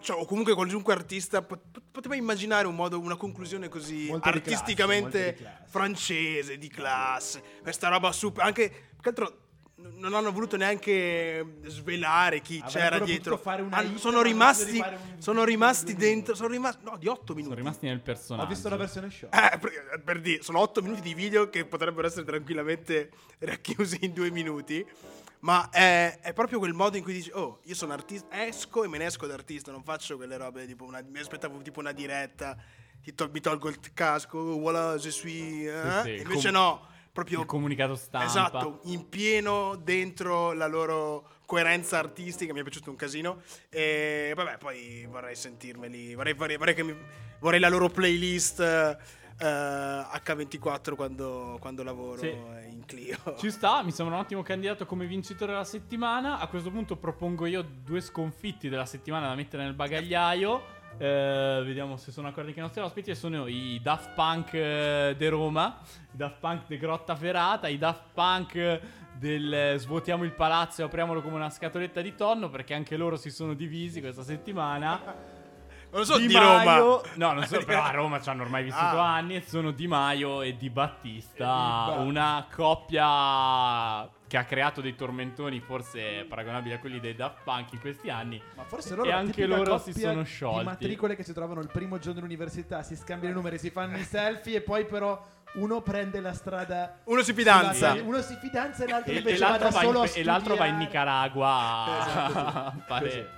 S1: cioè, o comunque qualunque artista, pot- pot- poteva immaginare un modo, una conclusione così
S3: Molto di classe,
S1: artisticamente
S3: molto di classe.
S1: francese, di classe. Questa roba super. Anche. Che altro. n- Non hanno voluto neanche svelare chi
S3: Avrebbero
S1: c'era
S3: potuto
S1: dietro.
S3: fare una
S1: Hanno-
S3: hit, ma
S1: sono
S3: hanno
S1: rimasti.
S3: deciso di fare un-
S1: sono rimasti dentro. Sono rimasti. No, di 8 minuti.
S2: Sono rimasti nel personaggio.
S3: Ho visto la versione show.
S1: Eh, per, per dire, sono 8 minuti di video che potrebbero essere tranquillamente racchiusi in due minuti. Ma è, è proprio quel modo in cui dici: Oh, io sono artista, esco e me ne esco da artista, non faccio quelle robe tipo una. Mi aspettavo tipo una diretta, ti tol- mi tolgo il casco, voilà, je suis. eh?"
S2: sì, il
S1: Invece
S2: com-
S1: no, proprio.
S2: Il comunicato stampa.
S1: Esatto, in pieno dentro la loro coerenza artistica, mi è piaciuto un casino. E vabbè, poi vorrei sentirmeli, vorrei, vorrei- vorrei che mi- vorrei la loro playlist eh, H24 quando, quando lavoro
S2: Sì.
S1: eh, in Clio.
S2: Ci sta, mi sembra un ottimo candidato come vincitore della settimana. A questo punto propongo io due sconfitti della settimana da mettere nel bagagliaio. Eh, vediamo se sono accordi che i nostri ospiti. Sono i Daft Punk eh, de Roma, i Daft Punk de Grotta Ferata, i Daft Punk eh, del eh, svuotiamo il palazzo e apriamolo come una scatoletta di tonno perché anche loro si sono divisi questa settimana.
S1: Non so di,
S2: Maio-
S1: Roma.
S2: No, non so, però a Roma ci hanno ormai vissuto
S1: Ah.
S2: anni e sono Di Maio e Di Battista,
S3: E Di Ba-
S2: una coppia che ha creato dei tormentoni forse paragonabili a quelli dei Daft Punk in questi anni.
S3: Ma forse loro
S2: E
S3: la
S2: anche
S3: tipica
S2: loro si
S3: coppia
S2: sono
S3: Di
S2: sciolti.
S3: matricole che si trovano il primo giorno dell'università, si scambiano i numeri, si fanno i selfie e poi però uno prende la strada
S1: Uno si fidanza.
S3: sulla- uno si fidanza e l'altro
S2: E,
S3: invece
S2: e l'altro,
S3: va da
S2: va in,
S3: solo a
S2: e l'altro va in
S3: studiare. Esatto,
S2: Nicaragua a- a fare-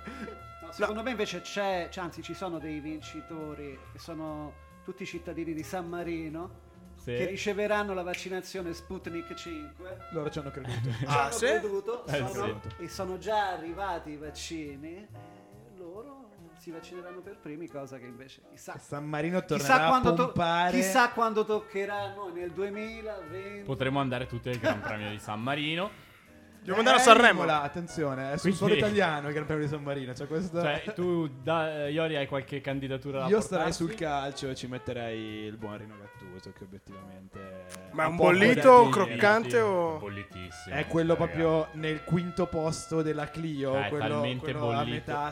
S4: No, secondo me invece c'è, cioè, anzi ci sono dei vincitori che sono tutti cittadini di San Marino
S2: Sì.
S4: che riceveranno la vaccinazione Sputnik 5.
S3: Loro ci hanno creduto.
S1: Ah,
S4: Ci
S1: sì?
S4: hanno creduto,
S2: Eh,
S4: sono-
S2: sì.
S4: e sono già arrivati i vaccini. eh, loro si vaccineranno per primi, cosa che invece chissà.
S3: San Marino
S4: Chissà
S3: tornerà
S4: quando,
S3: a
S4: to-
S3: pompare.
S4: chissà quando toccherà a noi nel 2020.
S2: Potremmo andare tutti al Gran Premio di San Marino.
S1: Dobbiamo andare a
S3: Eh,
S1: Sanremo.
S3: Imola, attenzione, è sul
S2: Quindi-
S3: suolo italiano il Gran Premio di San Marino. Cioè questo...
S2: Cioè, tu, da, eh, Iori, hai qualche candidatura da
S3: Io starei
S2: portarci?
S3: sul calcio e ci metterei il buon Rino Gattuso che obiettivamente...
S1: Ma
S3: ha
S1: è un
S3: poco da
S1: bollito o
S3: dire.
S1: croccante o...
S2: Bollitissimo.
S3: È quello
S2: ragazzi.
S3: proprio nel quinto posto della Clio,
S2: Eh, è
S3: quello,
S2: talmente
S3: quello a
S2: bollito.
S3: metà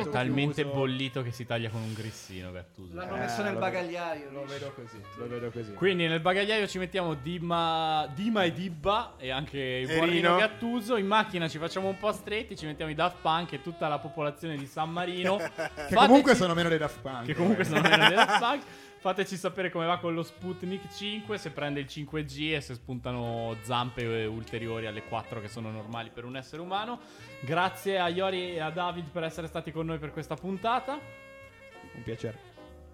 S2: È talmente
S3: chiuso.
S2: bollito che si taglia con un grissino, Gattuso.
S4: L'hanno
S3: Eh,
S4: messo nel
S3: lo vedo-
S4: bagagliaio.
S3: Lo
S4: dici.
S3: vedo così, lo vedo così.
S2: Quindi nel bagagliaio ci mettiamo Dima, Dima e Dibba e anche il
S1: E
S2: buon Rino
S1: Rino.
S2: Gattuso. In macchina ci facciamo un po' stretti, ci mettiamo i Daft Punk e tutta la popolazione di San Marino.
S3: Che comunque
S2: Fateci-
S3: sono meno dei Daft Punk.
S2: Che comunque
S3: eh.
S2: sono meno dei Daft Punk. Fateci sapere come va con lo Sputnik 5, se prende il 5G e se spuntano zampe eh, ulteriori alle 4 che sono normali per un essere umano. Grazie a Iori e a David per essere stati con noi per questa puntata.
S3: Un piacere.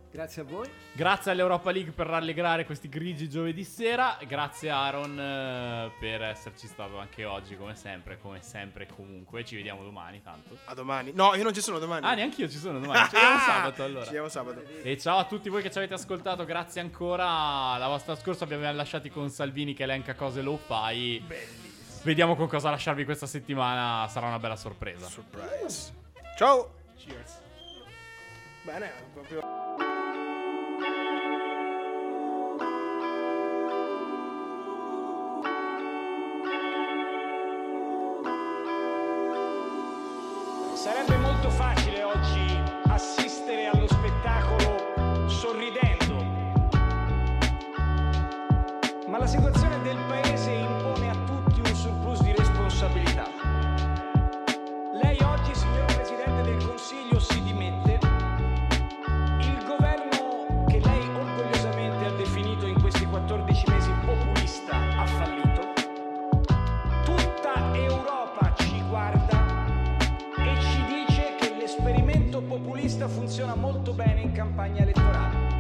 S4: Grazie a voi.
S2: Grazie all'Europa League per rallegrare questi grigi giovedì sera. Grazie Aaron eh, per esserci stato anche oggi, come sempre, come sempre e comunque. Ci vediamo domani tanto.
S1: A domani. No, io non ci sono domani. Ah,
S2: Ah, neanche io ci sono domani. Ci vediamo sabato
S1: Ci
S2: allora.
S1: vediamo sabato.
S2: E ciao a tutti voi che ci avete ascoltato, grazie ancora. La vostra scorsa vi abbiamo lasciati con Salvini che elenca cose low fi. Vediamo con cosa lasciarvi questa settimana, sarà una bella sorpresa.
S1: Surprise. Ciao.
S2: Cheers.
S1: Bene, proprio...
S9: Sarebbe molto facile oggi assistere allo spettacolo sorridendo, ma la situazione del Paese impone a tutti un surplus di responsabilità. Lei oggi, signor Presidente del Consiglio, si dimette. Il governo che lei orgogliosamente ha definito in questi 14 mesi populista ha fallito. Tutta Europa ci guarda e ci dice che l'esperimento populista funziona molto bene in campagna elettorale.